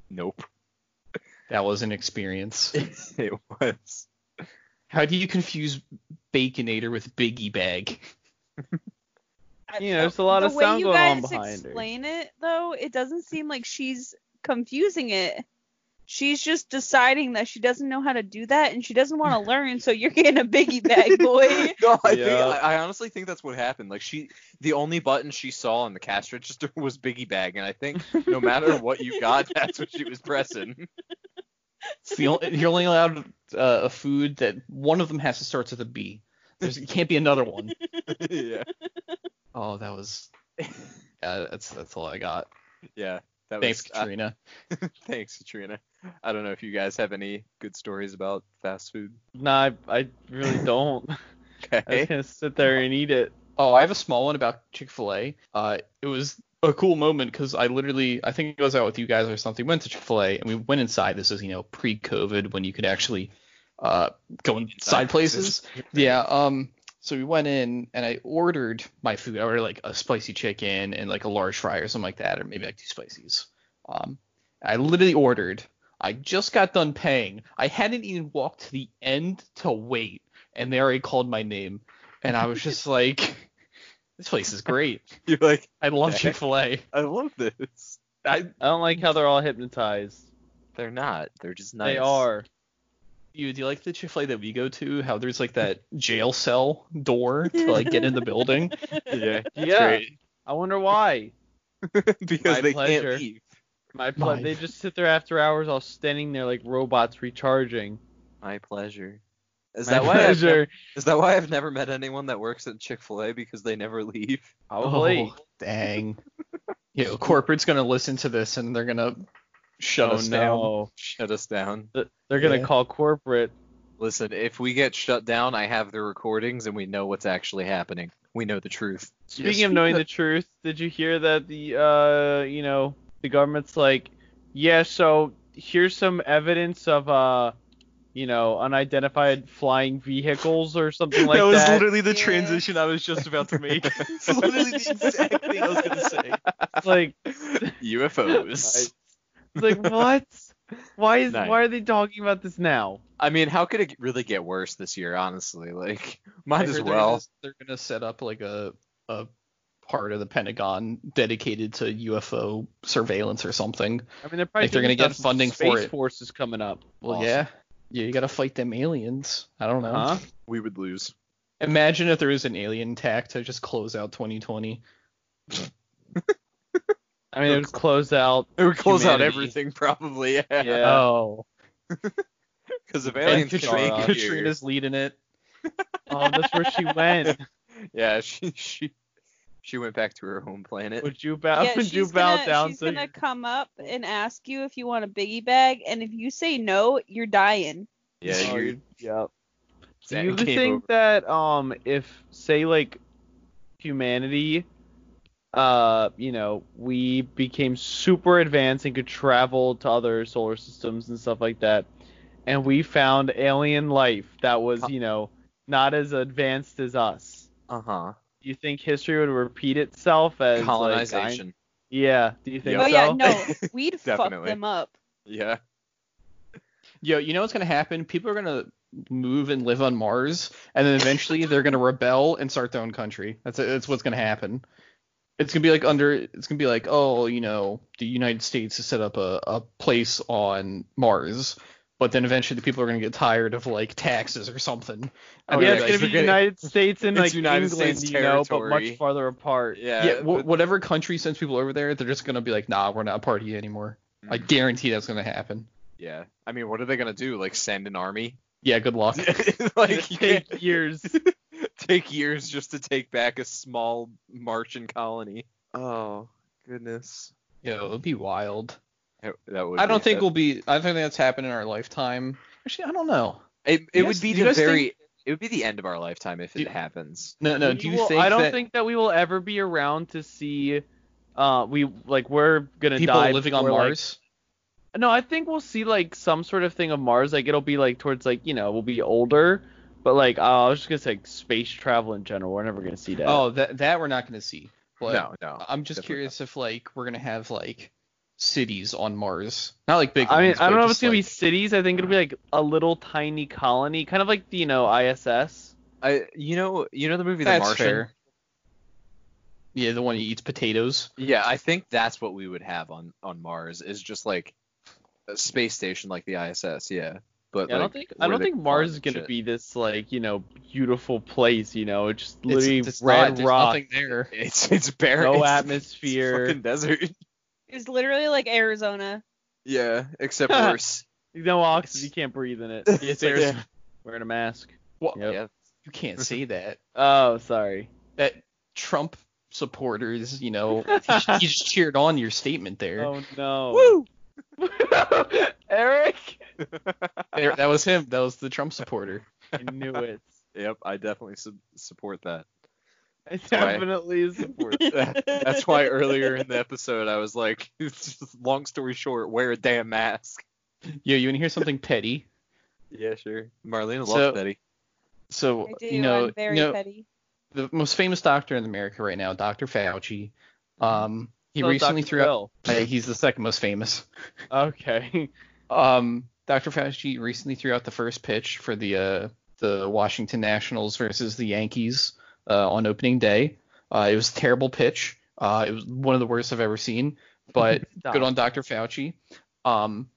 Speaker 1: nope [laughs]
Speaker 2: That was an experience.
Speaker 1: it was
Speaker 2: How do you confuse Baconator with Biggie Bag?
Speaker 3: You know, there's a lot
Speaker 4: the
Speaker 3: of
Speaker 4: way
Speaker 3: sound
Speaker 4: you
Speaker 3: going on
Speaker 4: guys
Speaker 3: behind her.
Speaker 4: explain it though it doesn't seem like she's confusing it she's just deciding that she doesn't know how to do that and she doesn't
Speaker 3: [laughs]
Speaker 4: want to learn so you're getting a biggie bag boy
Speaker 1: [laughs] No, I think
Speaker 3: Yeah.
Speaker 1: I, I honestly think that's what happened. Like she, the only button she saw on the cash register [laughs] was Biggie Bag, and I think no matter what you got, [laughs] that's what she was pressing.
Speaker 2: It's the only, you're only allowed uh, a food that one of them has to start with a B. There's it can't be
Speaker 1: [laughs]
Speaker 2: another one.
Speaker 1: [laughs] yeah,
Speaker 2: Oh, that was. Yeah, that's that's all I got.
Speaker 1: yeah. That
Speaker 2: Thanks,
Speaker 1: was, uh,
Speaker 2: Katrina.
Speaker 1: thanks, Katrina. I don't know if you guys have any good stories about fast food.
Speaker 3: Nah, I, I really don't. I was
Speaker 1: [laughs] Okay.
Speaker 3: gonna sit there and eat it.
Speaker 2: Oh, I have a small one about Chick Fil A. Uh, it was a cool moment because I literally, I think it was out with you guys or something. Went to Chick Fil A and we went inside. This was, you know, pre-COVID when you could actually uh, go inside,
Speaker 1: Inside
Speaker 2: places. yeah. Um. So we went in and I ordered my food. I ordered like a spicy chicken and like a large fry or something like that, or maybe like two spices. Um. I literally ordered. I just got done paying. I hadn't even walked to the end to wait and they already called my name, and I was just like, this place is great.
Speaker 1: You're like,
Speaker 2: I love Chick Fil A.
Speaker 1: I love this.
Speaker 2: I
Speaker 3: I don't like how they're all hypnotized.
Speaker 1: They're not. They're just nice.
Speaker 3: They are.
Speaker 2: you do you like the Chick Fil A that we go to? How there's like that jail cell door to like get in the building.
Speaker 1: [laughs] Yeah.
Speaker 3: Yeah. I wonder why.
Speaker 1: [laughs] because
Speaker 3: My
Speaker 1: they
Speaker 3: pleasure.
Speaker 1: can't leave.
Speaker 3: My pl-
Speaker 2: My-
Speaker 3: they just sit there after hours, all standing there like robots recharging.
Speaker 1: My pleasure. Is
Speaker 3: My
Speaker 1: that why?
Speaker 3: [laughs]
Speaker 1: I've
Speaker 3: pleasure.
Speaker 1: never, is that why I've never met anyone that works at Chick Fil A because they never leave?
Speaker 3: Probably.
Speaker 2: Oh, dang. You know, corporate's gonna listen to this and they're gonna shut
Speaker 3: Oh,
Speaker 2: us [laughs] down.
Speaker 3: no.
Speaker 1: [laughs] Shut us down.
Speaker 3: Th- They're gonna
Speaker 2: Yeah.
Speaker 3: call corporate.
Speaker 1: Listen, if we get shut down, I have the recordings and we know what's actually happening. We know the truth.
Speaker 3: Speaking of knowing the truth, did you hear that the uh you know the government's like, yeah, so here's some evidence of uh you know unidentified flying vehicles or
Speaker 2: [laughs]
Speaker 3: something like
Speaker 2: that was
Speaker 3: that.
Speaker 2: literally the
Speaker 4: Yeah.
Speaker 2: transition I was [laughs] just about to make. it's literally the exact thing [laughs] I was gonna say.
Speaker 3: [laughs] It's like
Speaker 1: UFOs.
Speaker 3: it's like what? Why is
Speaker 1: Nice.
Speaker 3: why are they talking about this now?
Speaker 1: [laughs] I mean, how could it really get worse this year? Honestly, like
Speaker 2: I
Speaker 1: might
Speaker 2: heard
Speaker 1: as
Speaker 2: they're
Speaker 1: well.
Speaker 2: gonna- They're gonna, set up like a a part of the Pentagon dedicated to UFO surveillance or something.
Speaker 3: I mean, they're probably
Speaker 2: Like, they're
Speaker 3: doing
Speaker 2: gonna get
Speaker 3: stuff-
Speaker 2: funding
Speaker 3: Space
Speaker 2: for it.
Speaker 3: Force is coming up.
Speaker 2: Well, yeah. Yeah, you gotta fight them aliens. I don't know.
Speaker 3: Huh?
Speaker 1: We would lose.
Speaker 2: Imagine if there was an alien attack to just close out 2020.
Speaker 3: I mean, it would
Speaker 2: [laughs]
Speaker 3: close out.
Speaker 1: It would close out
Speaker 3: Humanity.
Speaker 1: everything probably.
Speaker 3: Yeah.
Speaker 1: Yeah.
Speaker 2: Oh.
Speaker 1: Because if
Speaker 2: And
Speaker 1: aliens
Speaker 2: Katrina,
Speaker 1: make here,
Speaker 2: Katrina's leading it.
Speaker 3: Oh, that's where she went.
Speaker 1: yeah, [laughs] she she she went back to her home planet.
Speaker 3: Would you bow?
Speaker 4: yeah,
Speaker 3: [laughs] would you
Speaker 4: she's
Speaker 3: bow
Speaker 4: gonna,
Speaker 3: down?
Speaker 4: She's
Speaker 3: so
Speaker 4: gonna come up and ask you if you want a biggie bag, and if you say no, you're dying.
Speaker 1: yeah,
Speaker 3: Oh,
Speaker 1: you
Speaker 3: Yep. Do
Speaker 1: that
Speaker 3: you
Speaker 1: game
Speaker 3: think
Speaker 1: over.
Speaker 3: that um if say like humanity uh you know we became super advanced and could travel to other solar systems and stuff like that and we found alien life that was you know not as advanced as us
Speaker 1: Uh huh.
Speaker 3: do you think history would repeat itself as like,
Speaker 1: Colonization.
Speaker 3: I- yeah do you think
Speaker 1: Yep.
Speaker 4: Oh
Speaker 3: so
Speaker 4: yeah, no,
Speaker 3: [laughs]
Speaker 4: we'd fuck
Speaker 1: Definitely.
Speaker 4: them up.
Speaker 1: yeah.
Speaker 2: Yo, you know what's gonna happen? People are gonna move and live on Mars, and then eventually they're gonna rebel and start their own country. That's that's what's gonna happen. It's gonna be like under. It's gonna be like, oh, you know, the United States has set up a, a place on Mars, but then eventually the people are gonna get tired of like taxes or something.
Speaker 1: Oh,
Speaker 3: yeah,
Speaker 1: yeah,
Speaker 3: it's
Speaker 1: guys,
Speaker 3: gonna be
Speaker 1: we're getting-
Speaker 3: United States
Speaker 1: [laughs]
Speaker 3: and
Speaker 1: It's
Speaker 3: like
Speaker 1: United
Speaker 3: England,
Speaker 1: States
Speaker 3: you know, but much
Speaker 1: territory.
Speaker 3: farther apart.
Speaker 1: Yeah.
Speaker 2: yeah, wh- whatever country sends people over there, they're just gonna be like, nah, we're not part of you anymore. I
Speaker 1: Mhm.
Speaker 2: guarantee that's gonna happen.
Speaker 1: yeah. I mean, what are they gonna do? Like send an army? [laughs]
Speaker 2: Yeah, good luck.
Speaker 1: [laughs] like you
Speaker 3: take
Speaker 1: can't
Speaker 3: years.
Speaker 1: take years just to take back a small Martian colony. Oh goodness.
Speaker 2: Yo, it'd be wild.
Speaker 1: That that would
Speaker 2: I don't
Speaker 1: be-
Speaker 2: think
Speaker 1: that-
Speaker 2: we'll be. I don't think that's happened in our lifetime. Actually, I don't know.
Speaker 1: It,
Speaker 2: You
Speaker 1: it
Speaker 2: guys-
Speaker 1: would be
Speaker 2: do you
Speaker 1: the
Speaker 2: guys think-
Speaker 1: very. It would be the end of our lifetime if it
Speaker 2: Do-
Speaker 1: happens.
Speaker 2: No, no.
Speaker 3: We
Speaker 2: Do you
Speaker 3: will-
Speaker 2: think?
Speaker 3: I don't
Speaker 2: that
Speaker 3: think that we will ever be around to see. Uh, we like we're gonna
Speaker 2: people
Speaker 3: die
Speaker 2: living on
Speaker 3: before, like-
Speaker 2: Mars.
Speaker 3: no, I think we'll see like some sort of thing of Mars. Like it'll be like towards like you know we'll be older, but like uh, I was just gonna say like, space travel in general. We're never gonna see that.
Speaker 2: Oh, that that we're not gonna see. But
Speaker 1: no, no.
Speaker 2: I'm just
Speaker 1: definitely
Speaker 2: curious if like we're gonna have like cities on Mars, not like big.
Speaker 3: I mean
Speaker 2: ones,
Speaker 3: I
Speaker 2: but
Speaker 3: don't know if
Speaker 2: just,
Speaker 3: it's gonna be
Speaker 2: like-
Speaker 3: cities. I think it'll be like a little tiny colony, kind of like you know ISS.
Speaker 1: I you know you know the movie
Speaker 2: That's
Speaker 1: The Martian.
Speaker 2: fair. Yeah, the one who eats potatoes.
Speaker 1: Yeah, I think that's what we would have on on Mars is just like a space station like the ISS. Yeah, but
Speaker 3: Yeah, I
Speaker 1: like,
Speaker 3: don't think I
Speaker 1: where
Speaker 3: don't
Speaker 1: they
Speaker 3: think
Speaker 1: farm
Speaker 3: Mars is
Speaker 1: and
Speaker 3: gonna
Speaker 1: shit.
Speaker 3: be this like you know beautiful place. You know, it's just
Speaker 2: It's,
Speaker 3: literally
Speaker 2: it's not,
Speaker 3: red
Speaker 2: there's
Speaker 3: rock,
Speaker 2: nothing there.
Speaker 1: It's it's bare.
Speaker 3: no
Speaker 1: it's-
Speaker 3: atmosphere.
Speaker 1: It's [laughs] fucking desert.
Speaker 4: It's literally like Arizona.
Speaker 1: Yeah, [laughs] except worse.
Speaker 3: No oxygen. You can't
Speaker 2: [laughs]
Speaker 3: breathe in it.
Speaker 2: It's
Speaker 1: Yeah.
Speaker 2: Arizona.
Speaker 3: Wearing a mask.
Speaker 2: What?
Speaker 3: Yep.
Speaker 1: Yeah.
Speaker 2: You can't say that.
Speaker 3: Oh,
Speaker 2: [laughs]
Speaker 3: sorry.
Speaker 2: that Trump supporters, you
Speaker 3: [laughs]
Speaker 2: know, you just cheered on your statement there.
Speaker 3: Oh no.
Speaker 4: Woo!
Speaker 3: [laughs] Eric.
Speaker 2: There- That was him. That was the Trump supporter.
Speaker 3: I
Speaker 2: [laughs]
Speaker 3: knew it.
Speaker 1: Yep, I definitely su- support that. [laughs]
Speaker 3: I
Speaker 1: why-
Speaker 3: definitely support.
Speaker 1: That's why earlier in the episode I was like, [laughs] long story short, wear a damn mask.
Speaker 2: Yo, you want to hear something petty?
Speaker 1: Yeah, sure. Marlena loves
Speaker 2: So-
Speaker 1: Betty.
Speaker 2: So,
Speaker 4: I do.
Speaker 2: you know,
Speaker 4: I'm very
Speaker 2: you know,
Speaker 4: petty.
Speaker 3: [laughs]
Speaker 4: [laughs]
Speaker 2: the most famous doctor in America right now, Dr. Fauci. Um, [laughs] he
Speaker 3: So,
Speaker 2: recently
Speaker 3: Dr.
Speaker 2: threw out.
Speaker 3: Phil.
Speaker 2: Uh, [laughs] he's the second most famous.
Speaker 3: Okay.
Speaker 2: Um, Dr. Fauci recently threw out the first pitch for the uh, the Washington Nationals versus the Yankees uh, on opening day. Uh, it was a terrible pitch. Uh, it was one of the worst I've ever seen, [laughs]
Speaker 3: [laughs]
Speaker 2: but
Speaker 3: Stop.
Speaker 2: good on Dr. Fauci. Um,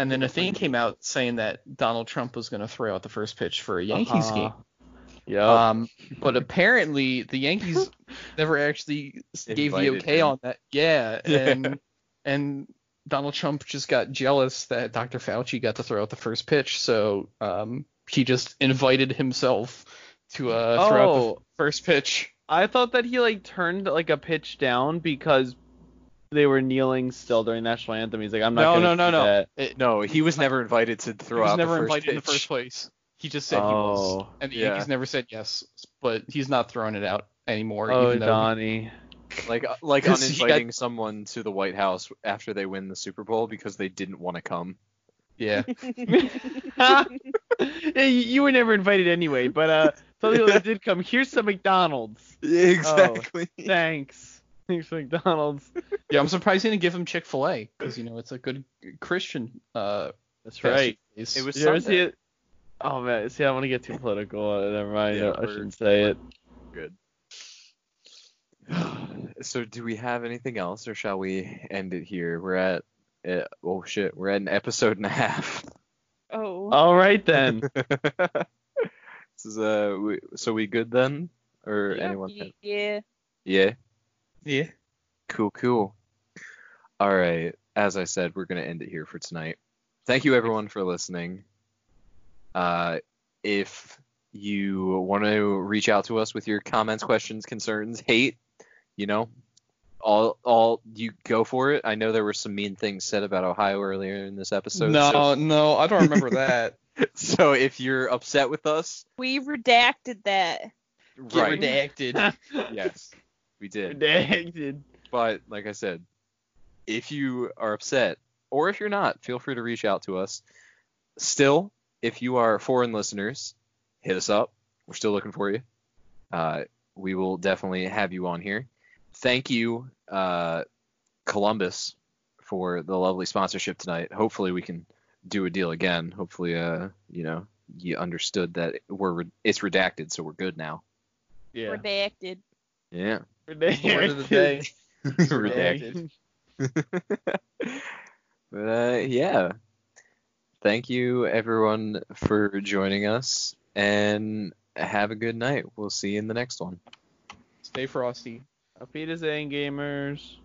Speaker 2: and then a thing came out saying that Donald Trump was going to throw out the first pitch for a Yankees
Speaker 3: Uh-huh.
Speaker 2: game.
Speaker 3: Yeah.
Speaker 1: Oh.
Speaker 2: Um, but apparently
Speaker 1: [laughs]
Speaker 2: the Yankees never actually s- gave the
Speaker 1: Invited
Speaker 2: okay
Speaker 1: him.
Speaker 2: on that. Yeah,
Speaker 1: Yeah.
Speaker 2: and and Donald Trump just got jealous that Dr. Fauci got to throw out the first pitch, so um, he just invited himself to uh, throw out the
Speaker 3: Oh.
Speaker 2: f- first pitch.
Speaker 3: I thought that he like turned like a pitch down because they were kneeling still during national anthem. He's like, I'm not.
Speaker 2: No,
Speaker 3: gonna
Speaker 2: no, no,
Speaker 3: do
Speaker 2: no.
Speaker 3: That.
Speaker 1: No, he was never invited to throw
Speaker 2: he was
Speaker 1: out
Speaker 2: never
Speaker 1: the first
Speaker 2: invited
Speaker 1: pitch.
Speaker 2: in the first place. He just said he was,
Speaker 3: Oh.
Speaker 2: and the
Speaker 1: Yeah.
Speaker 2: Yankees never said yes, but he's not throwing it out anymore.
Speaker 3: Oh,
Speaker 2: even though
Speaker 3: Donnie.
Speaker 1: Like uh, like
Speaker 2: 'Cause he got-
Speaker 1: uninviting someone to the White House after they win the Super Bowl because they didn't want to come.
Speaker 2: yeah, [laughs]
Speaker 3: [laughs] yeah, you, you were never invited anyway, but uh, some people that did come. Here's some McDonald's. Exactly. Thanks. Thanks, McDonald's.
Speaker 2: yeah, I'm surprised he didn't give him Chick Fil A because you know it's a good Christian uh,
Speaker 3: That's
Speaker 2: fast
Speaker 3: right.
Speaker 2: food place.
Speaker 1: It was
Speaker 3: Did you ever see
Speaker 1: Sunday.
Speaker 3: it? Oh man, see, I want to get too political. Uh, Never mind.
Speaker 1: Yeah,
Speaker 3: I
Speaker 1: we're-
Speaker 3: shouldn't say it.
Speaker 1: Good. So do we have anything else, or shall we end it here? We're at uh, oh shit, we're at an episode and a half. [laughs]
Speaker 4: Oh.
Speaker 3: All
Speaker 2: [laughs]
Speaker 3: right then. [laughs]
Speaker 1: this is uh, we, so we good then, or anyone?
Speaker 4: Yeah.
Speaker 1: Yeah.
Speaker 2: yeah.
Speaker 1: Cool, cool. All right. As I said, we're going to end it here for tonight. Thank you, everyone, for listening. Uh, if you want to reach out to us with your comments, questions, concerns, hate, you know, all all you go for it. I know there were some mean things said about Ohio earlier in this episode.
Speaker 2: no,
Speaker 1: So,
Speaker 2: no, I don't [laughs] remember that.
Speaker 1: [laughs] so if you're upset with us,
Speaker 4: We redacted that.
Speaker 2: Get
Speaker 1: right?
Speaker 2: [laughs] redacted.
Speaker 1: Yes, we did.
Speaker 3: Redacted.
Speaker 1: But like I said, if you are upset or if you're not, feel free to reach out to us. Still, if you are foreign listeners, hit us up. We're still looking for you. Uh, we will definitely have you on here. Thank you, uh, Columbus, for the lovely sponsorship tonight. Hopefully, we can do a deal again. Hopefully, uh, you know, you understood that we're it's redacted, so we're good now.
Speaker 3: Yeah.
Speaker 4: Redacted.
Speaker 1: Yeah,
Speaker 3: Redacted.
Speaker 2: Word of the
Speaker 3: [laughs]
Speaker 2: day.
Speaker 1: redacted. But uh, yeah, thank you everyone for joining us, and have a good night. We'll see you in the next one.
Speaker 2: Stay frosty.
Speaker 3: Auf Wiedersehen, Gamers.